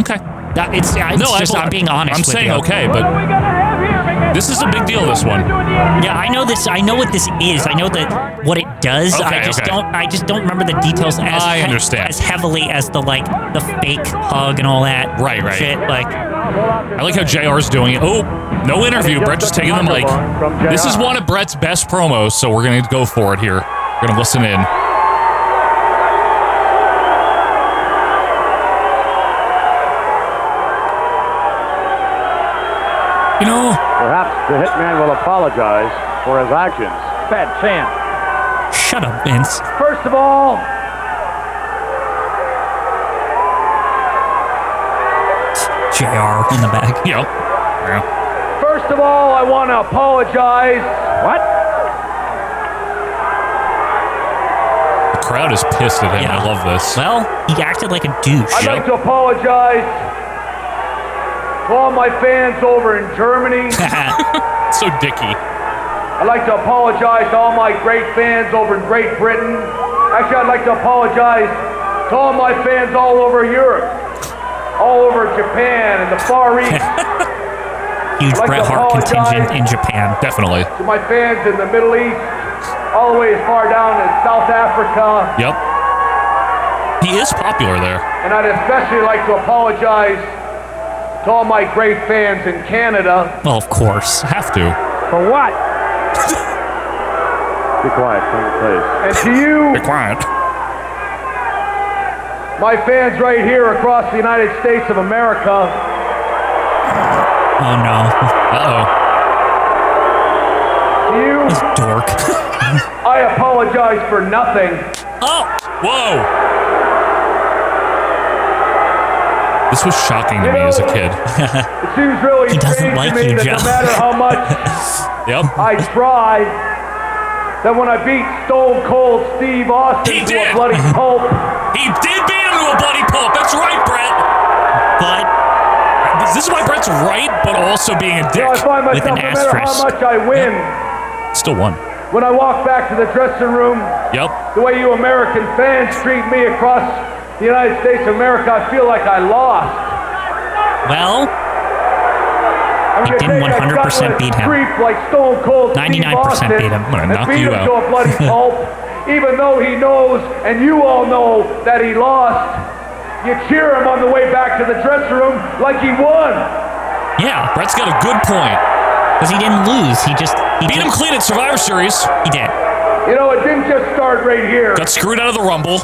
P: Okay.
Q: That, it's I- it's
P: No, I
Q: just
P: bel-
Q: I'm being honest.
P: I'm
Q: with
P: saying
Q: you.
P: okay, but this is a big deal. This one.
Q: Yeah, I know this. I know what this is. I know that what it does.
P: Okay,
Q: I just
P: okay.
Q: don't. I just don't remember the details as
P: I
Q: he-
P: understand.
Q: as heavily as the like the fake hug and all that.
P: Right, right.
Q: Shit, like.
P: I like how JR's doing it. Oh, no interview. Brett just taking the mic. This is one of Brett's best promos, so we're going to go for it here. We're going to listen in. You know,
T: Perhaps the hitman will apologize for his actions. Bad chance.
Q: Shut up, Vince.
T: First of all,
Q: JR in the back.
P: Yep.
T: first of all, I want to apologize. What?
P: the crowd is pissed at him. I love this.
Q: Well, he acted like a douche.
T: I'd like to apologize to all my fans over in Germany.
P: so dicky.
T: I'd like to apologize to all my great fans over in Great Britain. Actually, I'd like to apologize to all my fans all over Europe, all over Japan and the Far East,
Q: Huge
T: I'd like
Q: Bret
T: to
Q: Hart contingent in
T: apologize.
Q: Japan.
P: Definitely.
T: to my fans in the Middle East, all the way as far down as South Africa.
P: Yep. He is popular there.
T: And I'd especially like to apologize to all my great fans in Canada.
Q: Well, of course.
P: Have to.
T: For what?
R: Be quiet, please.
T: And to you,
P: Be quiet.
T: my fans right here across the United States of America,
Q: Oh no,
P: Uh
T: to you,
Q: this dork.
T: I apologize for nothing.
Q: oh,
P: oh. Whoa. This was shocking to me as a kid.
T: It seems really
Q: He doesn't
T: strange
Q: like
T: to
Q: you,
T: me that
Q: Joe.
T: no matter how much
P: Yep.
T: I try, that when I beat Stone Cold
P: He
T: Steve Austin to
P: did.
T: a bloody pulp,
P: He did beat him to a bloody pulp. That's right, Brett.
Q: but
P: This is why Brett's right, but also being a
T: you know, I
P: dick.
T: find
Q: With an
T: myself no matter how
Q: asterisk.
T: much I win,
P: Still won.
T: when I walk back to the dressing room,
P: Yep.
T: the way you American fans treat me across the United States of America, I feel like I lost.
B: Well,
T: I'm
B: I didn't 100% beat him.
T: Creep like Stone Cold Steve
B: 99% beat him. I'm gonna
T: Austin and
B: knock
T: beat
B: you
T: him
B: out.
T: to a bloody pulp, even though he knows, and you all know that he lost. You cheer him on the way back to the dressing room like he won.
B: Yeah, Brett's got a good point. Because he didn't lose. He just he beat him
A: clean at Survivor Series.
B: He did.
T: You know, it didn't just start right here.
A: Got screwed out of the Rumble.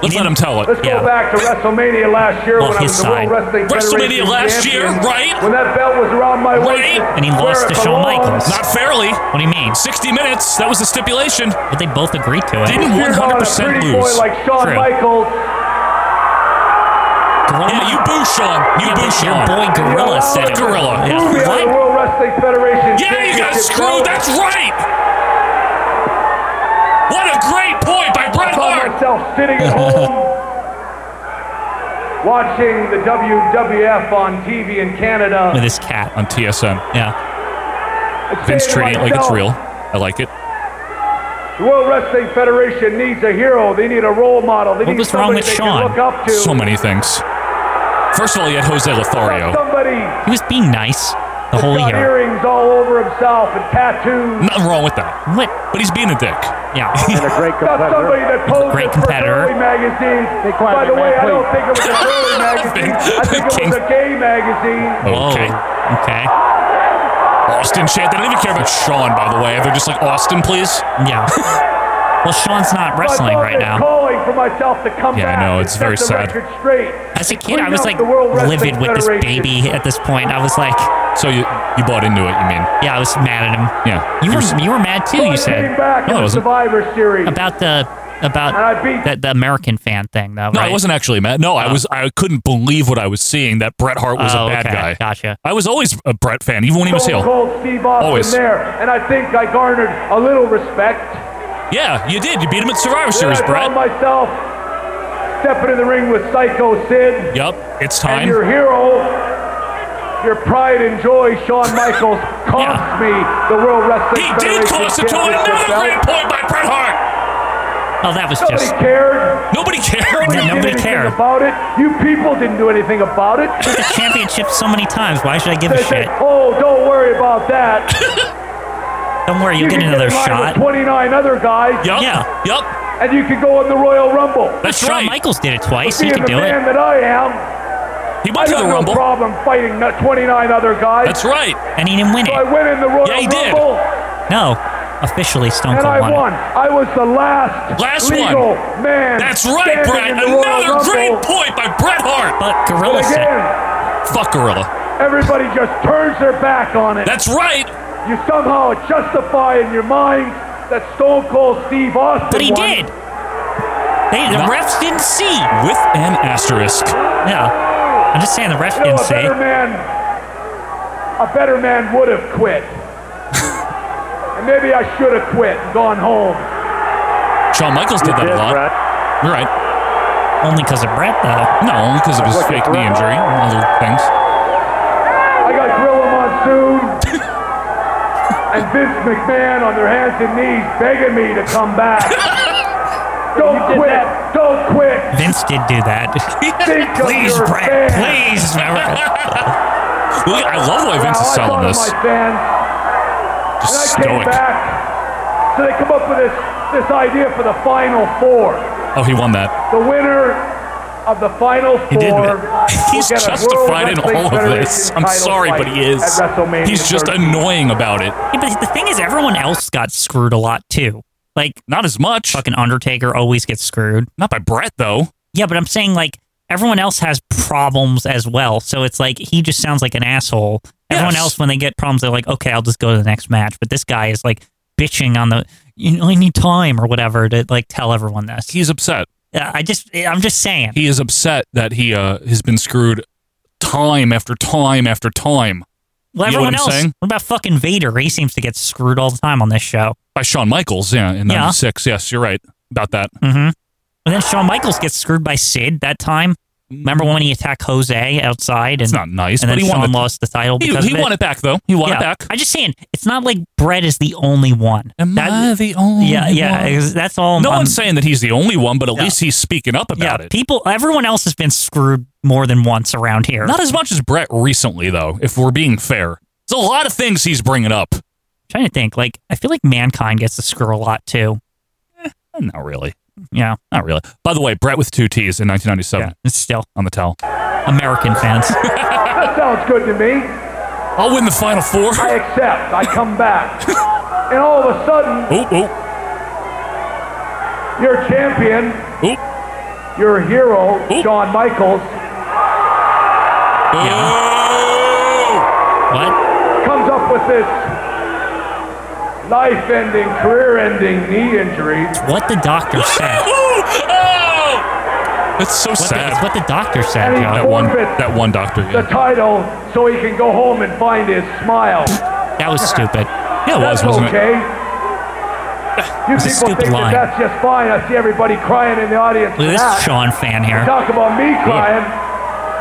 A: Let's let him tell it.
T: Let's
A: yeah.
T: go back to WrestleMania last year
A: Well,
T: when I
A: his
T: was the World
A: side.
T: Wrestling
A: WrestleMania
T: Federation
A: last
T: champion.
A: year, right?
T: When that belt was around my waist,
B: And he lost to Shawn Michaels.
A: Not fairly.
B: What do you mean?
A: 60 minutes. That was the stipulation.
B: But they both agreed to it.
A: Didn't
T: Cheered
A: 100%
T: on a pretty
A: lose.
T: boy like Shawn
A: True.
T: Michaels.
A: Yeah, you boo Sean. You boo Sean. boy Gorilla
T: Oh,
A: said Gorilla.
T: Movie on the World Wrestling Federation
A: Yeah, you got
T: championship
A: screwed.
T: belt.
A: That's right. What a great point by Bret Hart.
T: myself sitting at home watching the WWF on TV in Canada.
A: With his cat on TSN. Yeah. Vince
T: Saying to
A: treating it like it's
T: myself,
A: real. I like it.
T: The World Wrestling Federation needs a hero. They need a role model. They
A: What
T: need
A: was wrong
T: somebody
A: with
T: they
A: Shawn?
T: can look up to.
A: So many things. First of all, you had Jose Lothario.
T: Somebody
B: He was being nice the whole
T: got
B: year.
T: earrings all over himself and tattoos.
A: Nothing wrong with that.
B: What?
A: But he's being a dick.
B: Yeah.
T: And a great Got somebody that poses
A: Great
T: for
A: competitor.
T: girly magazines. By the
A: man,
T: way, I
A: please.
T: don't think it was a girly magazine. I think it was a gay magazine.
A: Okay.
B: Okay.
A: Austin chant. They don't even care about Sean, by the way. They're just like, Austin, please.
B: Yeah. well, Sean's not
T: I
B: wrestling
T: thought
B: right now.
T: that calling for myself to come
B: Yeah, I
T: back
B: know,
T: and
B: it's very
T: set the
B: sad.
T: record straight.
B: As a kid,
T: Clean
B: I was
T: up
B: like
T: the World Wrestling
B: livid with this
T: Federation.
B: baby at this point. I was like,
A: so you you bought into it, you mean?
B: Yeah, I was mad at him.
A: Yeah.
B: You
A: You're
B: were
A: s-
B: you were mad too.
T: So I
B: You said
T: came
B: No,
T: back
B: I
T: in the
B: wasn't.
T: Survivor Series.
B: about the about
T: And I beat-
B: the, the American fan thing though.
A: No,
B: right?
A: I wasn't actually mad. No, I was. I couldn't believe what I was seeing. That Bret Hart was
B: Oh,
A: a bad
B: okay.
A: guy.
B: Gotcha.
A: I was always a Bret fan, even when he was heel.
T: Stone Cold Steve Austin
A: Always.
T: there, and I think I garnered a little respect.
A: Yeah, you did. You beat him at Survivor
T: Then
A: Series,
T: I
A: Bret.
T: found myself stepping in the ring with Psycho Sid
A: Yep, it's
T: and
A: time.
T: your hero, your pride and joy, Shawn Michaels, cost me the World Wrestling
A: He
T: Federation
A: did cost it to
T: championship
A: another
T: belt.
A: great point by Bret Hart.
B: Oh, that was
T: Nobody
B: just
T: cared.
A: Nobody cared.
T: did anything about it. You people didn't do anything about it.
B: took the championship so many times. Why should I give a
T: They said,
B: shit?
T: oh, don't worry about that.
B: Don't worry, you'll get
T: You can
B: another
T: in
B: shot.
T: line with 29 other guys.
A: Yep.
B: Yeah.
A: Yep.
T: And you could go in the Royal Rumble.
A: That's
B: Shawn
A: right.
B: Michaels did it twice. He can
T: Being the
B: do
T: man
B: it.
T: that I am,
A: He
T: I
A: went to
T: got
A: the
T: no
A: Rumble.
T: problem fighting no- 29 other guys.
A: That's right.
B: And he didn't win
T: So I
B: it.
T: went in the Royal
B: Yeah, he did.
T: Rumble
B: No. Officially, Stone
T: and I
B: Cold won.
T: won.
B: it.
T: I was the last,
A: Last one.
T: legal man.
A: That's right,
T: standing
A: Bret.
T: In the Royal
A: Another
T: Rumble.
A: great point by Bret Hart.
B: But Gorilla
T: But
B: said,
T: again,
A: Fuck Gorilla.
T: everybody just turns their back on it.
A: That's right.
T: You somehow justify in your mind that Stone Cold Steve Austin
B: but he
T: won.
B: did. They, the
A: Not-
B: refs didn't see.
A: With an asterisk.
B: Yeah. I'm just saying the refs
T: You know,
B: didn't
T: a
B: see.
T: better man, a better man would have quit. and maybe I should have quit and gone home.
A: Shawn Michaels did that a lot. You're right.
B: Only because of Brett, though.
A: No, only because of his fake knee injury and other things.
T: I got Gorilla Monsoon and Vince McMahon on their hands and knees begging me to come back. Don't quit. Don't quit.
B: Vince did do that.
T: Think
B: please,
T: of your
B: Brett.
T: fans.
B: Please, Brett.
A: Look, I love the way Vince is
T: Wow, I thought
A: selling
T: of
A: this.
T: My fans, and I
A: Just
T: came
A: stoic.
T: back. So they come up with this, this idea for the Final Four.
A: Oh, he won that.
T: The winner of the Final Four.
A: He did.
T: will
A: He's
T: get a
A: justified in
T: World Wrestling
A: all of this.
T: Federation
A: I'm
T: title
A: sorry,
T: fight
A: but he is.
T: At WrestleMania
A: He's just
T: 30.
A: annoying about it.
B: Yeah, but the thing is, everyone else got screwed a lot too. Like
A: Not as much.
B: fucking Undertaker always gets screwed.
A: Not by Brett though.
B: Yeah, but I'm saying like everyone else has problems as well. So it's like he just sounds like an asshole. Everyone
A: Yes.
B: else, when they get problems, they're like, okay, I'll just go to the next match. But this guy is like bitching on the you only need time or whatever to like tell everyone this.
A: He's upset.
B: Yeah, I just I'm just saying.
A: He is upset that he uh has been screwed time after time after time
B: Well,
A: you know what
B: everyone
A: I'm
B: else.
A: saying?
B: What about fucking Vader? He seems to get screwed all the time on this show.
A: by Shawn Michaels. Yeah, in
B: Yeah.
A: '96. Yes, you're right about that.
B: Mm-hmm. And then Shawn Michaels gets screwed by Sid that time. Remember when he attacked Jose outside? And, it's not
A: nice,
B: And
A: but
B: then
A: he won
B: Sean
A: the-
B: lost the title.
A: He-
B: because
A: he
B: of
A: won it back, though. He won it
B: Yeah.
A: back.
B: I'm just saying, it's not like Brett is the only one.
A: Am I the only
B: Yeah, yeah.
A: one?
B: because That's all.
A: No
B: I'm-
A: one's saying that he's the only one, but at least he's speaking up about it.
B: People, everyone else has been screwed more than once around here.
A: Not as much as Brett recently, though, if we're being fair. There's a lot of things he's bringing up.
B: trying to think. Like, I feel like mankind gets to screw a lot too.
A: Eh, Not really.
B: Yeah,
A: not really. By the way, Brett with two T's in 1997.
B: it's still
A: on the towel.
B: American fans.
T: That sounds good to me.
A: I'll win the final four.
T: I accept. I come back. and all of a sudden, you're champion. You're a hero, Shawn Michaels.
A: Oh!
B: What?
T: Comes up with this life ending, career ending knee injury.
B: What the doctor said.
A: That's so
B: what
A: sad.
B: The, it's what the doctor said.
T: And he
B: John.
A: That one,
T: Forfeit.
A: that one doctor.
T: the
A: Yeah.
T: title so he can go home and find his smile.
B: That was stupid.
A: Yeah, it was,
T: That's
A: wasn't it?
T: okay. You
B: It's a
T: people
B: stupid
T: think
B: line.
T: that that's just fine. I see everybody crying in the audience.
B: Look at this
T: That-
B: Sean fan here.
T: Talk about me crying.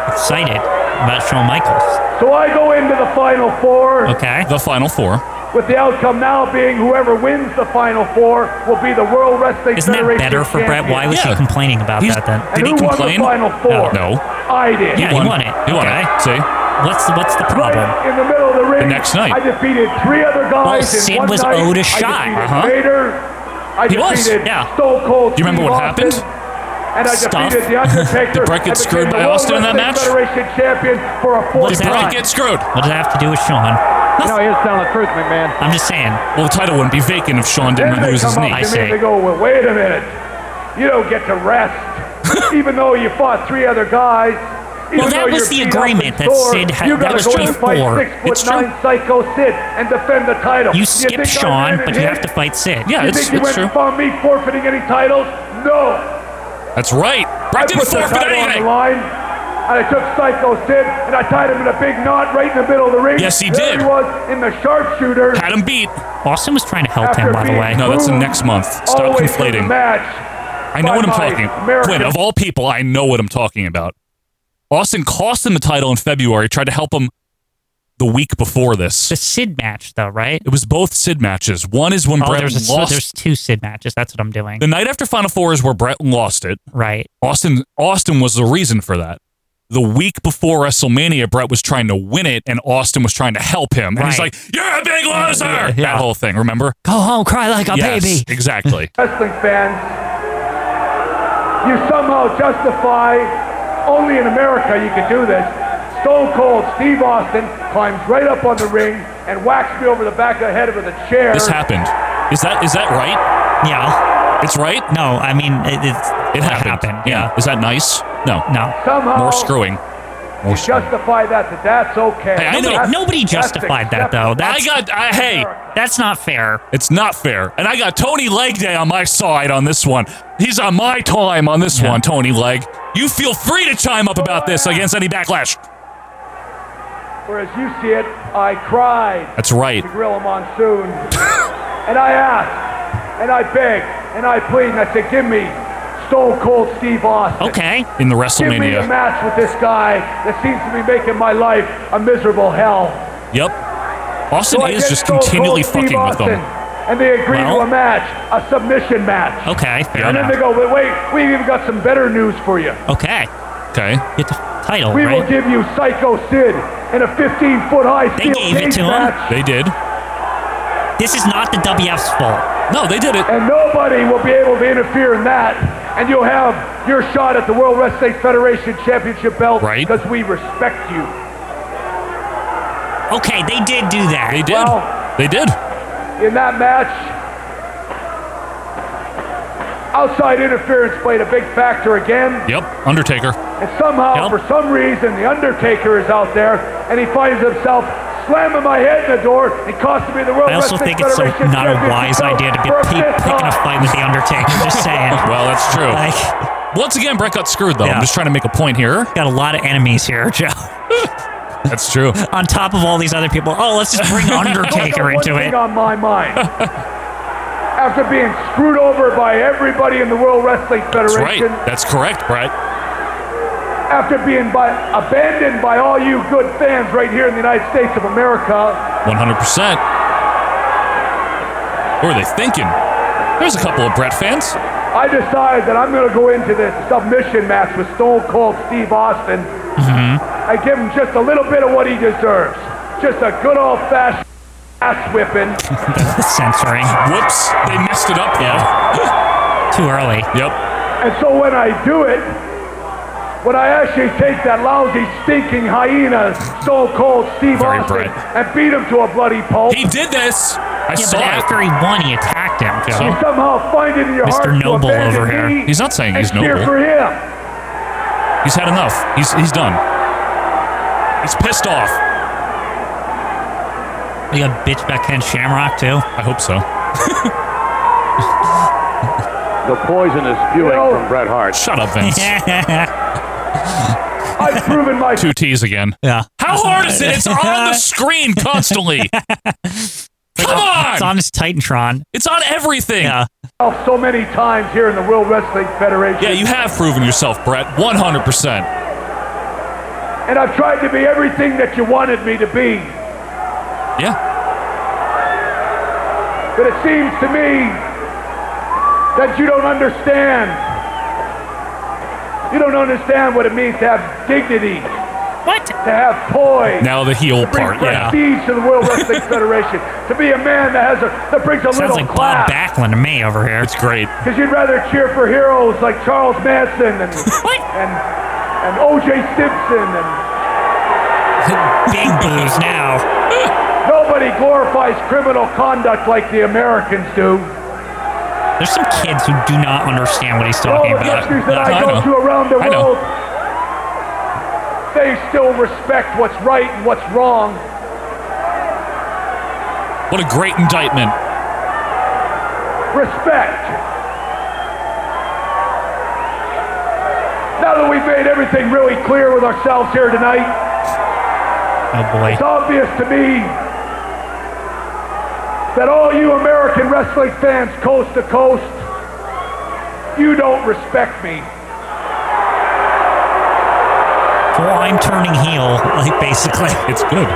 B: Excited about Shawn Michaels.
T: So I go into the final four
B: Okay.
A: The final four.
T: with the outcome now being whoever wins the final four will be the World Wrestling
B: Isn't that
T: Federation
B: better for
T: champion.
B: Brett? Why was he complaining about
A: He's-
B: that then?
T: And who won the final four?
A: No.
T: I did.
B: Yeah, he won it.
A: He won
B: Okay.
A: it. See?
B: What's the, what's the problem?
T: In the middle of the ring.
A: The next night.
T: I defeated three other
B: Well,
T: guys in
B: Sid
T: one
B: was
T: night.
B: owed a
T: I
B: shot.
T: defeated
B: Uh-huh.
T: Vader. I
B: He was,
T: defeated
B: yeah.
T: Stone Cold.
A: Do you remember
T: Steve
A: what
T: Austin,
A: happened?
T: And I
A: Stuff.
T: defeated The Undertaker.
A: Did Brett get
T: I became
A: screwed
T: the
A: by
T: World
A: Austin in that
T: Wrestling
A: match?
T: Federation champion for a
B: What
T: fourth
B: does
T: time.
B: that
A: Get screwed.
B: What does that have to do with Sean?
T: You know, here's telling the truth, McMahon.
B: I'm just saying.
A: Well, the title wouldn't be vacant if Sean
T: Then
A: didn't
T: they
A: lose his
T: come
A: knee.
T: up to me
B: eh?
T: and they go, well, wait a minute. You don't get to rest. Even though you fought three other guys. Even
B: Well, that
T: though
B: was
T: you're
B: the
T: beat up and
B: agreement that
T: sore,
B: Sid had-
T: You
B: that
T: gotta
B: was
T: go
B: Chief
T: and fight
B: Moore.
T: Six foot
B: It's true.
T: nine psycho Sid and defend the title.
B: You
T: think
B: skip
T: I
B: Sean,
T: ran
B: but
T: and
B: you
T: hid?
B: have to fight Sid.
A: Yeah,
T: you
A: it's-
T: think you
A: it's
T: went
A: true.
T: and found me forfeiting any titles? No.
A: That's right.
T: I
A: Brett didn't
T: put the
A: forfeit
T: title on
A: anything.
T: the line. And I took Psycho Sid and I tied him in a big knot right in the middle of the ring.
A: Yes, he
T: There
A: did.
T: He was in the sharpshooter.
A: Had him beat.
B: Austin was trying to help him, by the way.
A: No, that's the next month.
T: all
A: Stop
T: the way through the
A: conflating.
T: match.
A: I know what I'm
T: by my
A: talking
T: American-
A: Quinn, of all people, I know what I'm talking about. Austin cost him the title in February, tried to help him the week before this. The
B: Sid match, though, right?
A: It was both Sid matches. One is when
B: Oh,
A: Brett
B: there's, a, so
A: lost.
B: there's two Sid matches. That's what I'm doing.
A: The night after Final Four is where Brett lost it.
B: Right.
A: Austin Austin was the reason for that. The week before WrestleMania, Brett was trying to win it, and Austin was trying to help him. And he's
B: Right.
A: like, "You're a big loser." That whole thing. Remember?
B: Go home, cry like a
A: Yes,
B: baby.
A: Exactly.
T: wrestling fans, you somehow justify, only in America you can do this, Stone Cold Steve Austin climbs right up on the ring and whacks me over the back of the head with a chair.
A: this happened. Is that is that right?
B: Yeah.
A: It's right.
B: No, I mean it. It's,
A: It happened. Yeah. Is that nice? No.
B: No.
T: Somehow-
A: More screwing.
T: You justify that, that that's okay.
A: Hey, I know-
T: That's-
B: Nobody
T: that's
B: justified that though.
T: acceptable.
B: That's,
A: I got. I, hey,
B: that's not fair.
A: It's not fair. And I got Tony Leg Day on my side on this one. He's on my time on this one, Tony Leg. You feel free to chime up about this against any backlash.
T: Whereas you see it, I cried.
A: That's right.
T: To Gorilla Monsoon. and I asked, and I begged, and I pleaded, and I said, give me Stone Cold Steve
A: Oh,
T: Austin.
B: Okay.
A: In the
T: Give me a
A: WrestleMania.
T: match with this guy that seems to be making my life a miserable hell.
A: Yep. Austin E
T: So I
A: is
T: get
A: just
T: Stone
A: continually
T: Cold Steve
A: fucking with
T: Austin,
A: them.
T: And they agree
A: Well.
T: to a match, a submission match.
B: Okay. Fair
T: and then
B: enough.
T: they go, but wait, we've even got some better news for you.
B: okay.
A: Okay.
B: Get the title.
T: we
B: right?
T: will give you Psycho Sid in a 15 foot high
B: They
T: steel
B: gave it
T: cage
B: to
T: match.
B: him.
A: They did.
B: This is not the WF's fault.
A: No, they did it.
T: And nobody will be able to interfere in that. And you'll have your shot at the World Wrestling Federation Championship belt right. because we respect you.
B: Okay, they did do that.
A: They did. they did.
T: In that match, outside interference played a big factor again.
A: Yep. Undertaker.
T: And somehow, for some reason, The Undertaker is out there and he finds himself slamming my head in the door and costing me the World
B: I also
T: Wrestling
B: think it's a,
T: Federation
B: not a wise idea
T: Championship
B: to be
T: belt for
B: pe-
T: fifth
B: picking a
T: time.
B: fight with the Undertaker. Just saying.
A: Well, that's true. Once again, Brett got screwed, though. I'm just trying to make a point here.
B: Got a lot of enemies here, Joe.
A: That's true.
B: On top of all these other people. Oh, let's just bring Undertaker
T: I've got
B: into
T: one
B: it.
T: thing on my mind. After being screwed over by everybody in the World Wrestling
A: That's
T: Federation,
A: right. That's correct, Brett.
T: after being by, abandoned by all you good fans right here in the United States of America.
P: 100%. What were they thinking? There's a couple of Brett fans.
T: I decided that I'm going to go into this submission match with Stone Cold Steve Austin.
B: Mm-hmm.
T: I give him just a little bit of what he deserves. Just a good old fashioned ass whipping.
O: censoring.
P: Whoops, they messed it up. Yeah.
O: Too early.
P: Yep.
T: And so when I do it, when I actually take that lousy, stinking hyena, Stone Cold Steve
P: Very
T: Austin,
P: bright.
T: and beat him to a bloody pulp. He
P: did this. I
O: yeah, but after he won, he attacked him.
T: So
O: Joe.
T: you somehow find it in your heart
O: Mr.
T: to
O: Noble
T: abandon
O: over here.
T: me
P: He's not saying
T: and
P: he's
T: cheer
P: noble.
T: for him.
P: He's had enough. He's he's done. He's pissed off.
O: You got bitch back Ken Shamrock too.
P: I hope so.
R: The poison is spewing from Bret Hart.
P: Shut up, Vince.
T: I've proven my
P: two T's again.
O: Yeah.
P: How hard is it? It's on the screen constantly. Come on!
O: It's on his Titantron.
P: It's on everything. Yeah.
T: Myself So many times here in the World Wrestling Federation.
P: you have proven yourself, Brett. 100%.
T: And I've tried to be everything that you wanted me to be.
P: Yeah.
T: But it seems to me that you don't understand. You don't understand what it means to have dignity.
O: What?
T: To have poise.
P: Now the heel
T: to bring
P: part. Yeah.
T: prestige to the World Wrestling Federation. To be a man that has a that brings a
O: Sounds
T: little
O: like Bob
T: class.
O: Backlund to me over here. It's
P: great.
T: Because you'd rather cheer for heroes like Charles Manson and and, and O.J. Simpson and
O: Big booze now.
T: Nobody glorifies criminal conduct like the Americans do.
O: There's some kids who do not understand what he's talking
P: Oh,
T: All the
O: about. uh,
T: countries that I go to around the
O: I know.
T: world, they still respect what's right and what's wrong.
P: What a great indictment.
T: Respect. Now that we've made everything really clear with ourselves here tonight,
O: Oh boy.
T: It's obvious to me that all you American wrestling fans, coast to coast, you don't respect me.
O: So I'm turning heel, like basically.
P: It's good.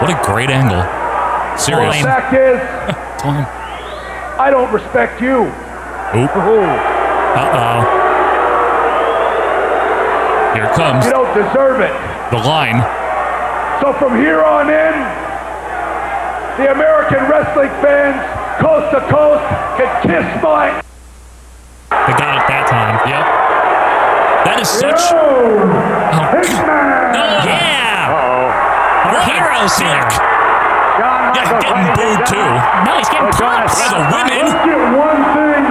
P: What a great angle. Serious.
T: The fact is,
P: Time.
T: I don't respect you.
P: Oop. Uh oh. Here it comes
T: You don't deserve it.
P: the line.
T: So from here on in, the American wrestling fans, coast to coast, can kiss my.
O: They got it that time.
P: Yep. That is such.
T: No.
O: Oh. Yeah. Our heroes here.
P: Yeah, getting booed too.
O: No, he's getting pumped.
P: By the women.
T: Get one thing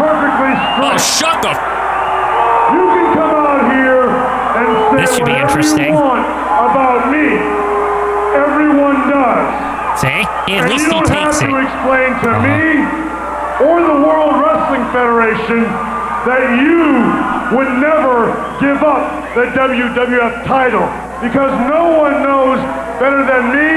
T: perfectly
P: Oh,
T: straight.
P: shut the.
T: You can come out here and say
O: This should be
T: whatever
O: interesting.
T: you want about me. Everyone does.
O: See? He- at
T: and
O: least he
T: you don't
O: takes
T: have
O: it. Uh-huh.
T: to explain to me or the World Wrestling Federation that you would never give up the WWF title because no one knows better than me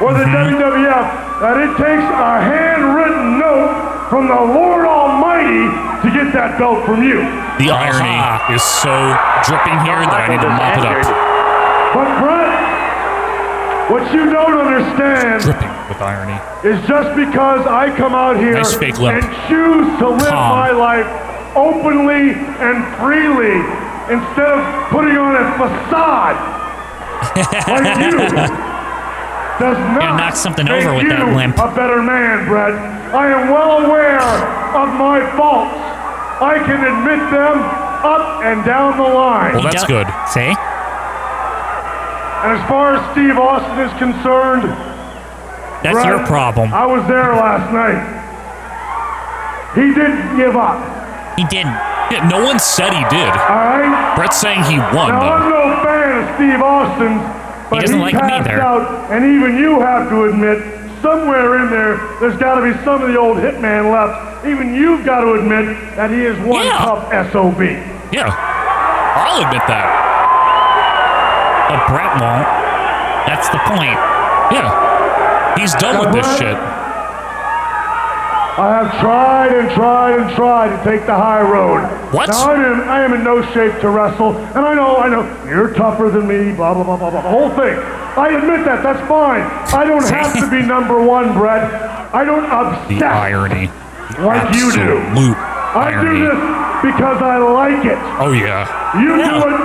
T: or the
O: Mm-hmm.
T: WWF that it takes a handwritten note from the Lord Almighty to get that belt from you.
P: The irony is so dripping here that I need to mop it up
T: But Brett, what you don't understand
P: with irony.
T: is just because I come out here
P: Nice fake limp.
T: and choose to live
P: Calm.
T: my life openly and freely instead of putting on a facade like you does not
O: knock something
T: make
O: over with
T: you
O: that limp.
T: a better man, Brett. I am well aware of my faults. I can admit them up and down the line.
P: Well, that's good.
O: See?
T: And as far as Steve Austin is concerned,
O: That's
T: Brett,
O: your problem.
T: I was there last night. He didn't give up.
O: He didn't.
P: Yeah, no one said he did.
T: All right.
P: Brett's saying he
A: Oh,
P: won,
T: now I'm
P: though.
T: no fan of Steve Austin, but
P: doesn't like him
T: passed
P: either.
T: out, and even you have to admit, somewhere in there, there's got to be some of the old hitman left. Even you've got to admit that he is one tough sob.
P: Yeah. I'll admit that.
O: But Brett won't. That's the point.
P: Yeah. He's done with this shit.
O: I have tried and tried and tried to take the high road.
P: What?
O: Now, I'm in, I am in no shape to wrestle, and I know, I know, you're tougher than me, blah, blah, blah, blah, blah, the whole thing. I admit that, that's fine. I don't have to be number one, Brett. I don't
P: The
O: obsess
P: irony.
O: like you do.
P: Absolute
O: I do
P: irony.
O: this because I like it.
P: Oh, yeah.
O: You do it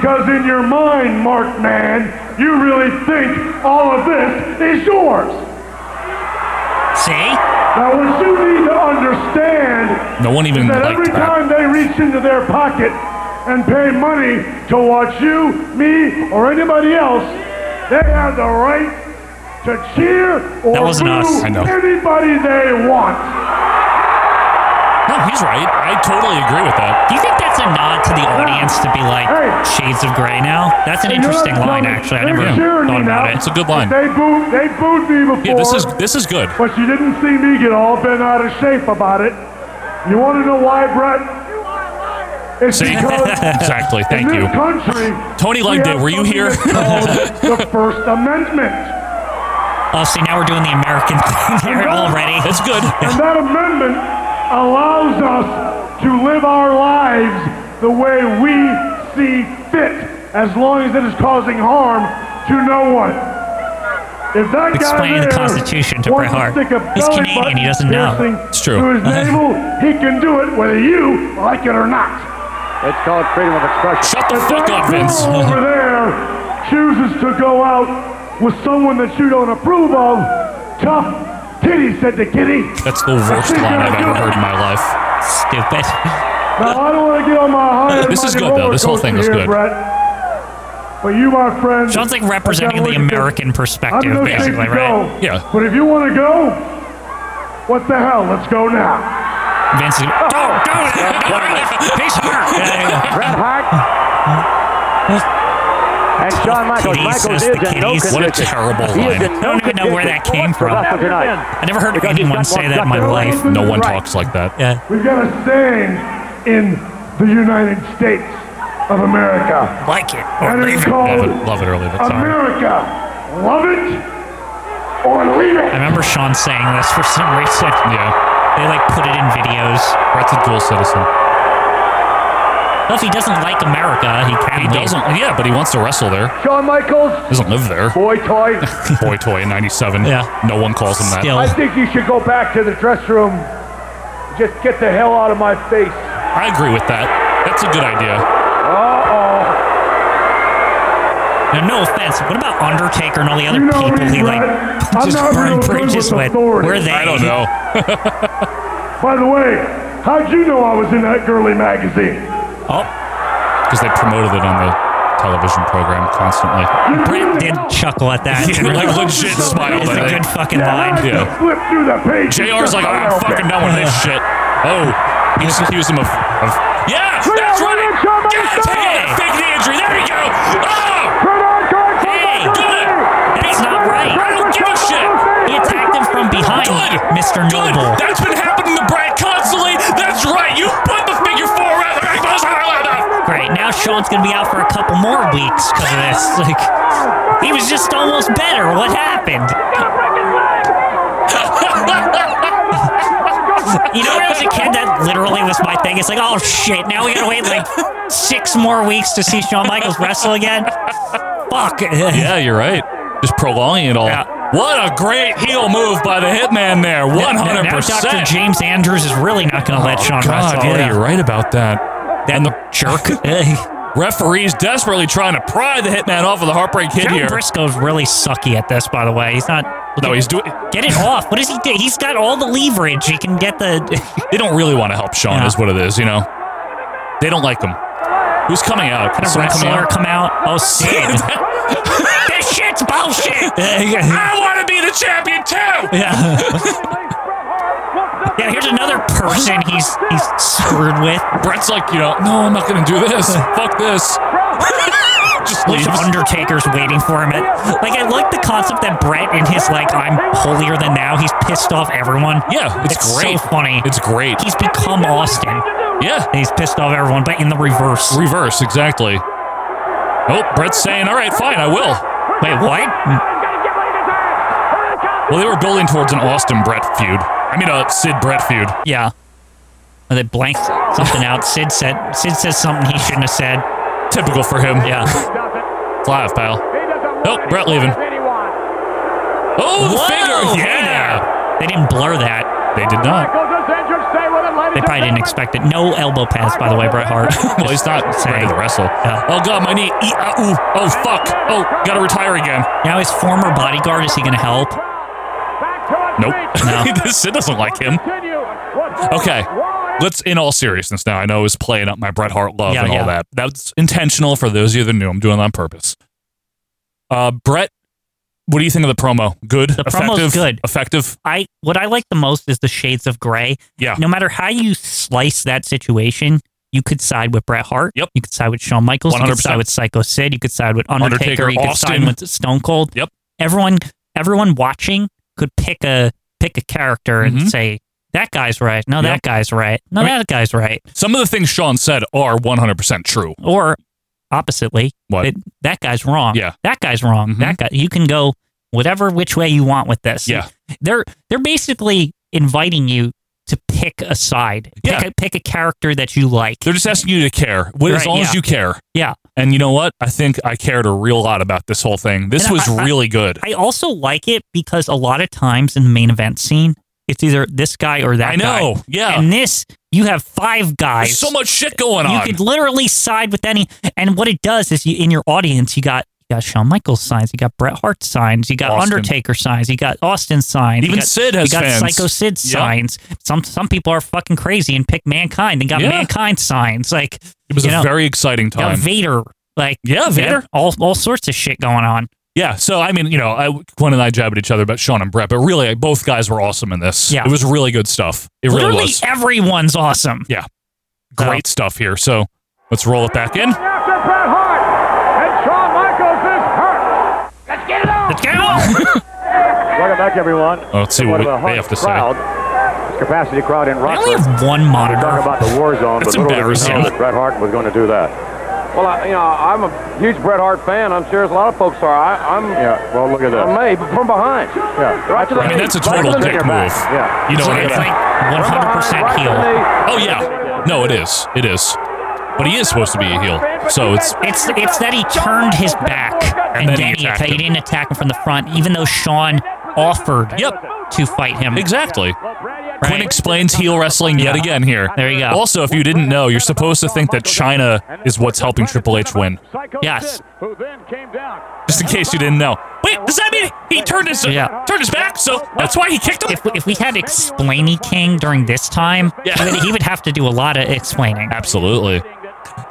O: because in your mind, Mark Man, you really think all of this is yours.
Q: See?
O: Now, what you need to understand
P: No one even
O: is that
P: liked
O: every
P: that.
O: time they reach into their pocket and pay money to watch you, me, or anybody else, they have the right to cheer or
P: That wasn't
O: boo
P: us. I know.
O: anybody they want.
P: No, he's right. I totally agree with that.
Q: Do you think that's a nod to the audience to be like Shades of Grey now? That's an
O: And you're
Q: interesting
O: not
Q: line,
O: telling-
Q: actually. I
O: they're
Q: never
O: cheering
Q: thought
O: me
Q: about
O: now.
Q: it.
O: They booed, they booed me before.
P: Yeah, this is this is good.
O: But you didn't see me get all bent out of shape about it. You want to know why, Brett? It's
P: See?
O: because
P: exactly. Thank
O: in
P: you.
O: this country,
P: Tony
O: we
P: liked it.
O: have
P: Were you here?
O: something that's called the First Amendment.
Q: Oh, see, now we're doing the American thing here already.
P: That's good.
O: And that amendment allows us to live our lives the way we see fit, as long as it is causing harm to no one. If that guy
Q: Explain the
O: there
Q: Constitution to Bret
O: wants
Q: Hart.
O: stick a
Q: He's
O: belly
Q: Canadian. He
O: button
Q: doesn't know.
O: piercing
Q: It's true.
O: To his navel, he can do it whether you like it or not.
R: It's called freedom of expression.
P: Shut
O: If that girl over there chooses to go out with someone that you don't approve of, tough titty said to Kitty.
P: That's the worst line I've ever heard in my life.
Q: Stupid.
O: Now I don't want to get on my high and
P: This is
O: mighty
P: good, though. This whole
O: roller
P: thing is
O: coaster
P: good.
O: here, Brett. But you, my friend,
Q: Sean's like
O: I've got
Q: representing
O: to
Q: the
O: look at this.
Q: American perspective,
O: I'm no shape
Q: basically,
O: to go.
Q: right?
P: Yeah.
O: But if you want to go, what the hell? Let's go now.
Q: Vince is go, go, Peace
R: Bret Hart. And Shawn Michaels.
Q: Kitties says
R: Michaels is
Q: the
R: in no
Q: kitties.
R: condition.
Q: What a terrible
R: he
Q: line.
R: Is in
Q: I
R: no
Q: don't even know where that
R: condition
Q: came
R: for
Q: from.
R: wrestle Tonight.
Q: I never heard
R: Because he's
Q: anyone
R: got
Q: say
R: more
Q: that in my
R: guts than
Q: life.
O: Right.
P: No one talks like that.
Q: Yeah.
O: We've got to stand in the United States of America.
Q: Like it
O: And
P: Or
O: it's
P: leave it. Oh,
O: called
P: Love it. Love it or leave it. Sorry.
O: America. Love it or leave
Q: I
O: it.
Q: remember Sean saying this for some reason.
P: Yeah.
Q: They like put it in videos.
P: Brett's a dual citizen.
Q: Well, if he doesn't like America, he can.
P: He
Q: leave.
P: doesn't. Yeah, but he wants to wrestle there.
T: Shawn Michaels,
P: Doesn't live there.
T: boy toy.
P: Boy toy in '97. Yeah. No one calls him that.
T: I think you should go back to the dress room. Just get the hell out of my face.
P: I agree with that. That's a good idea.
T: Uh oh.
Q: Now, no offense. What about Undertaker and all the other
O: You know
Q: people
O: me,
Q: he like
O: Brett. I'm
Q: just
O: not real
Q: burned
O: good
Q: bridges
O: with
Q: with?
O: authority.
Q: Where are they?
P: I don't know.
O: By the way, how'd you know I was in that girly magazine?
P: Oh, because they promoted it on the television program constantly.
Q: Brett did chuckle at that.
P: Yeah, like legit smiled
Q: It's
P: at
Q: a
P: it.
Q: good fucking
O: Yeah, I
Q: line.
P: Yeah.
O: just flipped through the page.
P: JR's like, I'm
O: I don't
P: fucking done with this shit. Oh, he just accused him of. of yeah, that's right. God damn it, fake knee injury. There we go. Oh,
Q: Hey, good. That's not right.
P: I don't give a shit.
Q: He attacked him from behind,
P: Good.
Q: Mr.
P: Good.
Q: Noble.
P: That's been happening to Brad constantly. That's right. You put the figure four around the back post.
Q: Great. Now Sean's gonna be out for a couple more weeks because of this. Like, he was just almost better. What happened? You know, when I was a kid, that literally was my thing. It's like, oh shit, now we gotta wait like six more weeks to see Shawn Michaels wrestle again. Fuck.
P: Yeah, you're right. Just prolonging it all. What a great heel move by the Hitman there. 100%.
Q: Now Dr. James Andrews is really not gonna let Shawn
P: Oh, God,
Q: wrestle.
P: yeah,
Q: yeah.
P: you're right about that.
Q: That
P: and the
Q: jerk.
P: referees desperately trying to pry the Hitman off of the Heartbreak Kid
Q: John
P: here.
Q: Briscoe's really sucky at this, by the way. He's not.
P: No, he's doing.
Q: Get it off. What does he do? He's got all the leverage. He can get the.
P: They don't really want to help Sean,
Q: Yeah.
P: is what it is. You know, they don't like him. Who's coming out?
Q: Can
P: Is
Q: a
P: someone coming
Q: wrestler
P: out?
Q: come out? Oh, Sid. this shit's bullshit. yeah.
P: I want to be the champion too.
Q: Yeah, here's another person he's he's screwed with.
P: Brett's like, you know, no, I'm not going to do this. Fuck this. Just
Q: Which
P: leaves.
Q: Undertaker's waiting for him. At, like, I like the concept that Brett, in his, like, I'm holier than now, he's pissed off everyone.
P: Yeah, it's,
Q: It's
P: great.
Q: so funny.
P: It's great.
Q: He's become Austin.
P: Yeah,
Q: He's pissed off everyone, but in the reverse.
P: reverse exactly. Oh, Brett's saying, all right, fine, I will.
Q: Wait, what?
P: Well, they were building towards an Austin Brett feud. I
A: I mean, a Sid Brett feud.
B: Yeah. And they blanked something out. Sid said Sid says something he shouldn't have said.
A: Typical for him.
B: Yeah.
A: It's live, pal. Nope, Brett leaving. Oh, the finger. Yeah.
B: They didn't blur that.
A: They did not.
R: Michaels is injured. Stay with it,
B: They
R: ladies
B: probably
R: and
B: didn't expect it. No elbow pads, by the way, Bret Hart.
A: Well, he's not ready to wrestle. Oh, God, my knee. Ee, ah, ooh. Oh, fuck. Oh, gotta retire again.
B: Now his former bodyguard is he going to help?
A: Nope. Sid doesn't like him. Okay. Let's, in all seriousness now, I know I was playing up my Bret Hart love
B: Yeah,
A: and all
B: yeah.
A: that. That's intentional for those of you that knew. I'm doing it on purpose. Uh, Brett, what do you think of the promo? Good?
B: The
A: effective?
B: promo's good.
A: Effective?
B: I what I like the most is the shades of gray.
A: Yeah.
B: No matter how you slice that situation, you could side with Bret Hart.
A: Yep.
B: You could side with Shawn Michaels. You could
A: 100%.
B: side with Psycho Sid. You could side with Undertaker.
A: Undertaker,
B: you could side
A: Austin.
B: with Stone Cold.
A: Yep.
B: Everyone, everyone watching could pick a pick a character
A: Mhm.
B: and say that guy's right. No,
A: Yep.
B: that guy's right. No,
A: I mean-
B: that guy's right.
A: Some of the things Sean said are 100% true.
B: Or oppositely,
A: What?
B: That, that guy's wrong.
A: Yeah. Mm-hmm.
B: That guy's wrong. That guy. You can go whatever which way you want with this.
A: Yeah.
B: They're they're basically inviting you to pick a side.
A: Yeah.
B: Pick a, pick a character that you like.
A: They're just asking you to care. What- as
B: Right,
A: long
B: yeah.
A: as you care.
B: Yeah.
A: And you know what? I think I cared a real lot about this whole thing. This
B: And
A: was
B: I- I-
A: really good.
B: I also like it because a lot of times in the main event scene, it's either this guy or that
A: I
B: guy.
A: know, yeah.
B: And this, you have five guys.
A: There's so much shit going
B: you
A: on.
B: could literally side with any. And what it does is, you in your audience, you got you got Shawn Michaels signs, you got Bret Hart signs, you got
A: Austin.
B: Undertaker signs, you got Austin signs, you
A: Even
B: got-
A: Sid has
B: you got
A: fans.
B: Psycho Sid
A: Yep.
B: signs. Some some people are fucking crazy and pick Mankind and got
A: Yeah.
B: Mankind signs. Like
A: it was
B: you
A: a
B: know,
A: very exciting
B: you got
A: time.
B: Vader. Like
A: Yeah,
B: you
A: Vader.
B: know, all all sorts of shit going on.
A: Yeah, so I mean, you know, I, Gwen and I jab at each other about Sean and Brett, but really, like, both guys were awesome in this.
B: Yeah.
A: it was really good stuff. It
B: Literally
A: really was
B: everyone's awesome.
A: Yeah. great stuff here. So let's roll it back in.
R: After Bret Hart and Shawn Michaels is hurt. Let's get it on.
B: Let's get it on.
P: Welcome back, everyone.
A: Oh, let's see
P: Somewhat
A: what
P: of a
A: we- they
P: hard
A: have to say.
P: crowd. Capacity crowd in
B: I only
P: Rockford.
B: have one
P: Talk
B: monitor.
P: about the war zone,
A: That's
P: but little did we
A: embarrassing.
P: know that Bret Hart was going to do that.
T: Well, I, you know, I'm a huge Bret Hart fan. I'm sure as a lot of folks are. I, I'm
P: Yeah. Well, look at that.
T: amazed, but from behind.
P: Yeah.
T: Right to the
A: I mean,
T: knee,
A: that's a
T: right to
A: total
T: the knee.
A: dick move.
P: Yeah.
A: You know what I
B: It's
A: mean?
B: like 100% heel.
A: Oh yeah, no, it is, it is. But he is supposed to be a heel, so it's
B: It's it's that he turned his back and, then, he,
A: attacked
B: atta- he
A: him.
B: didn't attack him from the front, even though Sean offered to fight him.
A: exactly. Quinn
B: Right.
A: explains heel wrestling yet
B: Yeah.
A: again here.
B: There you go.
A: Also, if you didn't know, you're supposed to think that China is what's helping Triple H win.
B: Yes.
A: Just in case you didn't know. Wait, does that mean he turned his
B: Yeah.
A: turned his back? So that's why he kicked him.
B: If we, if we had Explainy King during this time, I mean, he would have to do a lot of explaining.
A: Absolutely.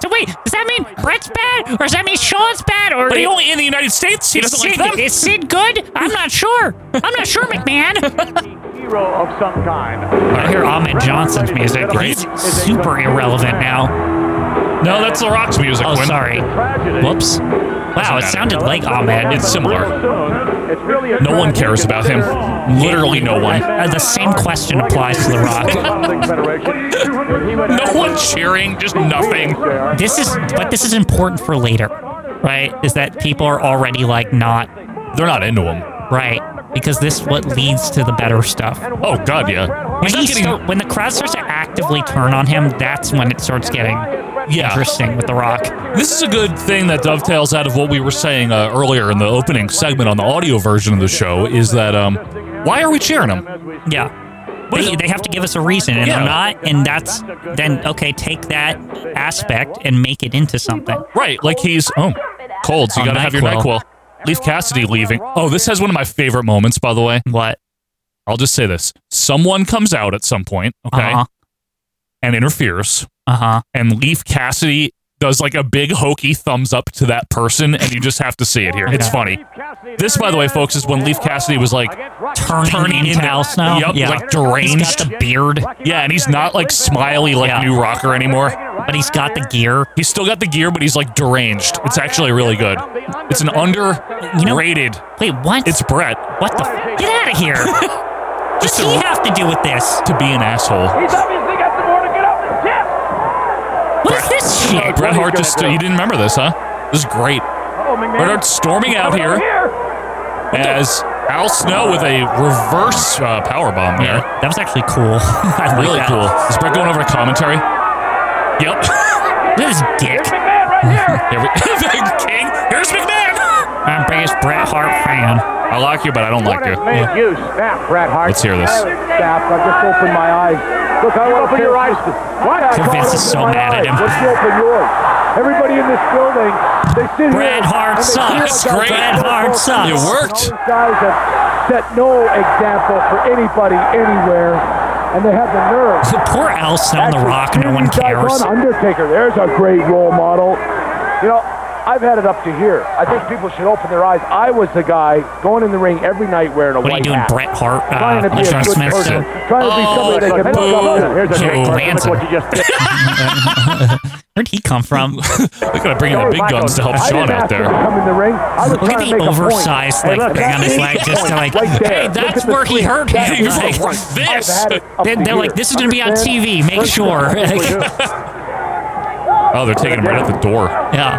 B: So wait, does that mean Brett's bad, or does that mean Sean's bad, or
A: But he only in the United States. He
B: is
A: doesn't
B: Sid,
A: like them.
B: is Sid good? I'm not sure. I'm not sure, McMahon.
P: Hero of some kind.
B: I hear Ahmed Johnson's music.
A: Great.
B: He's super irrelevant now.
A: No, that's The Rock's music.
B: Oh,
A: Quinn.
B: sorry. Whoops. Wow, it
A: matter.
B: sounded like oh, Ahmed.
A: It's similar.
P: It's really a
A: No one cares about him. Literally, no one.
B: Uh, the same question applies to The Rock.
A: No one cheering. Just nothing.
B: This is, but this is important for later, right? Is that people are already like not
A: They're not into him.
B: right because this what leads to the better stuff.
A: Oh God, yeah.
B: When,
A: He's
B: he
A: not getting.
B: start- when the crowd starts to actively turn on him, that's when it starts getting
A: Yeah.
B: interesting with The Rock.
A: This is a good thing that dovetails out of what we were saying uh, earlier in the opening segment on the audio version of the show is that um, why are we cheering him?
B: Yeah. They, they have to give us a reason, and
A: Yeah.
B: they're not, and that's then okay. Take that aspect and make it into something.
A: Right, like he's oh colds. You
B: Oh,
A: gotta have your
B: NyQuil.
A: Nyquil. Leaf Cassidy leaving. Oh, this has one of my favorite moments, by the way.
B: What?
A: I'll just say this: someone comes out at some point, okay,
B: Uh huh.
A: and interferes,
B: Uh huh.
A: and Leaf Cassidy does like a big hokey thumbs up to that person, and you just have to see it here. It's funny. This, by the way, folks, is when Leaf Cassidy was like
B: Turning, into, Al Snow.
A: Yup,
B: yeah.
A: like deranged.
B: He's got the beard,
A: Yeah, and he's not like smiley like
B: Yeah.
A: new rocker anymore.
B: but he's got the gear.
A: He's still got the gear, but he's like deranged. It's actually really good. It's an underrated.
B: Wait, what?
A: It's Brett
B: what the? F- get out of here! what does
A: Just
B: he
A: a-
B: have to do with this?
A: to be an asshole.
R: He's obviously got some more to get up. Yes.
B: What is this shit?
A: Bret Hart just you didn't remember this, huh? This is great.
R: Oh, McMahon.
A: Bret Hart storming out
R: Coming over
A: here
R: here.
A: as
P: Al Snow with a reverse uh, power bomb there.
Q: that was actually cool. I like
P: really
Q: that.
P: cool. Is Brett going over to commentary? Yep.
Q: This dick.
P: Here's McMahon right here. Big King. Here's McMahon.
Q: I'm biggest Bret Hart fan.
P: I like you, but I don't like you.
T: Make
P: Yeah.
T: use. Snap, Bret Hart.
P: Let's hear this.
T: Snap. I just opened my eyes. Look, I open your eyes. What?
Q: Vince is so mad at him.
T: Let's open yours. Everybody in this building, they sit
Q: Bret
T: here.
Q: Hart
T: and they cheer
Q: sucks.
T: about
Q: Great. Bret
T: Bret
Q: Hart sucks. It worked.
T: All these guys have set no example for anybody anywhere, and they have the nerve.
Q: Poor Al Snow on The Rock. No one cares.
T: Undertaker, there's a great role model. You know, I've had it up to here. I think people should open their eyes. I was the guy going in the ring every night wearing a
Q: What are you
T: white
Q: doing,
T: hat.
Q: Bret Hart? Uh,
T: Trying to be
Q: like
T: a
Q: John
T: good
Q: Smith
T: person.
Q: said?
T: Trying to be somebody that can
Q: boo.
T: look up. Here's a
Q: Jerry
T: great
Q: Lanza.
T: person. Look what you just did.
Q: Where'd he come from?
P: They're gonna bring in the big guns to help
T: I
P: Sean
T: didn't
P: out
T: ask him to
P: there.
T: come in the ring. I was
Q: Look at
T: trying to
Q: the
T: make a point.
Q: oversized
T: Hey,
Q: like
T: look,
Q: thing on his
T: that's
Q: leg,
T: the
Q: just to like,
T: point right there.
Q: hey,
T: Look at
Q: that's
T: the
Q: where he
T: screen.
Q: hurt
T: That's
Q: him.
T: right.
Q: Like,
T: I've
Q: this.
T: had it up
Q: They,
T: to
Q: they're
T: here.
Q: like, this is gonna be on
T: Understand?
Q: TV. Make
T: First of all,
Q: sure.
T: that's what
P: Oh, they're taking him right out the door.
Q: Yeah.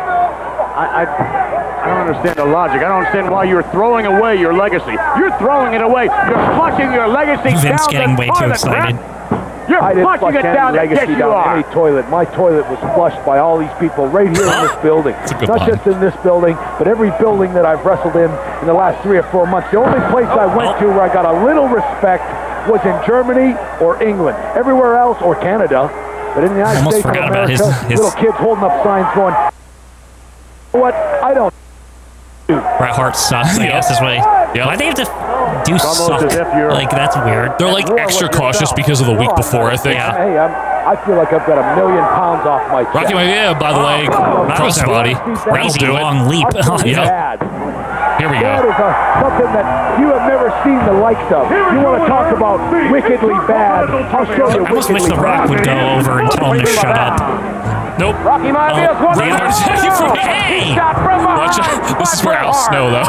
T: I, I, I don't understand the logic. I don't understand why you're throwing away your legacy. You're throwing it away. You're flushing your legacy down
Q: Vince getting
T: the
Q: way too
T: toilet,
Q: excited.
T: Brett. You're
Q: I didn't
T: flushing
Q: flush
T: it
Q: any
T: down the
Q: legacy
T: yes, you
Q: down
T: are.
Q: any
T: toilet. My toilet was flushed by all these people right here in this building.
Q: good
Y: Not line.
T: just in this building, but every building that I've wrestled in in the last three or four months. The only place I went to where I got a little respect was in Germany or England. Everywhere else or Canada, but in the United
Q: Almost
T: States of
Q: forgot about
T: America,
Q: his- his-
T: little kids holding up signs going, "You know "What? I don't."
Q: Bret Hart sucks. I guess is what. he- Why they have to do suck? Like that's weird.
P: They're like extra cautious because of the week before, I think.
T: Hey, I'm, I feel like I've got a million pounds off my chest.
P: Rocky Maivia, by the way,
T: Oh, That was a
P: crossbody.
T: crazy
P: That'll do
Q: long
P: it.
Q: leap.
P: yeah.
T: Bad.
P: Here we
T: That
P: go.
T: is a, something that you have never seen the likes of. You want to talk about wickedly bad? I'll show you
Q: I almost wish
T: wickedly
Q: The Rock would go over and tell him to shut up.
P: Nope.
T: Rocky Maivia's
Q: Oh,
T: one
Q: the other-
P: Hey!
T: Shot from
P: Watch
T: behind.
P: out. This is where Al Snow, though.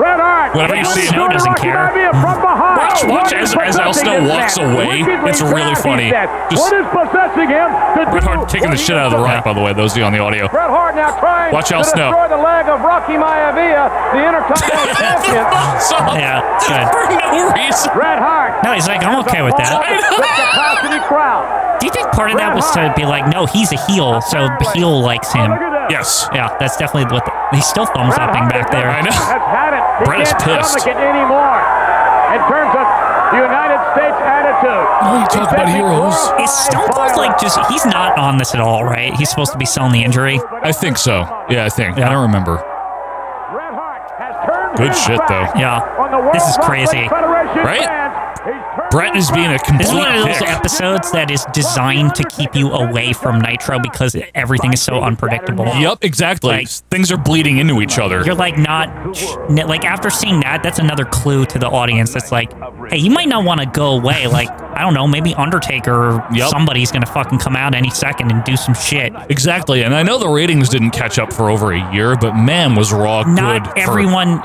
T: Bret Hart.
P: Whenever you see him,
T: doesn't care. From behind.
P: Mm. Watch, watch as, as Al Snow walks away. It's really funny. Just
T: what is possessing him? To
P: Bret
T: do
P: Hart kicking the
T: what
P: shit
T: he
P: out of the
T: does?
P: rock, by the way, those of you on the audio.
T: Bret Hart now trying
P: Watch Al
T: to
P: Snow.
T: destroy the leg of Rocky Maivia, the Intercontinental Champion.
Q: Yeah, good.
P: no reason.
T: Bret Hart.
Q: No, he's like, I'm okay with that.
T: Capacity crowd.
Q: Do you think part of that was to be like, no, he's a heel, so the heel likes him?
P: Yes.
Q: Yeah, that's definitely what. The, he's still thumbs upping back there.
P: I know.
T: Has had it. He
Q: Bret is
T: can't
Q: pissed.
T: stomach it anymore. In terms of the United States attitude.
P: Oh, you talk about heroes.
Q: Is Stone Cold like just? He's not on this at all, right? He's supposed to be selling the injury.
P: I think so. Yeah, I think. I don't remember. Good shit, though.
Q: Yeah, this is crazy.
P: Right? Brett is being a complete
Q: This is one of those
P: dick.
Q: episodes that is designed to keep you away from Nitro because everything is so unpredictable.
P: Yep, exactly. Things are bleeding into each other.
Q: You're like not sh- n- like after seeing that, that's another clue to the audience. That's like, hey, you might not want to go away. Like I don't know, maybe Undertaker or somebody's gonna fucking come out any second and do some shit.
P: Exactly, and I know the ratings didn't catch up for over a year, but man, was Raw good.
Q: Not
P: for-
Q: everyone.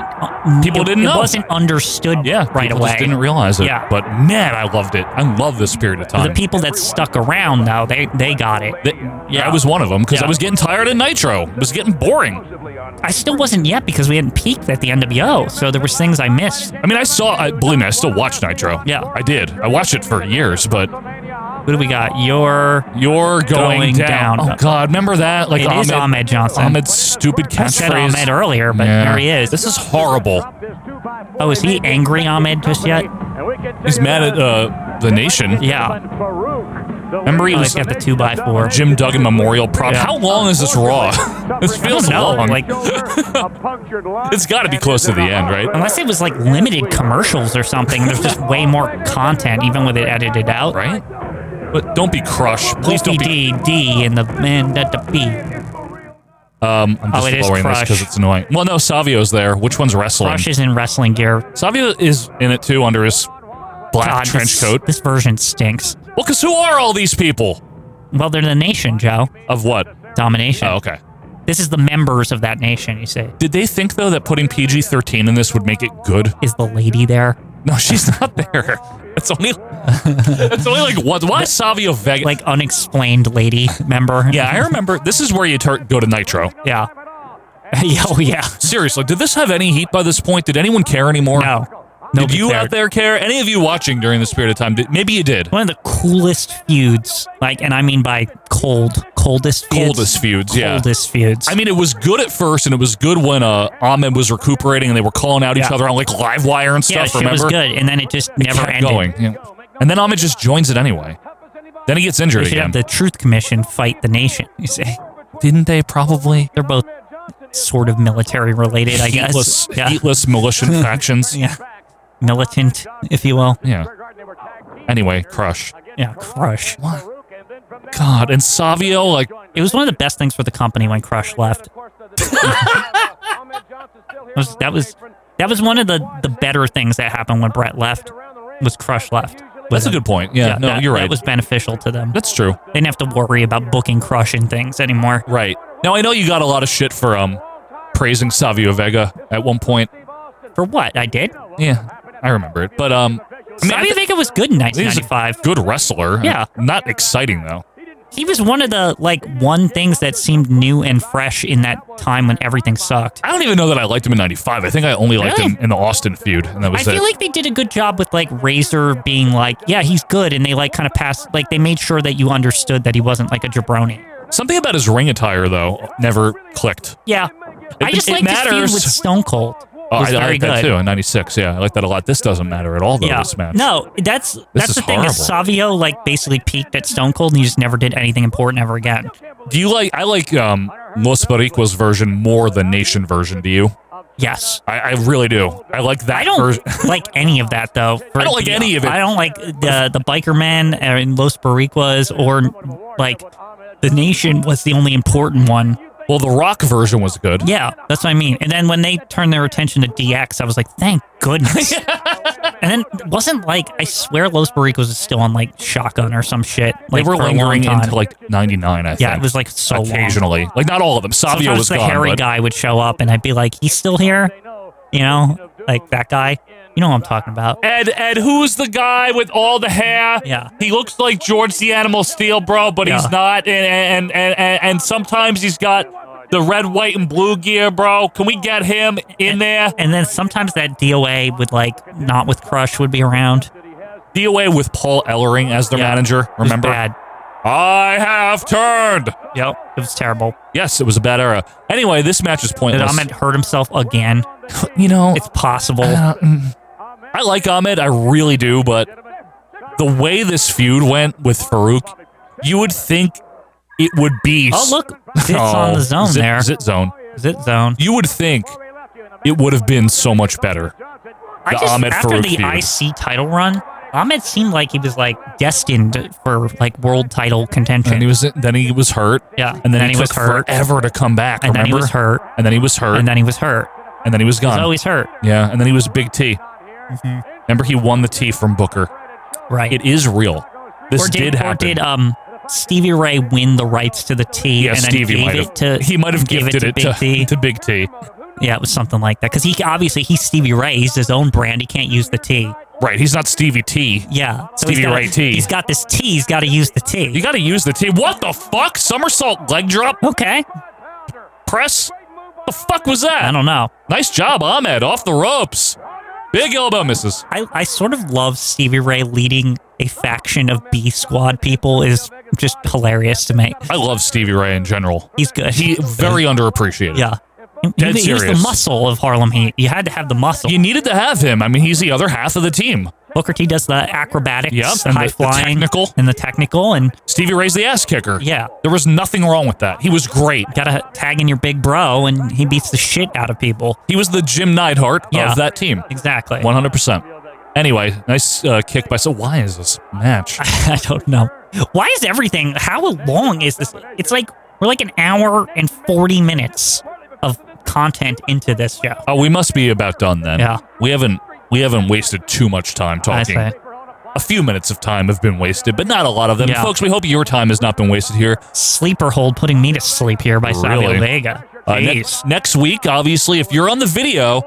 P: People
Q: it-
P: didn't
Q: It
P: know.
Q: wasn't understood right
P: people
Q: away.
P: just didn't realize it.
Q: Yeah.
P: But man, I loved it. I love this period of time.
Q: The people that stuck around though, they they got it.
P: yeah, I was one of them because
Q: Yeah.
P: I was getting tired of Nitro. It was getting boring.
Q: I still wasn't yet because we hadn't peaked at the NWO, so there was things I missed.
P: I mean, I saw. I, believe me, I still watch Nitro. Yeah, I did. I watched it for years, but
Q: what do we got? Your
P: you're going,
Q: Going
P: down.
Q: Down.
P: Oh God, remember that? Like
Q: It
P: Ahmed,
Q: is Ahmed Johnson.
P: Ahmed's stupid catchphrase.
Q: I said Ahmed earlier, but
P: Yeah.
Q: there he is.
P: This is horrible.
Q: Oh, is he angry Ahmed just yet?
P: He's mad at uh, the nation.
Q: Yeah.
P: Remember he
Q: Oh,
P: was
Q: he's got the two by four.
P: Jim Duggan Memorial Prop.
Q: Yeah.
P: How long is this Raw? this feels
Q: know,
P: long.
Q: like-
P: it's got to be close to the end, right?
Q: Unless it was like limited commercials or something, there's just way more content, even with it edited out.
P: Right? But don't be crushed. Please don't
Q: be. D in the man at the B.
P: Um, I'm just
Q: Oh, it is
P: lowering this
Q: Crush.
P: because it's annoying. Well, no, Savio's there. Which one's wrestling?
Q: Crush is in wrestling gear.
P: Savio is in it too under his black
Q: God,
P: trench
Q: this-
P: coat.
Q: This version stinks.
P: Well, because who are all these people?
Q: Well, they're the nation, Joe.
P: Of what?
Q: Domination.
P: Oh, okay.
Q: This is the members of that nation, you say.
P: Did they think though that putting PG thirteen in this would make it good?
Q: Is the lady there?
P: No, she's not there. It's only. it's only like what? Why is Savio Vega?
Q: Like unexplained lady member.
P: Yeah, I remember. This is where you tur- go to Nitro.
Q: Yeah.
B: oh yeah.
A: Seriously, did this have any heat by this point? Did anyone care anymore? No. did you out there care? Any of you watching during this period of time? Did, maybe you did.
B: One of the coolest feuds, like, and I mean by cold, coldest feuds.
A: Coldest feuds, yeah.
B: Coldest feuds.
A: I mean, it was good at first, and it was good when uh, Ahmed was recuperating and they were calling out each
B: Yeah.
A: other on like live wire and
B: yeah,
A: stuff.
B: shit
A: remember?
B: was good, and then it just
A: It
B: never
A: kept
B: ended.
A: going. yeah. And then Ahmed just joins it anyway. Then he gets injured
B: They should
A: again.
B: have the Truth Commission fight the nation. You say,
A: didn't they? Probably.
B: They're both sort of military related, I guess.
A: Heatless-
B: heatless
A: militant factions.
B: Yeah, militant, if you will.
A: Yeah. Anyway, Crush.
B: Yeah, Crush.
A: What? God, and Savio, like
B: it was one of the best things for the company when Crush left. That was- that was that was one of the the better things that happened when Brett left was Crush left.
A: That's a good point. Yeah, no,
B: that-
A: you're right.
B: That was beneficial to them.
A: That's true.
B: They didn't have to worry about booking Crush and things anymore.
A: Right. Now I know you got a lot of shit for um praising Savio Vega at one point.
B: For what? I did?
A: Yeah. I remember it. But um I mean, I
B: Savio
A: think
B: Vega was good in
A: he's a
B: 1995.
A: good wrestler.
B: Yeah.
A: Not exciting though.
B: He was one of the like one things that seemed new and fresh in that time when everything sucked.
A: I don't even know that I liked him in 95. I think I only liked
B: Really?
A: him in the Austin feud and that
B: I
A: was it.
B: feel like they did a good job with like Razor being like, yeah, he's good, and they like kind of passed, like they made sure that you understood that he wasn't like a jabroni.
A: Something about his ring attire though never clicked.
B: Yeah, I just
A: it
B: like this feud
A: matters.
B: with Stone Cold.
A: Oh,
B: was
A: I, I
B: very
A: like that
B: good.
A: too in 96. Yeah, I like that a lot. This doesn't matter at all though
B: yeah.
A: this match.
B: No, that's
A: is
B: that's the thing
A: horrible.
B: is Savio like basically peaked at Stone Cold and he just never did anything important ever again.
A: Do you like I like um Los Boricuas version more than Nation version, do you?
B: Yes.
A: I, I really do. I like that
B: I don't
A: version.
B: like any of that though. for
A: I don't like
B: it to be-
A: any of it.
B: I don't like the the biker men and Los Boricuas or like the Nation was the only important one.
A: Well, the Rock version was good.
B: Yeah, that's what I mean. And then when they turned their attention to DX, I was like, thank goodness. and then it wasn't like I swear Los Boricuas is still on like Shotgun or some shit. Like,
A: they were
B: for a long
A: lingering
B: time.
A: into like 99, I think.
B: Yeah, it was, like, so long.
A: Occasionally. Like, not all of them. Savio
B: Sometimes
A: was
B: the
A: gone.
B: hairy
A: but-
B: guy would show up, and I'd be like, "He's still here," you know, like that guy. You know what I'm talking about?
A: Ed, Ed, who's the guy with all the hair?
B: Yeah.
A: He looks like George the Animal Steel, bro, but
B: Yeah.
A: he's not. And, and, and, and, and sometimes he's got the red, white, and blue gear, bro. Can we get him in there?
B: And then sometimes that DOA would like not with Crush would be around.
A: DOA with Paul Ellering as their
B: Yeah.
A: manager,
B: It was
A: remember?
B: bad.
A: I have turned.
B: Yep, it was terrible.
A: Yes, it was a bad era. Anyway, this match is
B: Did
A: pointless.
B: Ahmed hurt himself again?
A: You know,
B: It's possible.
A: Oh. I like Ahmed, I really do, but the way this feud went with Farouk, you would think it would be. Oh,
B: Oh, look, Zit's on the zone
A: zit,
B: there.
A: Zit zone.
B: Zit zone.
A: You would think it would have been so much better.
B: I
A: The
B: just,
A: Ahmed
B: after
A: Farouk
B: the
A: feud.
B: IC title run, Ahmed seemed like he was like destined for like world title contention.
A: And he was then he was hurt.
B: Yeah,
A: And then, he
B: was
A: took
B: hurt.
A: forever to come back.
B: And then he
A: remember?
B: was hurt.
A: And then he was hurt.
B: And then he was hurt.
A: And then he was
B: He was
A: gone.
B: always Mm-hmm. hurt.
A: yeah. And then he was Big T. Remember he won the T from Booker.
B: Right.
A: It is real. This
B: or did, or
A: happen.
B: did um Stevie Ray win the rights to the T
A: Yeah,
B: and then
A: Stevie
B: gave
A: might
B: it
A: have-
B: to
A: he might have
B: gave
A: gifted
B: it to
A: it
B: Big
A: to-
B: T
A: to Big T.
B: Yeah, it was something like that because he obviously he's Stevie Ray. He's his own brand. He can't use the T.
A: Right, he's not Stevie T.
B: Yeah,
A: Stevie
B: he's gotta-
A: Ray T.
B: He's got this T. He's got to use the T.
A: You got to use the T. What the fuck? Somersault leg drop
B: okay,
A: press? The fuck was that?
B: I don't know.
A: Nice job, Ahmed. Off the ropes. Big elbow misses.
B: I, I sort of love Stevie Ray leading a faction of B Squad people is just hilarious to me.
A: I love Stevie Ray in general.
B: He's good.
A: He very underappreciated.
B: yeah.
A: Dead
B: he, he was the
A: serious.
B: muscle of Harlem Heat. You had to have the muscle.
A: You needed to have him. I mean, he's the other half of the team.
B: Booker T does the acrobatics,
A: Yep,
B: the
A: and the-
B: high
A: the
B: flying,
A: technical.
B: and the technical, and
A: Stevie Ray's the ass kicker.
B: Yeah.
A: There was nothing wrong with that. He was great.
B: gotta tag in your big bro, and he beats the shit out of people.
A: He was the Jim Neidhart
B: Yeah.
A: of that team.
B: Exactly.
A: 100%. Anyway, nice uh, kick by. So, why is this match?
B: I don't know. Why is everything? How long is this? It's like we're like an hour and forty minutes of content into this show.
A: Oh, we must be about done then.
B: Yeah.
A: We haven't we haven't wasted too much time talking.
B: I see.
A: A few minutes of time have been wasted, but not a lot of them.
B: Yeah.
A: Folks, we hope your time has not been wasted here.
B: Sleeper hold putting me to sleep here by
A: Really?
B: Savio Vega.
A: Uh, ne-
B: Jeez.
A: next week, obviously, if you're on the video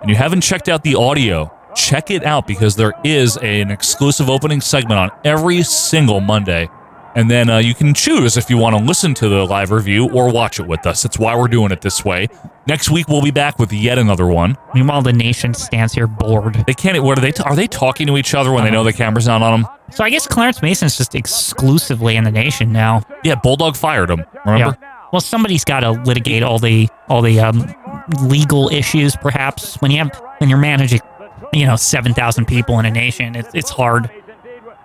A: and you haven't checked out the audio, check it out because there is an exclusive opening segment on every single Monday.
P: And then uh, you can choose if you want to listen to the live review or watch it with us. That's why we're doing it this way. Next week we'll be back with yet another one.
Q: Meanwhile, the nation stands here bored.
P: They can't. What are they? are they talking to each other when
Q: Uh-huh.
P: they know the camera's not on them?
Q: So I guess Clarence Mason's just exclusively in the nation now.
P: Yeah, Bulldog fired him. Remember?
Q: Well, somebody's got to litigate all the all the um, legal issues, perhaps. When you have when you're managing, you know, seven thousand people in a nation, it's it's hard.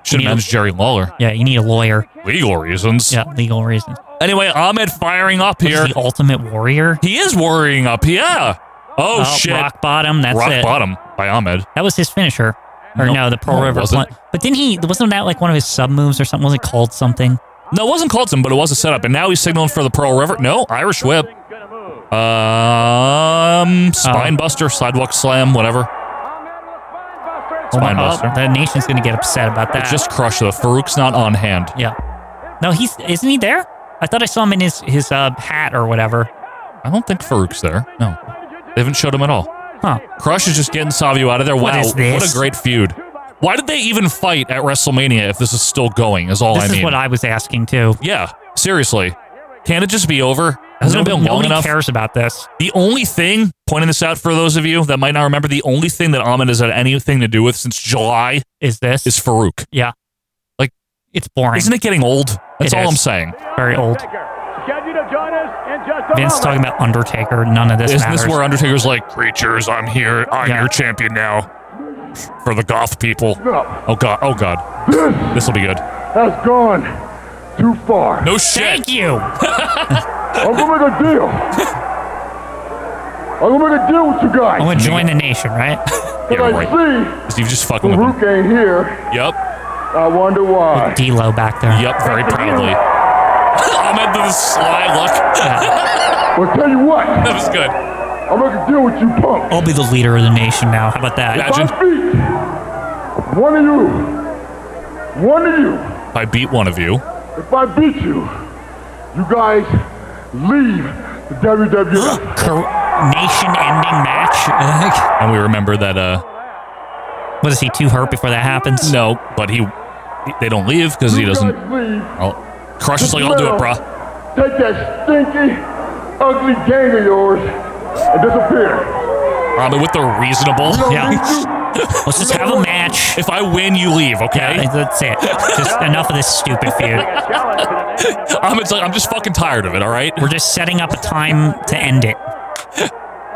P: Should have
Q: You need a-
P: mentioned Jerry Lawler.
Q: Yeah, you need a lawyer.
P: Legal reasons.
Q: Yeah, legal reasons.
P: Anyway, Ahmed firing up
Q: What is
P: here.
Q: the ultimate warrior?
P: He is worrying up. Yeah. Oh, shit.
Q: Rock bottom. That's
P: Rock
Q: it.
P: bottom by Ahmed.
Q: That was his finisher. Or
P: Nope.
Q: no, the Pearl
P: No, it
Q: River
P: wasn't.
Q: Plunge. But didn't he? Wasn't that like one of his sub moves or something? Was it called something?
P: No, it wasn't Colton, but it was a setup, and now he's signaling for the Pearl River. No, Irish Whip.
Q: Uh-huh.
P: Um, spine buster, sidewalk slam, whatever. Spine
Q: Oh,
P: buster.
Q: the nation's gonna get upset about that.
P: It just crushed though. Farouk's not on hand.
Q: yeah. No, he's isn't he there? I thought I saw him in his his uh, hat or whatever.
P: I don't think Farouk's there. No, they haven't showed him at all.
Q: Huh.
P: Crush is just getting Savio out of there. Wow,
Q: What is this?
P: what a great feud. Why did they even fight at WrestleMania if this is still going? Is all
Q: this
P: I
Q: is
P: mean.
Q: what I was asking too.
P: yeah, seriously, can it just be over? Hasn't
Q: No-
P: it been long
Q: nobody
P: enough?
Q: cares about this.
P: The only thing, pointing this out for those of you that might not remember, the only thing that Ahmed has had anything to do with since July
Q: Is this?
P: is Farouk.
Q: yeah.
P: Like,
Q: it's boring.
P: Isn't it getting old? That's
Q: It
P: all
Q: is.
P: I'm saying.
Q: Very old.
R: Can you join us in just a
Q: Vince
R: moment?
Q: talking about Undertaker. None of this
P: Isn't
Q: matters.
P: this where Undertaker's like, creatures, I'm here, I'm your champion now. For the goth people. Oh god, oh god. This'll be good.
O: That's gone too far.
P: No shit.
Q: Thank you.
O: I'm gonna make a deal. I'm gonna make a deal with you guys.
Q: I'm gonna join the nation, right?
P: Yeah,
O: I
P: right.
O: see
P: Steve just fucking with him.
Q: Mm-hmm.
O: Farouk ain't here.
P: Yep.
O: I wonder why.
Q: D'Lo back there.
P: Yep, very proudly. Ahmed with his sly look.
O: Well, tell you what,
P: that was good.
O: I'll make a deal with you, punk.
Q: I'll be the leader of the nation now. How about that?
P: Imagine
O: I beat one of you, one of you,
P: if I beat one of you.
O: if I beat you, you guys leave the E. WWF.
Q: Cor- nation-ending match.
P: And we remember that uh
Q: what is he too hurt before that happens?
P: No, but he, they don't leave because he
O: You
P: doesn't.
O: guys leave.
P: Oh, Crush is like, I'll do it, brah.
O: Take that stinky, ugly gang of yours and disappear.
P: Robin with the reasonable.
Q: Yeah. Let's just have a match.
P: If I win, you leave, okay?
Q: Yeah, that's it. Just enough of this stupid feud.
P: I'm, it's like, I'm just fucking tired of it, all right?
Q: We're just setting up a time to end it.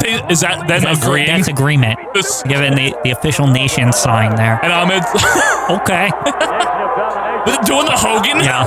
P: They- Is that then
Q: That's,
P: agreeing?
Q: that's agreement.
P: This-
Q: Given the, the official nation sign there.
P: and Ahmed
Q: Okay.
P: doing the Hogan?
Q: Yeah.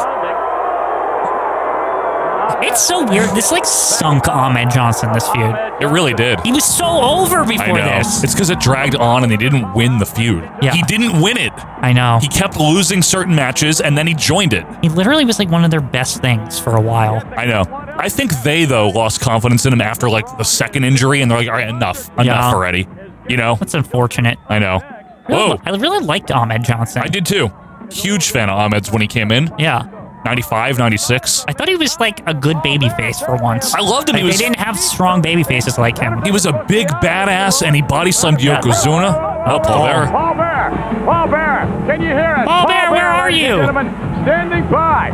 Q: It's so weird. This like sunk Ahmed Johnson. This feud.
P: It really did.
Q: He was so over
P: I
Q: before
P: know.
Q: this.
P: It's because it dragged on and they didn't win the feud.
Q: Yeah.
P: He didn't win it.
Q: I know.
P: He kept losing certain matches and then he joined it.
Q: He literally was like one of their best things for a while.
P: I know. I think they, though, lost confidence in him after like the second injury and they're like, all right, enough. Enough
Q: Yeah.
P: already. You know?
Q: That's unfortunate.
P: I know.
Q: Really-
P: Whoa.
Q: I really liked Ahmed Johnson.
P: I did too. Huge fan of Ahmed's when he came in.
Q: Yeah.
P: 95, 96.
Q: I thought he was like a good baby face for once.
P: I loved him.
Q: Like,
P: He was-
Q: they didn't have strong baby faces like him.
P: He was a big badass and he body slammed Yokozuna. Oh, Paul Bearer.
R: Paul Bear! Paul Bear! Can you hear us?
Q: Paul Bear, where are
R: ladies
Q: you?
R: and Gentlemen, standing by.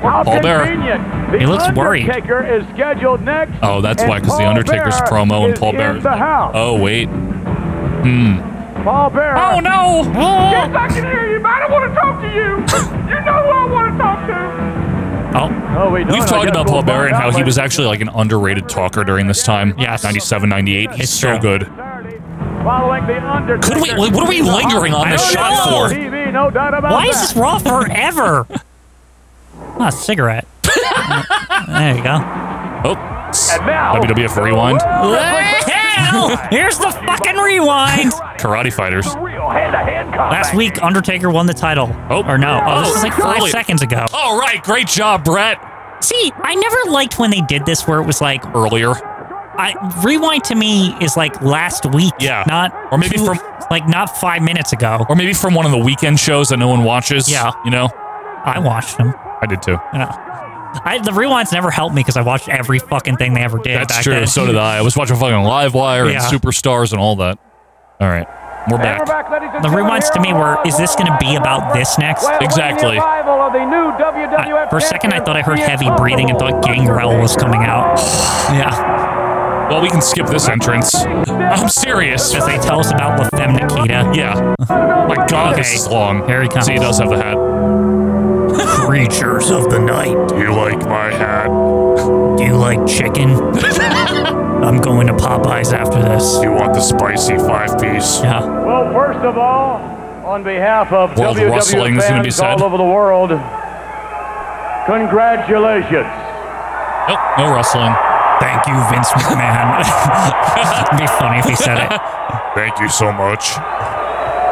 R: How
P: Paul Bear.
R: convenient. The
Q: He looks worried.
R: Undertaker is scheduled next.
P: Oh, that's
R: and
P: why, because the
R: Paul
P: Undertaker's
R: Bear
P: promo and
R: is
P: Paul
R: in
P: Bear.
R: the house.
P: Oh, wait. Hmm.
R: Paul Bear.
Q: Oh no!
R: Get back in here, you man. I want to talk to you. you know who I want to talk to.
Q: Oh,
R: Oh, wait, no,
P: We've
R: no, I
P: talked
R: guess
P: about
R: we'll
P: Paul Bear
R: find
P: and how
R: out
P: he
R: later.
P: was actually like an underrated talker during this time.
Q: Yes.
P: 97, 98. He's
Q: It's
P: so
Q: true.
P: good.
R: Following the Undertaker.
P: Could we- what are we lingering on this
R: I don't
P: shot
R: know.
P: for?
R: TV, no doubt about
Q: why
R: that.
Q: is this raw forever? Ah, cigarette. there you go.
P: Oh, s-
R: And now-
P: WWF Rewind.
Q: Hell! Here's the fucking rewind.
P: Karate Fighters.
R: Real hand-to-hand combat.
Q: Last week, Undertaker won the title.
P: Oh.
Q: or no? Oh, this is like five
P: Early.
Q: seconds ago.
P: All right. Great job, Brett.
Q: See, I never liked when they did this, where it was like
P: Earlier.
Q: I rewind to me is like last week.
P: Yeah.
Q: Not
P: Or maybe
Q: two-
P: from-
Q: like not five minutes ago.
P: Or maybe from one of the weekend shows that no one watches.
Q: Yeah.
P: You know?
Q: I watched them.
P: I did too.
Q: Yeah. I, the rewinds never helped me because I watched every fucking thing they ever did.
P: That's
Q: back
P: true.
Q: Then.
P: So did I. I was watching fucking Livewire
Q: Yeah.
P: and Superstars and all that. All right.
A: We're
Q: back.
A: back.
Q: The rewinds to me were, is this going to be about this next?
A: Exactly.
Q: I- for a second, I thought I heard heavy breathing and thought Gangrel was coming out. yeah.
A: Well, we can skip this entrance. I'm serious.
Q: As they tell us about La Femme Nikita.
A: Yeah. My God, this
Q: Okay.
A: is long.
Q: Here he comes.
A: See, he does have the hat.
Q: Creatures of the night.
A: Do you like my hat?
Q: Do you like chicken? I'm going to Popeyes after this.
A: Do you want the spicy five piece?
Q: Yeah.
T: Well, first of all, on behalf of
A: World
T: WWF
A: wrestling is gonna be
T: fans
A: said.
T: all over the world, congratulations.
A: Nope, no rustling.
Q: Thank you, Vince McMahon. It'd be funny if he said it.
A: Thank you so much.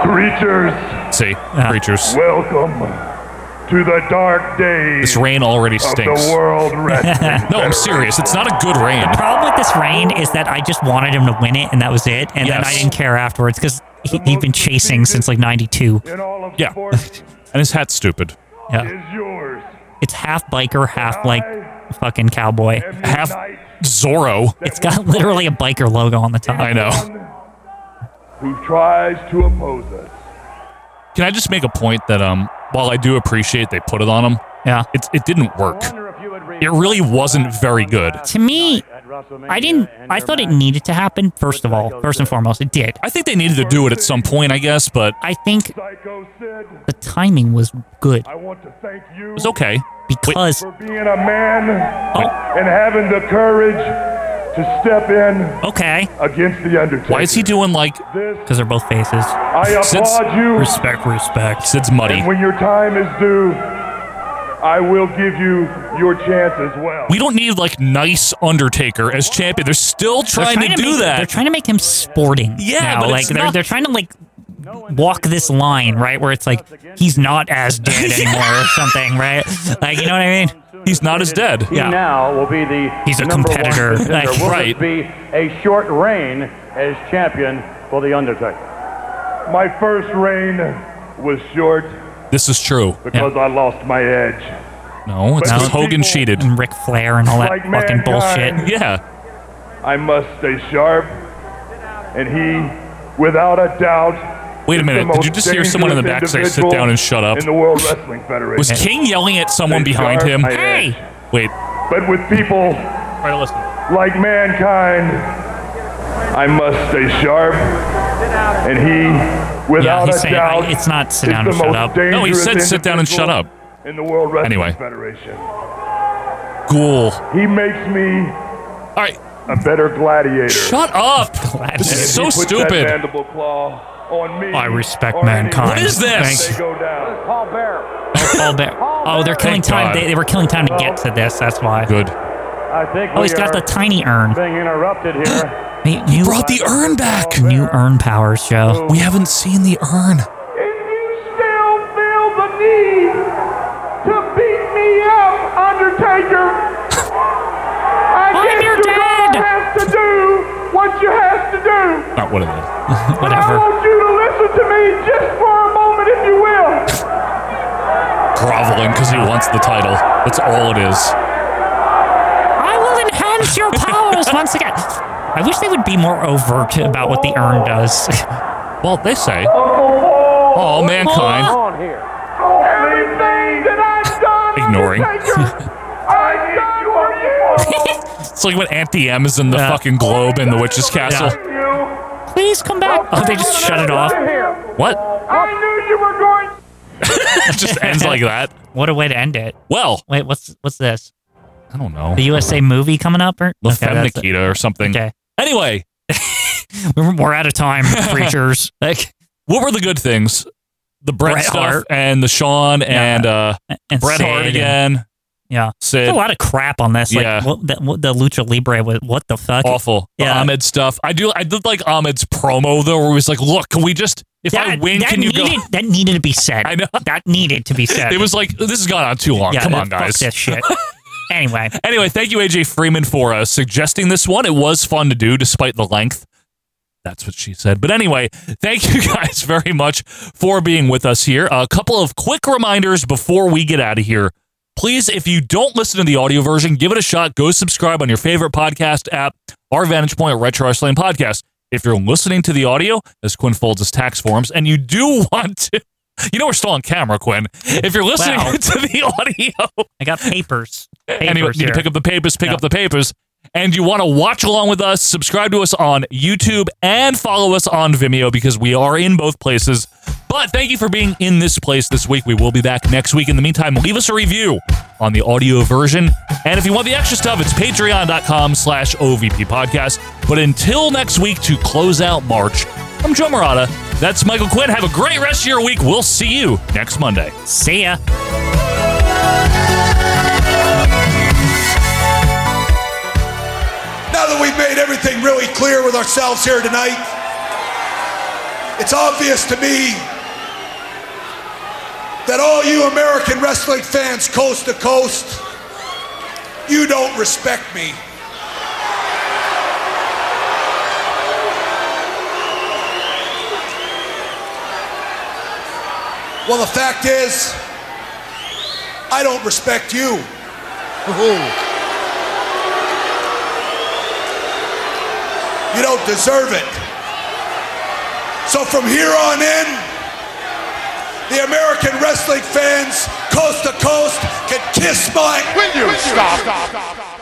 E: Creatures,
A: See, creatures.
E: welcome to the dark days.
A: This rain already
E: of
A: stinks.
E: the world wrestling.
A: no, I'm serious. It's not a good rain.
Q: Problem with this rain is that I just wanted him to win it, and that was it. And then I
A: Yes.
Q: didn't care afterwards because he, he'd been chasing since like '92.
A: Yeah. and his hat's stupid.
Q: Yeah. It's half biker, half like fucking cowboy.
A: Half Zorro.
Q: It's got literally a biker logo on the top.
A: I know.
E: Who tries to oppose us?
A: Can I just make a point that um, while I do appreciate they put it on him,
Q: yeah,
A: it's it didn't work. It really wasn't very good.
Q: To me, I didn't. I thought it needed to happen. First of all, first and foremost, it did.
A: I think they needed to do it at some point, I guess, but
Q: I think the timing was good.
E: I want to thank you
A: it was okay. Oh,
Q: Because
E: for being a man and having the courage to step in
Q: okay,
E: against the Undertaker.
A: why is he doing like?
Q: because they're both faces.
E: I applaud you.
Q: Respect, respect.
A: Sid's muddy.
E: And when your time is due, I will give you your chance as well.
A: We don't need like nice Undertaker as champion. They're still
Q: They're
A: trying, to, do
Q: make,
A: that.
Q: They're trying to make him sporting.
A: Yeah,
Q: now.
A: but
Q: like
A: it's
Q: they're
A: not-
Q: they're trying to like walk this line right where it's like he's not as dead anymore or something, right? Like you know what I mean?
A: He's not as dead.
T: He now will be the
Q: He's a
T: number one
Q: competitor.
T: contender.
Q: Like,
T: will
Q: right.
T: this be a short reign as champion for the Undertaker?
E: My first reign was short
A: This is true.
E: because I lost my edge.
A: No, it's
E: But
A: because
E: the
A: Hogan
E: people-
A: cheated.
Q: And Ric Flair and all that
E: Like
Q: fucking
E: mankind.
Q: bullshit.
A: Yeah,
E: I must stay sharp, and he, without a doubt,
A: Wait a
E: is
A: minute,
E: the
A: did you
E: most
A: just hear someone in the
E: dangerous
A: back say, "Sit down and shut up"?
E: individual In the World Wrestling Federation,
A: was King yelling at someone
E: Stay
A: behind
E: sharp,
A: him?
E: my edge.
A: Wait,
E: But with people
A: try to listen.
E: like mankind, I must stay sharp, and he,
Q: Yeah,
E: without
Q: he's
E: a
Q: saying
E: doubt,
Q: I- it's not sit
E: is
Q: down
E: the
Q: and shut
E: most
Q: up.
A: No, he said,
E: dangerous
A: "Sit down and shut up."
E: individual In the World Wrestling
A: Anyway.
E: Federation,
A: Ghoul.
E: he makes me
A: All right,
E: a better gladiator.
A: shut up.
Q: Glad
A: This
Q: it
A: is
Q: is.
A: so
E: Put That
A: stupid.
E: mandible claw on me
Q: I respect
E: or anyone.
Q: mankind.
A: What is this?
Q: Thank
E: They go down.
T: Paul Bear.
Q: All that- Oh, they're killing
A: Thank
Q: time.
A: God.
Q: They, they were killing time to get to this. That's why.
A: Good.
T: I think
Q: Oh,
T: we
Q: he's got
T: are
Q: the tiny urn.
T: being interrupted here.
Q: He, you
A: Brought the urn back.
Q: new urn powers, Joe.
A: We haven't seen the urn.
R: Still feel the need to beat me up, Undertaker. I guess
Q: your
R: you
Q: dad.
R: all have to do what you have to do.
A: Not one of them.
R: But I
Q: Whatever.
R: want you to listen to me just for a moment, if you will.
A: Groveling because he wants the title. That's all it is.
Q: I will enhance your powers once again. I wish they would be more overt about what the urn does.
A: Well, they say.
R: Uncle Paul,
E: Oh,
A: All mankind.
T: on here?
R: everything that I've done,
A: Ignoring.
R: Undertaker, I've done for you.
A: It's like when Auntie M is in the fucking globe in the witch's castle.
Q: Please come back. Oh, they just shut it off.
A: What?
R: I knew you were going.
A: It just ends like that.
Q: What a way to end it.
A: Well,
Q: Wait, what's what's this?
A: I don't know.
Q: The USA movie coming up? Or?
A: La Femme
Q: that's-
A: Nikita or something.
Q: Okay.
A: Anyway,
Q: We're, we're out of time, creatures. Like,
A: what were the good things? The Bret,
Q: Bret
A: stuff
Q: Hart.
A: and the Sean and uh,
Q: and
A: Bret Hart
Q: Sid and- Oh,
A: again.
Q: yeah. There's
A: Sid.
Q: a lot of crap on this. Like,
A: Yeah.
Q: what, the, what the Lucha Libre was, what the fuck?
A: Awful. The
Q: Yeah.
A: Ahmed stuff. I do. I did like Ahmed's promo though, where he was like, "Look, can we just? If I win,
Q: that
A: can you
Q: needed,
A: go?"
Q: That needed to be said.
A: I know.
Q: That needed to be said.
A: It was like this has gone on too long.
Q: yeah,
A: Come on,
Q: fuck
A: guys.
Q: this shit. anyway.
A: Anyway, thank you, AJ Freeman, for uh, suggesting this one. It was fun to do despite the length. That's what she said. But anyway, thank you guys very much for being with us here. A couple of quick reminders before we get out of here. Please, if you don't listen to the audio version, give it a shot. Go subscribe on your favorite podcast app, our Vantage Point Retro Wrestling Podcast. If you're listening to the audio, as Quinn folds his tax forms, and you do want to, you know we're still on camera, Quinn. If you're listening
Q: Wow.
A: to the audio,
Q: I got papers. papers
A: anyway, you
Q: here.
A: can pick up the papers, pick up the papers, and you want to watch along with us, subscribe to us on YouTube and follow us on Vimeo because we are in both places. But thank you for being in this place this week. We will be back next week. In the meantime, leave us a review on the audio version. And if you want the extra stuff, it's patreon.com slash OVP podcast. But until next week to close out March, I'm Joe Morata. That's Michael Quinn. Have a great rest of your week. We'll see you next Monday.
Q: See ya.
T: Now that we've made everything really clear with ourselves here tonight, it's obvious to me that all you American wrestling fans coast to coast, you don't respect me. Well, the fact is, I don't respect you. You don't deserve it. So from here on in, the American wrestling fans, coast to coast, can kiss my. Will you stop?